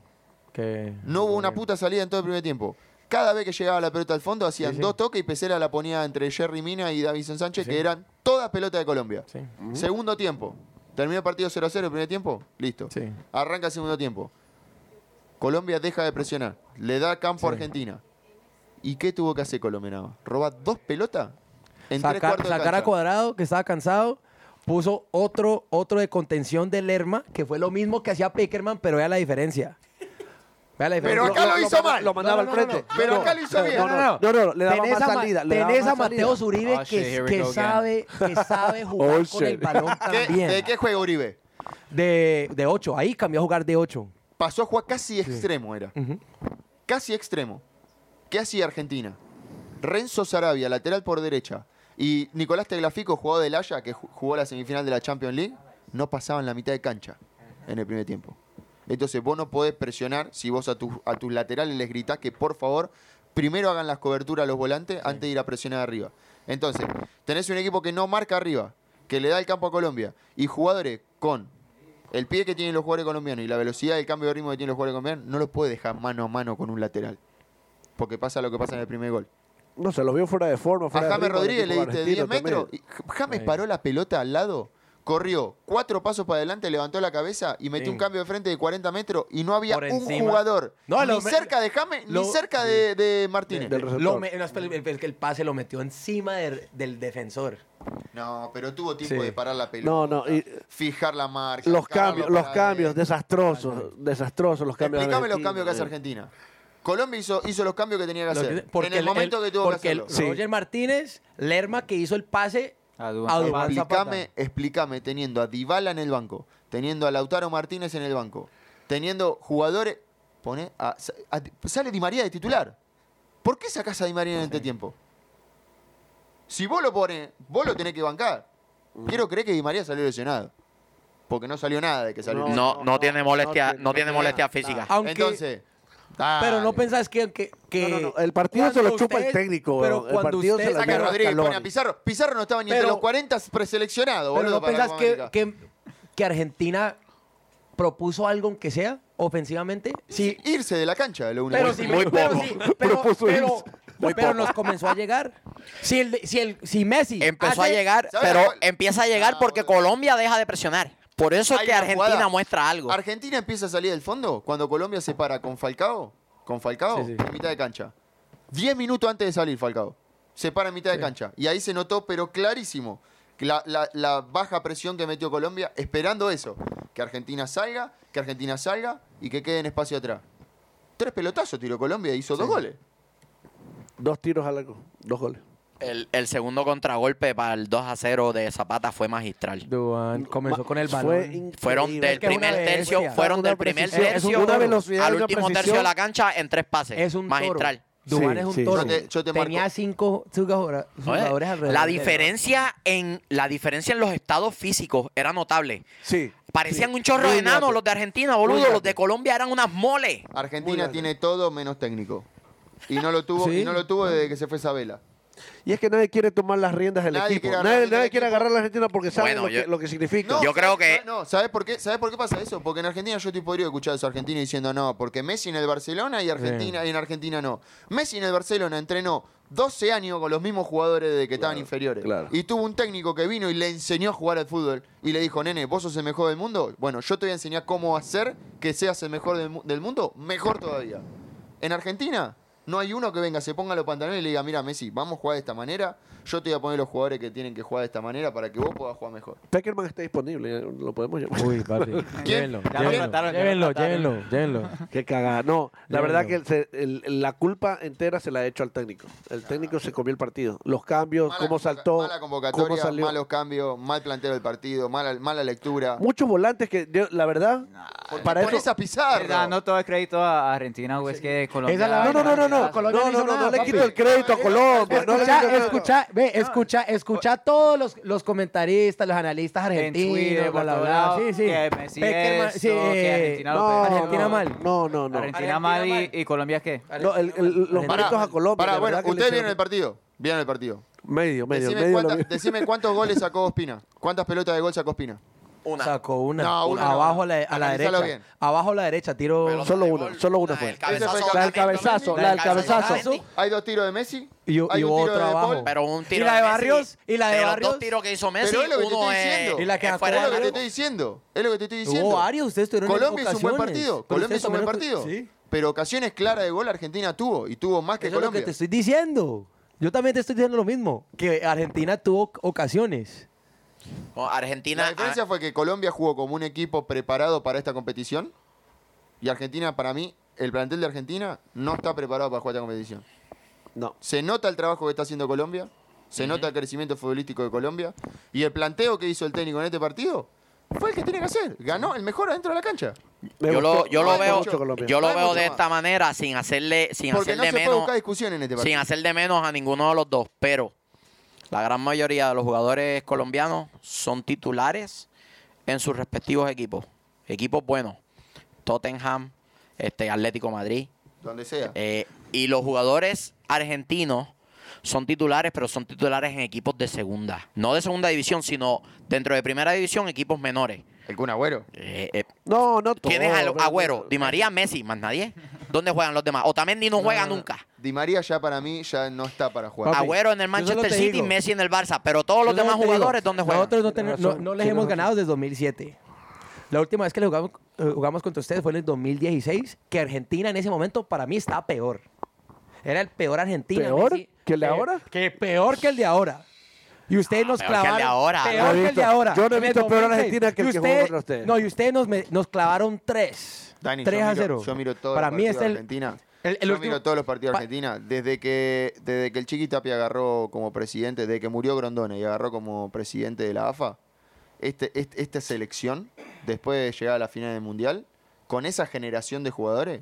[SPEAKER 7] que-
[SPEAKER 6] No hubo una puta salida en todo el primer tiempo. Cada vez que llegaba la pelota al fondo hacían
[SPEAKER 7] Sí, sí.
[SPEAKER 6] dos toques y Pesela la ponía entre Jerry Mina y Davison Sánchez, que eran todas pelotas de Colombia.
[SPEAKER 7] Sí.
[SPEAKER 6] Segundo tiempo. Termina el partido 0 a 0 el primer tiempo. Listo.
[SPEAKER 7] Sí.
[SPEAKER 6] Arranca el segundo tiempo. Colombia deja de presionar. Le da campo a Argentina. ¿Y qué tuvo que hacer Colombia nada más? ¿Robar dos pelotas? En tres
[SPEAKER 7] Sacar,
[SPEAKER 6] cuartos de
[SPEAKER 7] sacar a
[SPEAKER 6] cancha.
[SPEAKER 7] Cuadrado, que estaba cansado. Puso otro, otro de contención de Lerma, que fue lo mismo que hacía Peckerman, pero vea la diferencia. Vea la diferencia.
[SPEAKER 6] Pero acá lo hizo mal.
[SPEAKER 5] Lo mandaba
[SPEAKER 7] No, no,
[SPEAKER 5] al frente.
[SPEAKER 7] no, no.
[SPEAKER 6] Pero acá lo hizo bien.
[SPEAKER 5] No, no, no, no, no, le daba
[SPEAKER 7] tenés
[SPEAKER 5] más
[SPEAKER 7] a Ma-
[SPEAKER 5] salida, le daba
[SPEAKER 7] tenés
[SPEAKER 5] más
[SPEAKER 7] a Mateo
[SPEAKER 5] salida.
[SPEAKER 7] Uribe
[SPEAKER 4] Oh, shit,
[SPEAKER 7] que,
[SPEAKER 4] here we
[SPEAKER 7] que
[SPEAKER 4] go again.
[SPEAKER 7] sabe, que
[SPEAKER 1] [laughs]
[SPEAKER 7] sabe
[SPEAKER 5] Oh,
[SPEAKER 7] jugar con
[SPEAKER 5] shit.
[SPEAKER 7] el balón
[SPEAKER 6] ¿Qué-
[SPEAKER 7] también.
[SPEAKER 6] ¿De qué juega Uribe?
[SPEAKER 7] De, de 8, ahí cambió a jugar de 8.
[SPEAKER 6] Pasó a jugar casi extremo, era.
[SPEAKER 7] Ujú.
[SPEAKER 6] Casi extremo. ¿Qué hacía Argentina? Renzo Sarabia, lateral por derecha, y Nicolás Teglafico, jugador del Haya, que ju- jugó la semifinal de la Champions League, no pasaban la mitad de cancha en el primer tiempo. Entonces vos no podés presionar si vos a, tus- a tus laterales les gritás que por favor primero hagan las coberturas a los volantes antes de ir a presionar arriba. Entonces, tenés un equipo que no marca arriba, que le da el campo a Colombia, y jugadores con El pie que tienen los jugadores colombianos y la velocidad del cambio de ritmo que tienen los jugadores colombianos no los puede dejar mano a mano con un lateral. Porque pasa lo que pasa en el primer gol.
[SPEAKER 5] No sé, los vio fuera de forma.
[SPEAKER 6] A
[SPEAKER 5] Fuera de
[SPEAKER 6] James
[SPEAKER 5] ritmo, el
[SPEAKER 6] Rodríguez le
[SPEAKER 5] equipo
[SPEAKER 6] diste
[SPEAKER 5] argentino
[SPEAKER 6] 10 metros.
[SPEAKER 5] también.
[SPEAKER 6] y James paró la pelota al lado, corrió cuatro pasos para adelante, levantó la cabeza y metió
[SPEAKER 7] Sí.
[SPEAKER 6] un cambio de frente de 40 metros y no había
[SPEAKER 7] Por
[SPEAKER 6] un
[SPEAKER 7] encima.
[SPEAKER 6] jugador
[SPEAKER 7] No,
[SPEAKER 6] ni
[SPEAKER 7] lo-
[SPEAKER 6] cerca de James
[SPEAKER 7] lo-
[SPEAKER 6] ni cerca de, de Martínez.
[SPEAKER 5] Del receptor.
[SPEAKER 7] Lo me- no, espera, el, el- el pase lo metió encima del- del defensor.
[SPEAKER 6] No, pero tuvo tiempo
[SPEAKER 7] Sí.
[SPEAKER 6] de parar la pelota.
[SPEAKER 5] No, no, y-
[SPEAKER 6] fijar la marca.
[SPEAKER 5] Los
[SPEAKER 6] cargarlo
[SPEAKER 5] cambios, los
[SPEAKER 6] para
[SPEAKER 5] cambios,
[SPEAKER 6] adentro.
[SPEAKER 5] desastrosos, desastrosos los cambios.
[SPEAKER 6] Explícame los
[SPEAKER 5] argentinos,
[SPEAKER 6] cambios que hace
[SPEAKER 5] eh.
[SPEAKER 6] Argentina. Colombia hizo, hizo los cambios que tenía que
[SPEAKER 7] Lo
[SPEAKER 6] hacer.
[SPEAKER 7] que- porque
[SPEAKER 6] en el,
[SPEAKER 7] el-
[SPEAKER 6] momento
[SPEAKER 7] el-
[SPEAKER 6] que tuvo que
[SPEAKER 7] porque el
[SPEAKER 6] hacerlo.
[SPEAKER 5] Sí.
[SPEAKER 7] Roger Martínez, Lerma que hizo el pase
[SPEAKER 2] A Duván
[SPEAKER 7] a
[SPEAKER 2] Zapata.
[SPEAKER 7] Duván Zapata.
[SPEAKER 6] Explícame, explícame, teniendo a Dybala en el banco, teniendo a Lautaro Martínez en el banco, teniendo jugadores. Pone a- sa- a- sale Di María de titular. ¿Por qué sacás a Di María en este tiempo? Si vos lo pones, vos lo tenés que bancar.
[SPEAKER 5] Mm.
[SPEAKER 6] Quiero creer que Di María salió lesionado. Porque no salió nada de que salió lesionado.
[SPEAKER 1] No, no tiene molestia, no tiene molestia física.
[SPEAKER 7] Aunque-
[SPEAKER 6] Entonces.
[SPEAKER 7] Pero no
[SPEAKER 6] dale.
[SPEAKER 7] pensás que... que, que
[SPEAKER 5] No, no, no, el partido se
[SPEAKER 7] cuando
[SPEAKER 5] lo chupa el técnico,
[SPEAKER 7] Pero
[SPEAKER 5] bro. El
[SPEAKER 7] cuando
[SPEAKER 5] partido se
[SPEAKER 7] ustedes-
[SPEAKER 5] lo
[SPEAKER 6] Saca a
[SPEAKER 5] Pero
[SPEAKER 6] Rodríguez,
[SPEAKER 5] Scaloni.
[SPEAKER 6] pone a Pizarro. Pizarro no estaba ni entre
[SPEAKER 7] Pero-
[SPEAKER 6] los 40 preseleccionados,
[SPEAKER 7] Pero
[SPEAKER 6] boludo.
[SPEAKER 7] no
[SPEAKER 6] para la
[SPEAKER 7] pensás
[SPEAKER 6] Copa
[SPEAKER 7] que,
[SPEAKER 6] América.
[SPEAKER 7] que, que Argentina propuso algo aunque sea ofensivamente. Sí,
[SPEAKER 6] Irse de la cancha es lo único.
[SPEAKER 7] pero
[SPEAKER 6] que-
[SPEAKER 7] sí,
[SPEAKER 5] muy
[SPEAKER 7] pero
[SPEAKER 5] poco.
[SPEAKER 7] sí, pero,
[SPEAKER 5] Propuso
[SPEAKER 7] pero-
[SPEAKER 5] irse. Muy
[SPEAKER 7] pero
[SPEAKER 5] poco.
[SPEAKER 7] nos comenzó a llegar. Si el, si el si Messi
[SPEAKER 1] Empezó a
[SPEAKER 7] hace-
[SPEAKER 1] llegar,
[SPEAKER 6] ¿Sabes
[SPEAKER 1] pero
[SPEAKER 6] cuál?
[SPEAKER 1] empieza a llegar
[SPEAKER 6] Ah,
[SPEAKER 1] porque
[SPEAKER 6] boludo.
[SPEAKER 1] Colombia deja de presionar. Por eso es
[SPEAKER 6] Hay
[SPEAKER 1] que
[SPEAKER 6] una
[SPEAKER 1] Argentina
[SPEAKER 6] jugada.
[SPEAKER 1] muestra algo.
[SPEAKER 6] Argentina empieza a salir del fondo cuando Colombia se para con Falcao, con Falcao
[SPEAKER 7] Sí, sí.
[SPEAKER 6] en mitad de cancha. Diez minutos antes de salir Falcao. Se para en mitad de cancha. Y ahí se notó, pero clarísimo, que la, la- la baja presión que metió Colombia esperando eso. Que Argentina salga, que Argentina salga y que quede en espacio atrás. Tres pelotazos tiró Colombia y hizo dos goles.
[SPEAKER 5] Dos tiros al arco, dos goles.
[SPEAKER 1] El, el segundo contragolpe para el 2 a 0 de Zapata fue magistral.
[SPEAKER 7] Duván comenzó
[SPEAKER 5] Ma-
[SPEAKER 7] con el
[SPEAKER 5] fue
[SPEAKER 7] balón.
[SPEAKER 5] increíble.
[SPEAKER 1] Fueron del
[SPEAKER 7] Es que es una
[SPEAKER 1] primer tercio,
[SPEAKER 7] bestia.
[SPEAKER 1] fueron
[SPEAKER 5] Una
[SPEAKER 1] del primer
[SPEAKER 5] precisión, es
[SPEAKER 1] tercio
[SPEAKER 5] una velocidad
[SPEAKER 1] al
[SPEAKER 5] y una
[SPEAKER 1] último tercio
[SPEAKER 5] precisión.
[SPEAKER 1] de la cancha en tres pases.
[SPEAKER 7] Es un
[SPEAKER 1] magistral.
[SPEAKER 7] toro. Duván
[SPEAKER 5] Sí,
[SPEAKER 7] es un
[SPEAKER 5] sí,
[SPEAKER 7] toro.
[SPEAKER 5] sí.
[SPEAKER 6] Yo te- yo te
[SPEAKER 7] Tenía
[SPEAKER 6] marco.
[SPEAKER 7] cinco jugadora-
[SPEAKER 1] Oye,
[SPEAKER 7] jugadores alrededor.
[SPEAKER 1] la
[SPEAKER 7] de él.
[SPEAKER 1] diferencia en la diferencia en los estados físicos era notable.
[SPEAKER 5] Sí.
[SPEAKER 1] Parecían
[SPEAKER 5] sí.
[SPEAKER 1] un chorro
[SPEAKER 5] Muy
[SPEAKER 1] de enanos
[SPEAKER 5] rápido.
[SPEAKER 1] los de Argentina,
[SPEAKER 5] Muy
[SPEAKER 1] boludo. Los
[SPEAKER 5] rápido.
[SPEAKER 1] de Colombia eran unas moles.
[SPEAKER 6] Argentina
[SPEAKER 5] grande.
[SPEAKER 6] tiene todo menos técnico. Y no lo tuvo, y
[SPEAKER 7] Sí.
[SPEAKER 6] no lo tuvo desde que se fue Sabela.
[SPEAKER 5] Y es que nadie quiere tomar las riendas del
[SPEAKER 6] Nadie
[SPEAKER 5] equipo.
[SPEAKER 6] quiere agarrar
[SPEAKER 5] nadie
[SPEAKER 6] las riendas
[SPEAKER 5] nadie
[SPEAKER 6] del
[SPEAKER 5] quiere
[SPEAKER 6] equipo.
[SPEAKER 5] agarrar la Argentina porque saben
[SPEAKER 1] Bueno,
[SPEAKER 5] lo, que,
[SPEAKER 1] yo-
[SPEAKER 5] lo que significa.
[SPEAKER 1] Yo creo que-
[SPEAKER 6] No, ¿sabes por qué? ¿Sabes por qué pasa eso? Porque en Argentina yo estoy podrido de escuchar a esos argentinos diciendo no, porque Messi en el Barcelona y Argentina y en Argentina no. Messi en el Barcelona entrenó 12 años con los mismos jugadores desde que estaban inferiores.
[SPEAKER 5] claro.
[SPEAKER 6] Y tuvo un técnico que vino y le enseñó a jugar al fútbol y le dijo, "Nene, vos sos el mejor del mundo. Bueno, yo te voy a enseñar cómo hacer que seas el mejor del, mu- del mundo, mejor todavía." En Argentina no hay uno que venga, se ponga los pantalones y le diga, mira Messi, vamos a jugar de esta manera, yo te voy a poner los jugadores que tienen que jugar de esta manera para que vos puedas jugar mejor.
[SPEAKER 5] Peckerman está disponible, eh, lo podemos llamar.
[SPEAKER 7] Uy, papi. Llévenlo,
[SPEAKER 6] Ya
[SPEAKER 7] llévenlo,
[SPEAKER 6] lo mataron, ya lo
[SPEAKER 7] llévenlo,
[SPEAKER 6] mataron.
[SPEAKER 7] llévenlo, llévenlo.
[SPEAKER 5] Qué cagada. No, la
[SPEAKER 7] Yo
[SPEAKER 5] verdad
[SPEAKER 7] no.
[SPEAKER 5] que el- se- el- la culpa entera se la ha hecho al técnico. El técnico se comió el partido. Los cambios,
[SPEAKER 6] Mala
[SPEAKER 5] cómo
[SPEAKER 6] convoca-
[SPEAKER 5] saltó,
[SPEAKER 6] Mala convocatoria,
[SPEAKER 5] cómo salió.
[SPEAKER 6] malos cambios, mal planteo del partido, mala, mala lectura.
[SPEAKER 5] Muchos volantes que, yo- la verdad,
[SPEAKER 6] Porque
[SPEAKER 5] para
[SPEAKER 6] pones
[SPEAKER 5] eso...
[SPEAKER 6] a Pizarro.
[SPEAKER 2] Está dando todo el crédito a Argentina, güey, es que Colombia...
[SPEAKER 7] Esa es la
[SPEAKER 5] No, no, no, no, no,
[SPEAKER 7] Ah, Colombia
[SPEAKER 5] no,
[SPEAKER 7] no hizo
[SPEAKER 5] no, no,
[SPEAKER 7] nada,
[SPEAKER 5] no le
[SPEAKER 7] papi.
[SPEAKER 5] quito el crédito a Colombia. No
[SPEAKER 7] Escucha,
[SPEAKER 5] le quito el crédito.
[SPEAKER 7] escucha, ve, escucha, escucha a todos los, los comentaristas, los analistas
[SPEAKER 2] En
[SPEAKER 7] argentinos,
[SPEAKER 2] Twitter,
[SPEAKER 7] bla,
[SPEAKER 2] por
[SPEAKER 7] bla,
[SPEAKER 2] todos
[SPEAKER 7] bla.
[SPEAKER 2] lados,
[SPEAKER 7] Sí, sí.
[SPEAKER 2] que Messi
[SPEAKER 7] Peckerman,
[SPEAKER 2] esto,
[SPEAKER 7] sí,
[SPEAKER 2] que
[SPEAKER 7] eh,
[SPEAKER 2] Argentina lo
[SPEAKER 5] No,
[SPEAKER 2] perdió.
[SPEAKER 7] Argentina
[SPEAKER 5] no,
[SPEAKER 7] mal.
[SPEAKER 5] No, no, no.
[SPEAKER 2] Argentina mal y, y Colombia qué.
[SPEAKER 5] No, el- el- los
[SPEAKER 7] Pará,
[SPEAKER 5] méritos a Colombia.
[SPEAKER 6] Pará,
[SPEAKER 5] la
[SPEAKER 6] bueno,
[SPEAKER 5] verdad que le
[SPEAKER 6] ustedes
[SPEAKER 5] hicieron-
[SPEAKER 6] vieron el partido. Vieron el partido.
[SPEAKER 5] Medio, medio,
[SPEAKER 6] decime,
[SPEAKER 5] medio. lo
[SPEAKER 6] cuántas-
[SPEAKER 5] vi.
[SPEAKER 6] decime cuántos goles sacó Ospina. ¿Cuántas pelotas de gol sacó Ospina?
[SPEAKER 7] Sacó una.
[SPEAKER 6] No, una no.
[SPEAKER 7] abajo a la, a la
[SPEAKER 6] Analízalo
[SPEAKER 7] derecha.
[SPEAKER 6] bien.
[SPEAKER 7] Abajo a la derecha, tiro.
[SPEAKER 5] Solo una, solo una fue.
[SPEAKER 1] El cabezazo,
[SPEAKER 6] Ese fue-
[SPEAKER 5] La del cabezazo, la del cabezazo.
[SPEAKER 6] Hay dos tiros de Messi.
[SPEAKER 7] Y-
[SPEAKER 6] hay
[SPEAKER 7] y
[SPEAKER 6] un tiro
[SPEAKER 7] otro
[SPEAKER 6] de
[SPEAKER 7] abajo.
[SPEAKER 6] Paul.
[SPEAKER 1] Pero un tiro
[SPEAKER 7] ¿Y la de
[SPEAKER 1] Messi,
[SPEAKER 7] Barrios? ¿Y la de
[SPEAKER 1] pero
[SPEAKER 7] Barrios?
[SPEAKER 1] Dos tiros que hizo Messi,
[SPEAKER 6] Pero es lo que te
[SPEAKER 1] uno
[SPEAKER 6] estoy
[SPEAKER 1] es,
[SPEAKER 6] diciendo.
[SPEAKER 7] Y la que
[SPEAKER 1] es fuera
[SPEAKER 6] Es
[SPEAKER 1] del
[SPEAKER 6] lo que te
[SPEAKER 1] área.
[SPEAKER 6] estoy diciendo. Es lo que te estoy diciendo.
[SPEAKER 7] Hubo varios, ustedes tuvieron
[SPEAKER 6] Colombia hizo un buen
[SPEAKER 7] ocasiones,
[SPEAKER 6] partido.
[SPEAKER 7] pero
[SPEAKER 6] Colombia
[SPEAKER 7] ustedes
[SPEAKER 6] hizo un buen
[SPEAKER 7] también-
[SPEAKER 6] partido.
[SPEAKER 7] Sí.
[SPEAKER 6] Pero ocasiones claras de gol Argentina tuvo. Y tuvo más que
[SPEAKER 7] Eso es lo
[SPEAKER 6] Colombia.
[SPEAKER 7] que te estoy diciendo. Yo también te estoy diciendo lo mismo, que Argentina tuvo ocasiones.
[SPEAKER 1] No, Argentina. ah,
[SPEAKER 6] La diferencia fue que Colombia jugó como un equipo preparado para esta competición y Argentina, para mí, el plantel de Argentina no está preparado para jugar esta competición.
[SPEAKER 5] No.
[SPEAKER 6] Se nota el trabajo que está haciendo Colombia, se nota el crecimiento futbolístico de Colombia y el planteo que hizo el técnico en este partido fue el que tiene que hacer. Ganó el mejor adentro de la cancha.
[SPEAKER 5] Me
[SPEAKER 1] yo lo,
[SPEAKER 5] gustó-
[SPEAKER 1] yo lo
[SPEAKER 5] me
[SPEAKER 1] veo,
[SPEAKER 5] gustó mucho Colombia.
[SPEAKER 1] yo lo
[SPEAKER 6] Vamos,
[SPEAKER 1] veo de
[SPEAKER 6] nomás.
[SPEAKER 1] esta manera, sin hacerle, sin
[SPEAKER 6] Porque no
[SPEAKER 1] hacerle
[SPEAKER 6] se puede
[SPEAKER 1] menos,
[SPEAKER 6] buscar discusión en este
[SPEAKER 1] sin
[SPEAKER 6] partido.
[SPEAKER 1] hacer de menos a ninguno de los dos. Pero la gran mayoría de los jugadores colombianos son titulares en sus respectivos equipos. Equipos buenos. Tottenham, este, Atlético Madrid,
[SPEAKER 6] Donde sea.
[SPEAKER 1] Eh, y los jugadores argentinos son titulares, pero son titulares en equipos de segunda. No de segunda división, sino dentro de primera división, equipos menores.
[SPEAKER 6] El Kun Agüero.
[SPEAKER 1] Eh, eh,
[SPEAKER 5] No, no todo.
[SPEAKER 1] Tienes al
[SPEAKER 5] pero-
[SPEAKER 1] Agüero, Di María, Messi, más nadie. ¿Dónde juegan los demás? Otamendi no juega nunca.
[SPEAKER 6] Di María ya para mí ya no está para jugar.
[SPEAKER 7] Papi,
[SPEAKER 1] Agüero en el
[SPEAKER 7] yo solo
[SPEAKER 1] Manchester
[SPEAKER 7] te
[SPEAKER 1] City,
[SPEAKER 7] digo.
[SPEAKER 1] Messi en el Barça, pero todos los
[SPEAKER 7] Yo
[SPEAKER 1] demás
[SPEAKER 7] solo te digo,
[SPEAKER 1] jugadores, ¿dónde juegan?
[SPEAKER 7] Nosotros no,
[SPEAKER 5] Tienes
[SPEAKER 7] ten- no-
[SPEAKER 5] razón,
[SPEAKER 7] no les
[SPEAKER 5] tienes
[SPEAKER 7] hemos
[SPEAKER 5] razón.
[SPEAKER 7] ganado desde 2007. La última vez que le jugamos, eh, jugamos contra ustedes fue en el 2016, que Argentina en ese momento para mí estaba peor. Era el peor Argentina.
[SPEAKER 5] ¿Peor
[SPEAKER 7] Messi.
[SPEAKER 5] que el de
[SPEAKER 7] Pe-
[SPEAKER 5] ahora?
[SPEAKER 7] Que peor que el de ahora. Y ustedes nos
[SPEAKER 1] peor que el de
[SPEAKER 7] clavaron.
[SPEAKER 1] ahora.
[SPEAKER 7] Peor
[SPEAKER 1] No
[SPEAKER 5] he
[SPEAKER 7] que el
[SPEAKER 5] visto-
[SPEAKER 7] de ahora.
[SPEAKER 5] yo no he
[SPEAKER 7] En el
[SPEAKER 5] visto peor
[SPEAKER 7] 2006.
[SPEAKER 5] Argentina que el
[SPEAKER 7] Y
[SPEAKER 5] que jugó
[SPEAKER 7] ustedes-
[SPEAKER 5] contra ustedes.
[SPEAKER 7] No, y ustedes nos, me- nos clavaron tres.
[SPEAKER 6] Dani,
[SPEAKER 7] 3
[SPEAKER 6] yo,
[SPEAKER 7] a
[SPEAKER 6] miro,
[SPEAKER 7] 0.
[SPEAKER 6] yo miro todos
[SPEAKER 7] Para
[SPEAKER 6] los
[SPEAKER 7] mí es
[SPEAKER 6] partidos de
[SPEAKER 7] el.
[SPEAKER 6] Argentina.
[SPEAKER 7] el- el
[SPEAKER 6] yo
[SPEAKER 7] último-
[SPEAKER 6] miro todos los partidos de
[SPEAKER 7] pa-
[SPEAKER 6] Argentina. Desde que, desde que el Chiqui Tapia agarró como presidente, desde que murió Grondona y agarró como presidente de la AFA, este, este- esta selección, después de llegar a la final del Mundial, con esa generación de jugadores,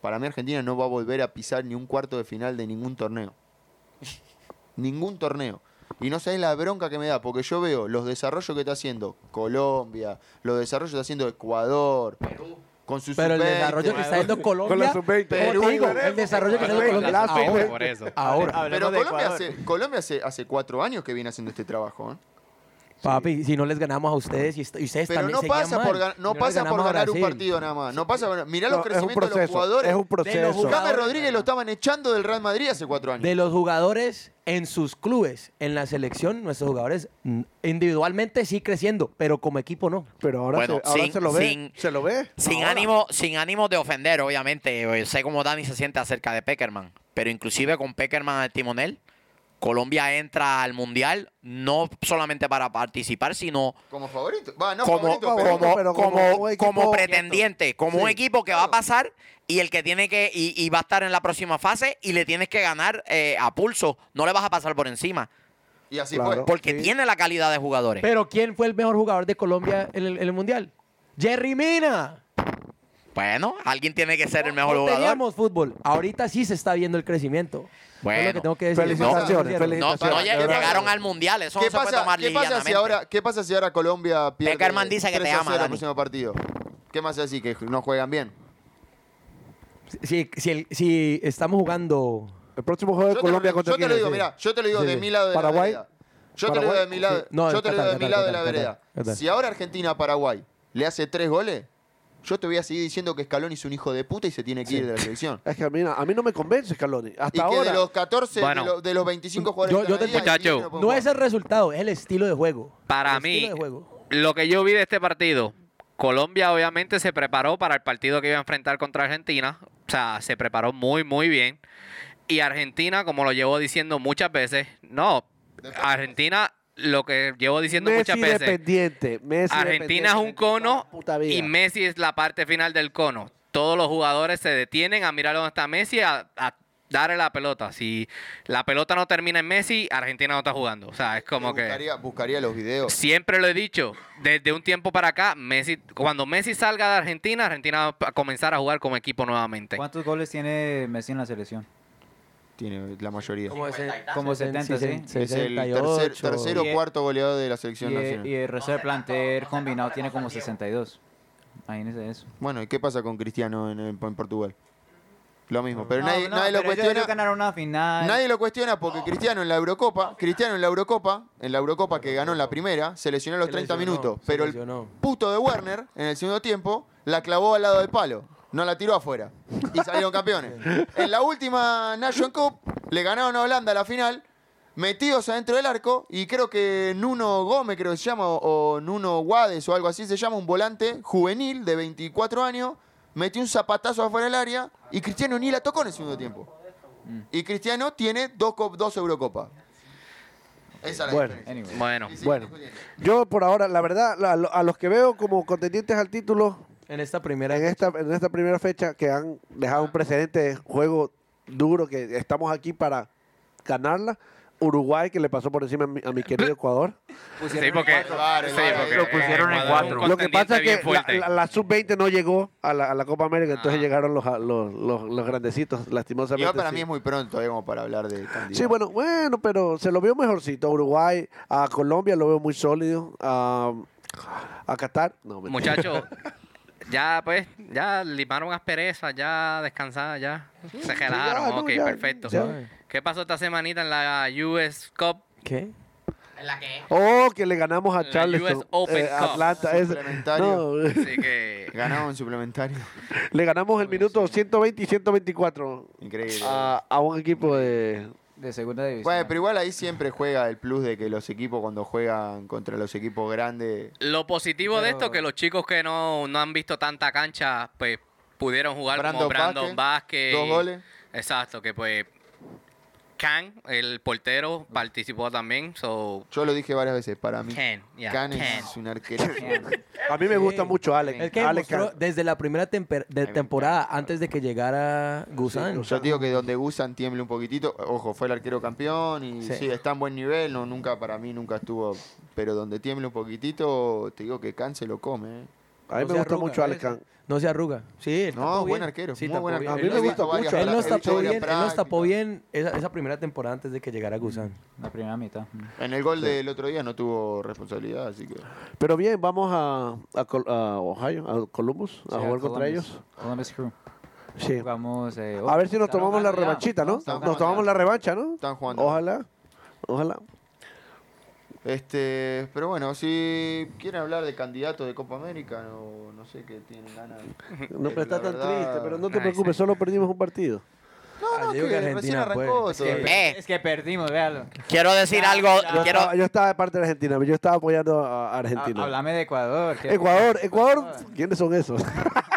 [SPEAKER 6] para mí Argentina no va a volver a pisar ni un cuarto de final de ningún torneo. ningún torneo. Y no sabés la bronca que me da, porque yo veo los desarrollos que está haciendo Colombia, los desarrollos que está haciendo Ecuador, con sus
[SPEAKER 7] Pero el
[SPEAKER 6] 20.
[SPEAKER 7] desarrollo que está haciendo Colombia.
[SPEAKER 5] la sub-veinte.
[SPEAKER 7] como te
[SPEAKER 6] Perú.
[SPEAKER 7] digo, el desarrollo que está haciendo Colombia.
[SPEAKER 5] La sub-veinte.
[SPEAKER 7] ahora,
[SPEAKER 11] Por eso.
[SPEAKER 7] ahora.
[SPEAKER 6] Pero
[SPEAKER 4] Hablemos de
[SPEAKER 6] Colombia,
[SPEAKER 4] Ecuador.
[SPEAKER 6] hace, Colombia hace, hace cuatro años que viene haciendo este trabajo. ¿eh?
[SPEAKER 7] Papi, si no les ganamos a ustedes y, est- y ustedes
[SPEAKER 6] Pero
[SPEAKER 7] también
[SPEAKER 6] no
[SPEAKER 7] seguían
[SPEAKER 6] pasa,
[SPEAKER 7] mal.
[SPEAKER 6] por, gan- no
[SPEAKER 7] le
[SPEAKER 6] pasa por
[SPEAKER 7] ganamos a
[SPEAKER 6] ganar un
[SPEAKER 7] Brasil.
[SPEAKER 6] partido nada más. No pasa por- Mirá
[SPEAKER 5] No,
[SPEAKER 6] los
[SPEAKER 5] es un
[SPEAKER 6] crecimientos de los
[SPEAKER 5] proceso.
[SPEAKER 6] jugadores.
[SPEAKER 5] Es un proceso.
[SPEAKER 7] jugadores.
[SPEAKER 6] James Rodríguez lo estaban echando del Real Madrid hace cuatro años.
[SPEAKER 7] De los jugadores en sus clubes, en la selección, nuestros jugadores mm, individualmente sí creciendo, pero como equipo no.
[SPEAKER 5] Pero ahora,
[SPEAKER 1] Bueno,
[SPEAKER 5] se, ahora
[SPEAKER 1] sin-
[SPEAKER 5] se lo ve.
[SPEAKER 1] sin-
[SPEAKER 5] se lo ve.
[SPEAKER 1] Sin
[SPEAKER 5] Ahora.
[SPEAKER 1] ánimo, sin ánimo de ofender, obviamente. eh, Sé cómo Dani se siente acerca de Peckerman. Pero inclusive con Peckerman al timonel, Colombia entra al Mundial no solamente para participar, sino
[SPEAKER 6] Como favorito. Va, no
[SPEAKER 1] como,
[SPEAKER 6] favorito,
[SPEAKER 1] como,
[SPEAKER 6] pero-
[SPEAKER 5] pero
[SPEAKER 1] como-
[SPEAKER 5] como un equipo-
[SPEAKER 1] como pretendiente, como un
[SPEAKER 6] Sí,
[SPEAKER 1] equipo que va a pasar y el que tiene que, y, y va a estar en la próxima fase y le tienes que ganar eh, a pulso. No le vas a pasar por encima.
[SPEAKER 6] Y así
[SPEAKER 5] Claro.
[SPEAKER 6] fue.
[SPEAKER 1] Porque
[SPEAKER 5] Sí.
[SPEAKER 1] tiene la calidad de jugadores.
[SPEAKER 7] Pero ¿quién fue el mejor jugador de Colombia en el, en el Mundial? Jerry Mina.
[SPEAKER 1] bueno, alguien tiene que ser el mejor
[SPEAKER 7] no
[SPEAKER 1] jugador.
[SPEAKER 7] teníamos fútbol. Ahorita sí se está viendo el crecimiento. Es lo que
[SPEAKER 1] Bueno.
[SPEAKER 7] tengo que decir.
[SPEAKER 5] Felicitaciones,
[SPEAKER 7] No,
[SPEAKER 5] felicitaciones.
[SPEAKER 1] No, no lleg-
[SPEAKER 6] ¿Qué pasa?
[SPEAKER 1] llegaron al mundial, eso
[SPEAKER 6] ¿Qué
[SPEAKER 1] no se puede
[SPEAKER 6] pasa,
[SPEAKER 1] tomar
[SPEAKER 6] ¿qué, pasa si
[SPEAKER 1] livianamente.
[SPEAKER 6] ahora, ¿Qué pasa si ahora Colombia pierde
[SPEAKER 1] Peckerman dice que te
[SPEAKER 6] 3 a
[SPEAKER 1] ama,
[SPEAKER 6] 0 el
[SPEAKER 1] Dani.
[SPEAKER 6] próximo partido? ¿Qué más así? Que no juegan bien.
[SPEAKER 5] Eh,
[SPEAKER 7] Si, si el- si estamos jugando...
[SPEAKER 5] El próximo
[SPEAKER 6] Yo
[SPEAKER 5] juego de
[SPEAKER 6] te
[SPEAKER 5] Colombia
[SPEAKER 6] lo,
[SPEAKER 5] contra
[SPEAKER 6] yo te
[SPEAKER 5] quién
[SPEAKER 6] lo
[SPEAKER 5] es,
[SPEAKER 6] digo,
[SPEAKER 5] sí.
[SPEAKER 6] mira, yo te lo digo
[SPEAKER 5] Sí,
[SPEAKER 6] de
[SPEAKER 5] sí.
[SPEAKER 6] mi lado de
[SPEAKER 5] Paraguay.
[SPEAKER 6] la vereda. Yo te lo digo de mi lado,
[SPEAKER 7] Sí. No,
[SPEAKER 6] yo te lo digo
[SPEAKER 7] Qatar,
[SPEAKER 6] de
[SPEAKER 7] Qatar,
[SPEAKER 6] mi lado de la
[SPEAKER 7] Qatar,
[SPEAKER 6] vereda.
[SPEAKER 7] Qatar, Qatar.
[SPEAKER 6] Si ahora Argentina a Paraguay le hace tres goles, yo te voy a seguir diciendo que Scaloni es un hijo de puta y se tiene que ir de la
[SPEAKER 5] [laughs]
[SPEAKER 6] selección.
[SPEAKER 5] Es que a mí, no- a mí no me convence Scaloni. Hasta
[SPEAKER 6] Y que
[SPEAKER 5] ahora.
[SPEAKER 6] de los 14,
[SPEAKER 2] Bueno.
[SPEAKER 6] de, los- de los 25 jugadores
[SPEAKER 7] Yo-
[SPEAKER 6] que
[SPEAKER 7] yo
[SPEAKER 6] están
[SPEAKER 7] te-
[SPEAKER 6] ahí, hay 15
[SPEAKER 2] Muchacho.
[SPEAKER 6] que pueden
[SPEAKER 7] No
[SPEAKER 6] jugar.
[SPEAKER 7] es el resultado, es el estilo de juego.
[SPEAKER 2] Para
[SPEAKER 7] El
[SPEAKER 2] mí,
[SPEAKER 7] estilo de juego.
[SPEAKER 2] lo que yo vi de este partido, Colombia obviamente se preparó para el partido que iba a enfrentar contra Argentina. O sea, se preparó muy, muy bien. Y Argentina, como lo llevo diciendo muchas veces, no, Argentina, lo que llevo diciendo
[SPEAKER 5] Messi
[SPEAKER 2] muchas veces,
[SPEAKER 5] dependiente. Messi
[SPEAKER 2] Argentina es un
[SPEAKER 5] dependiente de
[SPEAKER 2] cono
[SPEAKER 5] la puta vida.
[SPEAKER 2] y Messi es la parte final del cono. Todos los jugadores se detienen a mirar dónde está Messi, a, a darle la pelota. Si la pelota no termina en Messi, Argentina no está jugando. O sea, es como que...
[SPEAKER 6] buscaría, buscaría los videos.
[SPEAKER 2] Siempre lo he dicho, desde un tiempo para acá, Messi, cuando Messi salga de Argentina, Argentina va a comenzar a jugar como equipo nuevamente.
[SPEAKER 4] ¿Cuántos goles tiene Messi en la selección?
[SPEAKER 6] Tiene la mayoría.
[SPEAKER 7] Ah,
[SPEAKER 4] Como 70, sí.
[SPEAKER 6] Es el tercer, tercer o
[SPEAKER 4] Y-
[SPEAKER 6] cuarto goleador de la
[SPEAKER 4] Y,
[SPEAKER 6] selección
[SPEAKER 4] el-
[SPEAKER 6] nacional.
[SPEAKER 4] y el resto del plantel combinado tiene como 62. Imagínense eso.
[SPEAKER 6] Bueno, ¿y qué pasa con Cristiano en, en- en Portugal? Lo mismo, pero
[SPEAKER 4] No,
[SPEAKER 6] nadie,
[SPEAKER 4] no,
[SPEAKER 6] nadie lo
[SPEAKER 4] pero ellos-
[SPEAKER 6] cuestiona.
[SPEAKER 4] ellos ganaron una final.
[SPEAKER 6] Nadie lo cuestiona porque Cristiano en la Eurocopa, Cristiano en la Eurocopa, en la Eurocopa que ganó en la primera, se lesionó a los
[SPEAKER 7] Se
[SPEAKER 6] 30
[SPEAKER 7] lesionó,
[SPEAKER 6] minutos,
[SPEAKER 7] se
[SPEAKER 6] pero
[SPEAKER 7] lesionó.
[SPEAKER 6] el puto de Werner en el segundo tiempo la clavó al lado del palo, no la tiró afuera y salieron campeones. En la última Nation Cup le ganaron a Holanda la final, metidos adentro del arco y creo que Nuno Gómez creo que se llama o o Nuno Guades o algo así se llama un volante juvenil de 24 años metió un zapatazo afuera del área y Cristiano ni la tocó en el segundo tiempo. Y Cristiano tiene dos, cop- dos Eurocopas. Esa es la
[SPEAKER 5] Bueno.
[SPEAKER 6] diferencia.
[SPEAKER 4] Anyway.
[SPEAKER 2] Bueno,
[SPEAKER 6] Y sigue
[SPEAKER 5] Bueno.
[SPEAKER 6] discutiendo.
[SPEAKER 5] Yo por ahora, la verdad, la- lo- a los que veo como contendientes al título
[SPEAKER 7] En esta primera.
[SPEAKER 5] en esta, en esta primera fecha que han dejado un precedente de juego duro que estamos aquí para ganarla. Uruguay que le pasó por encima a mi, a mi querido Ecuador.
[SPEAKER 2] sí, porque,
[SPEAKER 6] cuatro,
[SPEAKER 2] sí,
[SPEAKER 6] vale,
[SPEAKER 2] porque,
[SPEAKER 6] lo
[SPEAKER 2] eh,
[SPEAKER 6] pusieron en
[SPEAKER 2] Ecuador
[SPEAKER 6] cuatro.
[SPEAKER 2] un
[SPEAKER 5] Lo que pasa es
[SPEAKER 2] contendiente bien
[SPEAKER 5] que la,
[SPEAKER 2] fuerte.
[SPEAKER 5] la- la sub-20 no llegó a la, a la Copa América, entonces
[SPEAKER 2] Ah.
[SPEAKER 5] llegaron los, los, los, los grandecitos, lastimosamente.
[SPEAKER 6] Igual para
[SPEAKER 5] sí.
[SPEAKER 6] mí es muy pronto, todavía como para hablar de candidatos.
[SPEAKER 5] Sí, bueno, bueno, pero se lo veo mejorcito. A Uruguay, a Colombia lo veo muy sólido. A, a Qatar, no, mentira.
[SPEAKER 2] muchachos, ya pues, ya limaron asperezas, ya descansada, ya se
[SPEAKER 5] ya,
[SPEAKER 2] gelaron,
[SPEAKER 5] no,
[SPEAKER 2] ok,
[SPEAKER 5] ya,
[SPEAKER 2] perfecto.
[SPEAKER 5] ya.
[SPEAKER 2] ¿Qué pasó esta semanita en la US Cup?
[SPEAKER 7] ¿Qué?
[SPEAKER 5] ¿En la que Oh, que le ganamos a
[SPEAKER 10] La
[SPEAKER 5] Charleston.
[SPEAKER 10] US Open
[SPEAKER 5] Eh,
[SPEAKER 10] Cup.
[SPEAKER 5] Atlanta. es-
[SPEAKER 6] Suplementario.
[SPEAKER 5] no. [laughs]
[SPEAKER 10] Así que.
[SPEAKER 6] Ganamos en suplementario. [laughs]
[SPEAKER 5] le ganamos el minuto 120 y 124
[SPEAKER 6] Increíble.
[SPEAKER 10] Ah,
[SPEAKER 5] a, a un equipo de...
[SPEAKER 12] De segunda división.
[SPEAKER 6] Bueno, pero igual ahí siempre juega el plus de que los equipos cuando juegan contra los equipos grandes.
[SPEAKER 10] Lo positivo de esto es que los chicos que no, no han visto tanta cancha, pues pudieron jugar
[SPEAKER 6] Brandon
[SPEAKER 10] como Brandon Vázquez.
[SPEAKER 6] Vázquez, dos goles.
[SPEAKER 10] Exacto, que pues Can, el portero, participó también. So,
[SPEAKER 6] Yo lo dije varias veces, para mí.
[SPEAKER 10] Can, yeah,
[SPEAKER 6] Can
[SPEAKER 10] Can.
[SPEAKER 6] es un arquero.
[SPEAKER 10] [laughs]
[SPEAKER 5] A mí me gusta mucho Alex.
[SPEAKER 7] Es que
[SPEAKER 5] Alex
[SPEAKER 7] demostró
[SPEAKER 5] Can-
[SPEAKER 7] desde la primera temper- de temporada, antes de que llegara Gusán.
[SPEAKER 6] Yo digo que donde Gusan tiemble un poquitito, ojo, fue el arquero campeón y sí,
[SPEAKER 7] Sí.
[SPEAKER 6] está en buen nivel, no, nunca para mí nunca estuvo, pero donde tiemble un poquitito, te digo que Can se lo come. ¿eh.
[SPEAKER 5] A mí
[SPEAKER 7] No
[SPEAKER 5] me
[SPEAKER 7] se
[SPEAKER 5] gusta
[SPEAKER 7] arruga,
[SPEAKER 5] mucho Alex
[SPEAKER 7] Alex.
[SPEAKER 5] Can.
[SPEAKER 7] No se arruga. Sí, él
[SPEAKER 6] No,
[SPEAKER 7] tapó
[SPEAKER 6] buen
[SPEAKER 7] bien.
[SPEAKER 6] arquero,
[SPEAKER 7] Sí,
[SPEAKER 6] muy buen
[SPEAKER 7] tapó
[SPEAKER 6] arquero.
[SPEAKER 7] bien.
[SPEAKER 5] A mí me gusta
[SPEAKER 6] varias
[SPEAKER 5] mucho.
[SPEAKER 7] Él nos
[SPEAKER 6] prácticas,
[SPEAKER 7] tapó
[SPEAKER 6] varias
[SPEAKER 7] bien, él nos tapó
[SPEAKER 6] prácticas.
[SPEAKER 7] bien esa, esa primera temporada antes de que llegara Gusán.
[SPEAKER 12] La primera mitad. Mm.
[SPEAKER 6] En el gol del otro día no tuvo responsabilidad, así que
[SPEAKER 5] Pero bien, vamos a, a Col- a Ohio, a Columbus, a jugar contra ellos.
[SPEAKER 12] Columbus Crew.
[SPEAKER 5] Sí.
[SPEAKER 12] Jugamos. eh,
[SPEAKER 5] A ver si nos
[SPEAKER 12] está
[SPEAKER 5] tomamos la
[SPEAKER 12] jugando ya.
[SPEAKER 5] revanchita, ¿no?
[SPEAKER 6] Están
[SPEAKER 5] Nos
[SPEAKER 6] jugando
[SPEAKER 5] tomamos
[SPEAKER 6] ya.
[SPEAKER 5] la revancha, ¿no?
[SPEAKER 6] están jugando.
[SPEAKER 5] Ojalá. Ojalá.
[SPEAKER 6] Este, pero bueno, si quieren hablar de candidatos de Copa América, no, no sé qué tienen ganas.
[SPEAKER 7] Ah,
[SPEAKER 5] No, pero está
[SPEAKER 6] La
[SPEAKER 5] tan
[SPEAKER 6] verdad-
[SPEAKER 5] triste, pero no te
[SPEAKER 10] Ay,
[SPEAKER 5] preocupes, solo perdimos un partido.
[SPEAKER 6] No, no,
[SPEAKER 7] Ah,
[SPEAKER 6] que
[SPEAKER 7] digo que
[SPEAKER 6] recién
[SPEAKER 7] Argentina,
[SPEAKER 6] arrancó
[SPEAKER 7] pues.
[SPEAKER 6] todo.
[SPEAKER 4] Eh,
[SPEAKER 12] Es que perdimos, véalo.
[SPEAKER 3] Quiero decir algo.
[SPEAKER 5] Yo,
[SPEAKER 3] quiero,
[SPEAKER 5] estaba, yo estaba de parte de Argentina, yo estaba apoyando a Argentina.
[SPEAKER 6] Ah,
[SPEAKER 12] Ha- Háblame de Ecuador. que-
[SPEAKER 5] Ecuador, Ecuador, ¿quiénes son esos?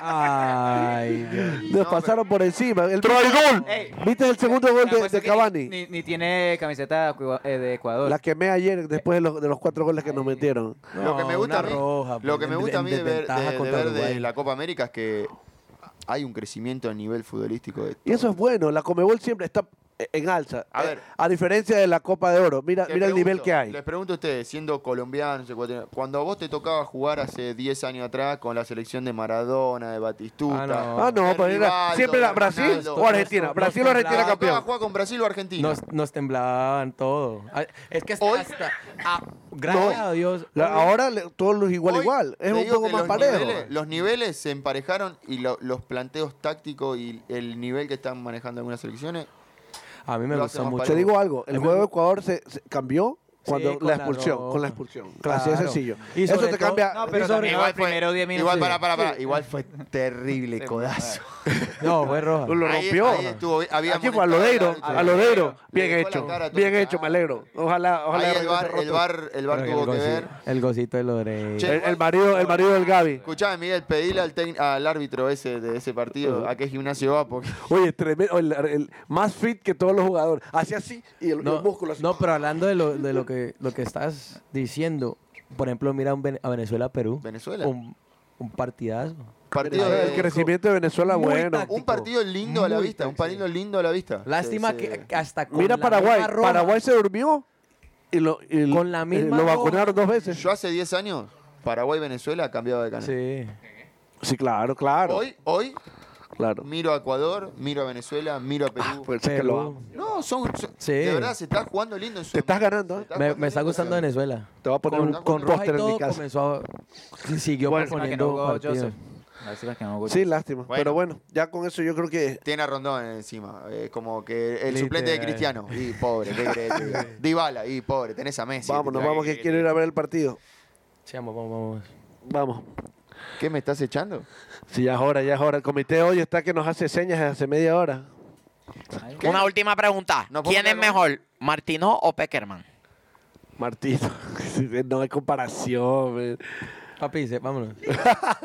[SPEAKER 5] [laughs]
[SPEAKER 7] Ay, Dios.
[SPEAKER 5] Nos pasaron por encima. El gol!
[SPEAKER 12] Ey,
[SPEAKER 5] ¿Viste el segundo gol
[SPEAKER 12] la
[SPEAKER 5] de,
[SPEAKER 6] pues,
[SPEAKER 12] cosa
[SPEAKER 5] de
[SPEAKER 12] es que ni-
[SPEAKER 5] Cavani?
[SPEAKER 12] Ni, ni tiene camiseta de Ecu- eh, de Ecuador.
[SPEAKER 5] La quemé ayer después de los, de los cuatro goles que nos metieron.
[SPEAKER 6] lo que me gusta a
[SPEAKER 7] una
[SPEAKER 6] mí,
[SPEAKER 7] roja,
[SPEAKER 6] lo
[SPEAKER 7] pues,
[SPEAKER 6] que me
[SPEAKER 7] en-
[SPEAKER 6] gusta a
[SPEAKER 7] en
[SPEAKER 6] mí de ver, de,
[SPEAKER 7] desventaja
[SPEAKER 6] de
[SPEAKER 7] contra
[SPEAKER 6] ver de
[SPEAKER 7] Uruguay.
[SPEAKER 6] la Copa América es que hay un crecimiento a nivel futbolístico. de
[SPEAKER 5] Y eso es bueno, la Comebol siempre está en alza. eh,
[SPEAKER 6] A
[SPEAKER 5] A,
[SPEAKER 6] ver.
[SPEAKER 5] diferencia de la Copa de Oro, mira,
[SPEAKER 6] Les
[SPEAKER 5] mira el
[SPEAKER 6] pregunto,
[SPEAKER 5] nivel que hay.
[SPEAKER 6] Les pregunto a ustedes, siendo colombianos, ecuatorianos, cuando a vos te tocaba jugar hace 10 años atrás con la selección de Maradona, de Batistuta.
[SPEAKER 7] Ah, no.
[SPEAKER 5] Ah, no,
[SPEAKER 6] de
[SPEAKER 5] pues era
[SPEAKER 6] Rivaldo,
[SPEAKER 5] siempre la
[SPEAKER 6] de
[SPEAKER 5] Brasil
[SPEAKER 6] Ronaldo.
[SPEAKER 5] o Argentina.
[SPEAKER 7] Los-
[SPEAKER 5] Brasil o
[SPEAKER 7] los
[SPEAKER 5] Argentina
[SPEAKER 7] temblados.
[SPEAKER 6] Te tocaba
[SPEAKER 5] campeón.
[SPEAKER 6] jugar con Brasil o Argentina.
[SPEAKER 7] Nos, nos temblaban todo. Ah, Es que hasta,
[SPEAKER 6] Hoy-
[SPEAKER 7] hasta- ah, gracias
[SPEAKER 5] No.
[SPEAKER 7] a Dios.
[SPEAKER 5] La- ahora le- todos los igual,
[SPEAKER 6] Hoy,
[SPEAKER 5] igual. Es
[SPEAKER 6] te
[SPEAKER 5] un
[SPEAKER 6] digo
[SPEAKER 5] poco
[SPEAKER 6] que
[SPEAKER 5] más
[SPEAKER 6] los
[SPEAKER 5] parejo.
[SPEAKER 6] niveles- los niveles se emparejaron y lo- los planteos tácticos y el nivel que están manejando algunas selecciones.
[SPEAKER 7] a mí me
[SPEAKER 6] lo
[SPEAKER 7] gustó
[SPEAKER 6] hacemos
[SPEAKER 7] mucho.
[SPEAKER 5] Te digo algo, el
[SPEAKER 7] Ay,
[SPEAKER 5] juego de
[SPEAKER 7] bueno.
[SPEAKER 5] Ecuador se, se cambió cuando
[SPEAKER 7] con
[SPEAKER 5] la
[SPEAKER 7] la
[SPEAKER 5] expulsión,
[SPEAKER 7] roja.
[SPEAKER 5] con la expulsión.
[SPEAKER 7] Claro.
[SPEAKER 5] Así de sencillo.
[SPEAKER 7] Y
[SPEAKER 5] Eso
[SPEAKER 7] sobre
[SPEAKER 5] te
[SPEAKER 7] todo-
[SPEAKER 5] cambia.
[SPEAKER 12] No, pero
[SPEAKER 7] Eso-
[SPEAKER 12] también
[SPEAKER 7] igual
[SPEAKER 12] el primero 10 minutos.
[SPEAKER 6] Igual, para, para, para. Igual fue terrible codazo.
[SPEAKER 7] No, fue roja.
[SPEAKER 5] Lo
[SPEAKER 6] Ahí-
[SPEAKER 5] rompió.
[SPEAKER 6] ahí estuvo, había
[SPEAKER 5] Aquí fue a
[SPEAKER 6] amonestado
[SPEAKER 5] Lodeiro,
[SPEAKER 6] al árbitro.
[SPEAKER 5] a Lodeiro.
[SPEAKER 6] Le
[SPEAKER 5] Bien
[SPEAKER 6] dejó la
[SPEAKER 5] hecho,
[SPEAKER 6] cara a todo.
[SPEAKER 5] bien hecho, me alegro. Ojalá, ojalá.
[SPEAKER 6] Ahí el
[SPEAKER 5] regrese
[SPEAKER 6] bar, el
[SPEAKER 5] roto.
[SPEAKER 6] bar, el bar
[SPEAKER 7] Pero
[SPEAKER 6] tuvo que
[SPEAKER 7] goci-
[SPEAKER 6] ver.
[SPEAKER 7] el gocito de Lorena.
[SPEAKER 6] Che,
[SPEAKER 5] El, el marido, el marido del Gaby.
[SPEAKER 6] Escuchame, Miguel, pedile al, tec- al árbitro ese de ese partido a qué gimnasio va, porque
[SPEAKER 5] Oye, tremendo, el, el- más fit que todos los jugadores. Así así y el,
[SPEAKER 7] No,
[SPEAKER 5] los músculos. así.
[SPEAKER 7] no, pero hablando de lo, de lo que lo que estás diciendo, por ejemplo, mira un Ven- a Venezuela-Perú.
[SPEAKER 6] Venezuela.
[SPEAKER 7] Un, un partidazo.
[SPEAKER 6] partido
[SPEAKER 5] el
[SPEAKER 6] de-
[SPEAKER 5] crecimiento de Venezuela,
[SPEAKER 7] Muy
[SPEAKER 5] bueno.
[SPEAKER 7] táctico.
[SPEAKER 6] un partido lindo a la
[SPEAKER 7] Muy
[SPEAKER 6] vista, un
[SPEAKER 7] táctico.
[SPEAKER 6] partido lindo a la vista.
[SPEAKER 7] Lástima
[SPEAKER 6] Sí, sí.
[SPEAKER 7] que que hasta con
[SPEAKER 5] Mira
[SPEAKER 7] la
[SPEAKER 5] Paraguay.
[SPEAKER 7] misma roja-
[SPEAKER 5] Paraguay se durmió y lo, y
[SPEAKER 7] Con la
[SPEAKER 5] eh,
[SPEAKER 7] misma
[SPEAKER 5] lo
[SPEAKER 7] roja.
[SPEAKER 5] vacunaron dos veces.
[SPEAKER 6] Yo hace 10 años, Paraguay-Venezuela cambiaba de canal.
[SPEAKER 7] Sí.
[SPEAKER 5] Sí, claro, claro.
[SPEAKER 6] Hoy, hoy,
[SPEAKER 5] claro.
[SPEAKER 6] miro a Ecuador, miro a Venezuela, miro a Perú.
[SPEAKER 5] Pues es que lo
[SPEAKER 7] Perú.
[SPEAKER 5] amo.
[SPEAKER 6] No, son, son-
[SPEAKER 7] Sí.
[SPEAKER 6] de verdad se está jugando lindo en
[SPEAKER 5] Te estás ganando, ¿eh?
[SPEAKER 7] Me, me está gustando
[SPEAKER 6] Venezuela.
[SPEAKER 7] Venezuela.
[SPEAKER 5] Te voy a poner
[SPEAKER 7] Con,
[SPEAKER 5] un
[SPEAKER 7] con roja y
[SPEAKER 5] póster en mi
[SPEAKER 7] todo
[SPEAKER 5] casa.
[SPEAKER 7] comenzó a- sí, siguió
[SPEAKER 5] Bueno.
[SPEAKER 12] Lástima que
[SPEAKER 7] proponiendo
[SPEAKER 12] no jugó
[SPEAKER 7] partidos.
[SPEAKER 12] Joseph. Lástima que no jugó
[SPEAKER 5] Sí, lástima.
[SPEAKER 6] Bueno.
[SPEAKER 5] Pero bueno, ya con eso yo creo que
[SPEAKER 6] Tiene a Rondón encima, eh, como que el
[SPEAKER 7] Literal.
[SPEAKER 6] suplente
[SPEAKER 5] eh.
[SPEAKER 6] de Cristiano. Y pobre, ¿qué crees? que diga? Dybala, y pobre, tenés a Messi.
[SPEAKER 5] vámonos, vamos que quiero ir a ver el partido.
[SPEAKER 7] Sí, vamos, vamos, vamos.
[SPEAKER 5] Vamos.
[SPEAKER 6] ¿Qué me estás echando?
[SPEAKER 5] Sí, ya es hora, ya es hora. El comité hoy está que nos hace señas hace media hora.
[SPEAKER 6] ¿Qué?
[SPEAKER 3] Una última pregunta.
[SPEAKER 6] No,
[SPEAKER 3] ¿Quién
[SPEAKER 6] póngale
[SPEAKER 3] es
[SPEAKER 6] con-
[SPEAKER 3] mejor, Martino o Peckerman?
[SPEAKER 5] Martito, [laughs] no hay comparación. men.
[SPEAKER 7] Papi, dice, vámonos.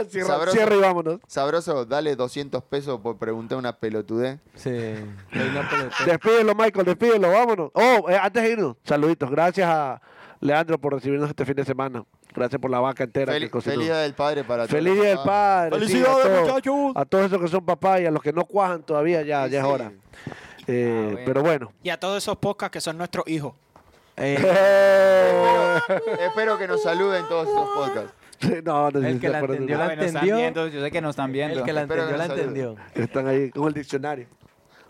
[SPEAKER 5] Cierra,
[SPEAKER 6] Sabroso.
[SPEAKER 5] cierra y vámonos.
[SPEAKER 6] Sabroso, dale 200 pesos por preguntar una pelotudez.
[SPEAKER 7] Sí. Ahí no peloteo.
[SPEAKER 5] Despídelo, Michael, despídelo, vámonos. Oh, eh, antes de irnos, saluditos. Gracias a Leandro por recibirnos este fin de semana. Gracias por la vaca entera.
[SPEAKER 6] Fel-
[SPEAKER 5] que cocinó.
[SPEAKER 6] feliz Día del Padre para todos.
[SPEAKER 5] Feliz Día del Padre.
[SPEAKER 6] Felicidades,
[SPEAKER 5] sí, a todos,
[SPEAKER 6] muchachos.
[SPEAKER 5] A todos esos que son papás y a los que no cuajan todavía, ya,
[SPEAKER 6] Sí,
[SPEAKER 5] ya es
[SPEAKER 6] sí.
[SPEAKER 5] hora.
[SPEAKER 7] Ah,
[SPEAKER 5] Eh,
[SPEAKER 12] bueno.
[SPEAKER 5] Pero bueno.
[SPEAKER 9] Y a todos esos podcasts que son nuestros hijos.
[SPEAKER 7] Eh.
[SPEAKER 5] [laughs]
[SPEAKER 6] Espero que nos saluden todos estos podcasts.
[SPEAKER 5] no, no,
[SPEAKER 7] El que la
[SPEAKER 5] no, no, no.
[SPEAKER 7] entendió, la
[SPEAKER 12] Bueno, están
[SPEAKER 7] entendió.
[SPEAKER 12] viendo, yo sé que nos están viendo.
[SPEAKER 7] El que la
[SPEAKER 6] Espero que
[SPEAKER 7] entendió, la
[SPEAKER 6] nos salude.
[SPEAKER 7] entendió.
[SPEAKER 5] Están ahí con el diccionario.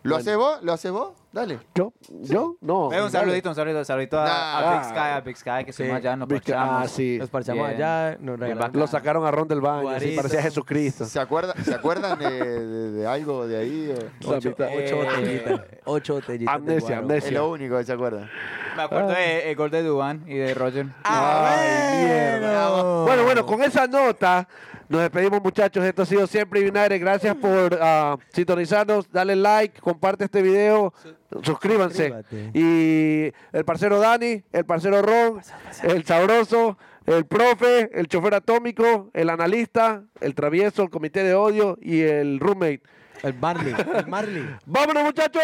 [SPEAKER 6] ¿Lo haces vos? ¿Lo haces vos? Dale.
[SPEAKER 5] ¿Yo? ¿Yo? No.
[SPEAKER 12] Eh, un saludito, un saludito, un saludito a,
[SPEAKER 6] Nah.
[SPEAKER 12] a Big Sky, a Big Sky, que se allá, nos
[SPEAKER 5] Big Sky,
[SPEAKER 12] parchamos.
[SPEAKER 5] ah, sí.
[SPEAKER 12] Nos
[SPEAKER 7] parchamos
[SPEAKER 12] Bien.
[SPEAKER 7] allá, nos
[SPEAKER 12] Bien
[SPEAKER 7] regalamos.
[SPEAKER 5] Lo sacaron a Ron del baño, así
[SPEAKER 7] Guarizo.
[SPEAKER 5] parecía Jesucristo.
[SPEAKER 6] ¿Se, acuerda- ¿se acuerdan de, de- de algo de ahí? Eh,
[SPEAKER 5] La mitad.
[SPEAKER 7] Ocho botellitas. Ocho botellitas. de
[SPEAKER 5] Amnesia,
[SPEAKER 7] guaro.
[SPEAKER 5] amnesia.
[SPEAKER 6] Es lo único que se acuerdan.
[SPEAKER 12] Me
[SPEAKER 5] Ah.
[SPEAKER 12] acuerdo de eh, el gol de Dubán y de Roger.
[SPEAKER 5] Ay, mierda. Ah, Bueno, bueno, con esa nota nos despedimos, muchachos. Esto ha sido siempre Vinagre. Gracias por ah, sintonizarnos. Dale like, comparte este video, suscríbanse.
[SPEAKER 7] Suscríbete.
[SPEAKER 5] Y el parcero Dani, el parcero Ron, el sabroso, el profe, el chofer atómico, el analista, el travieso, el comité de odio y el roommate.
[SPEAKER 7] El Marley. El Marley.
[SPEAKER 5] ¡Vámonos, muchachos!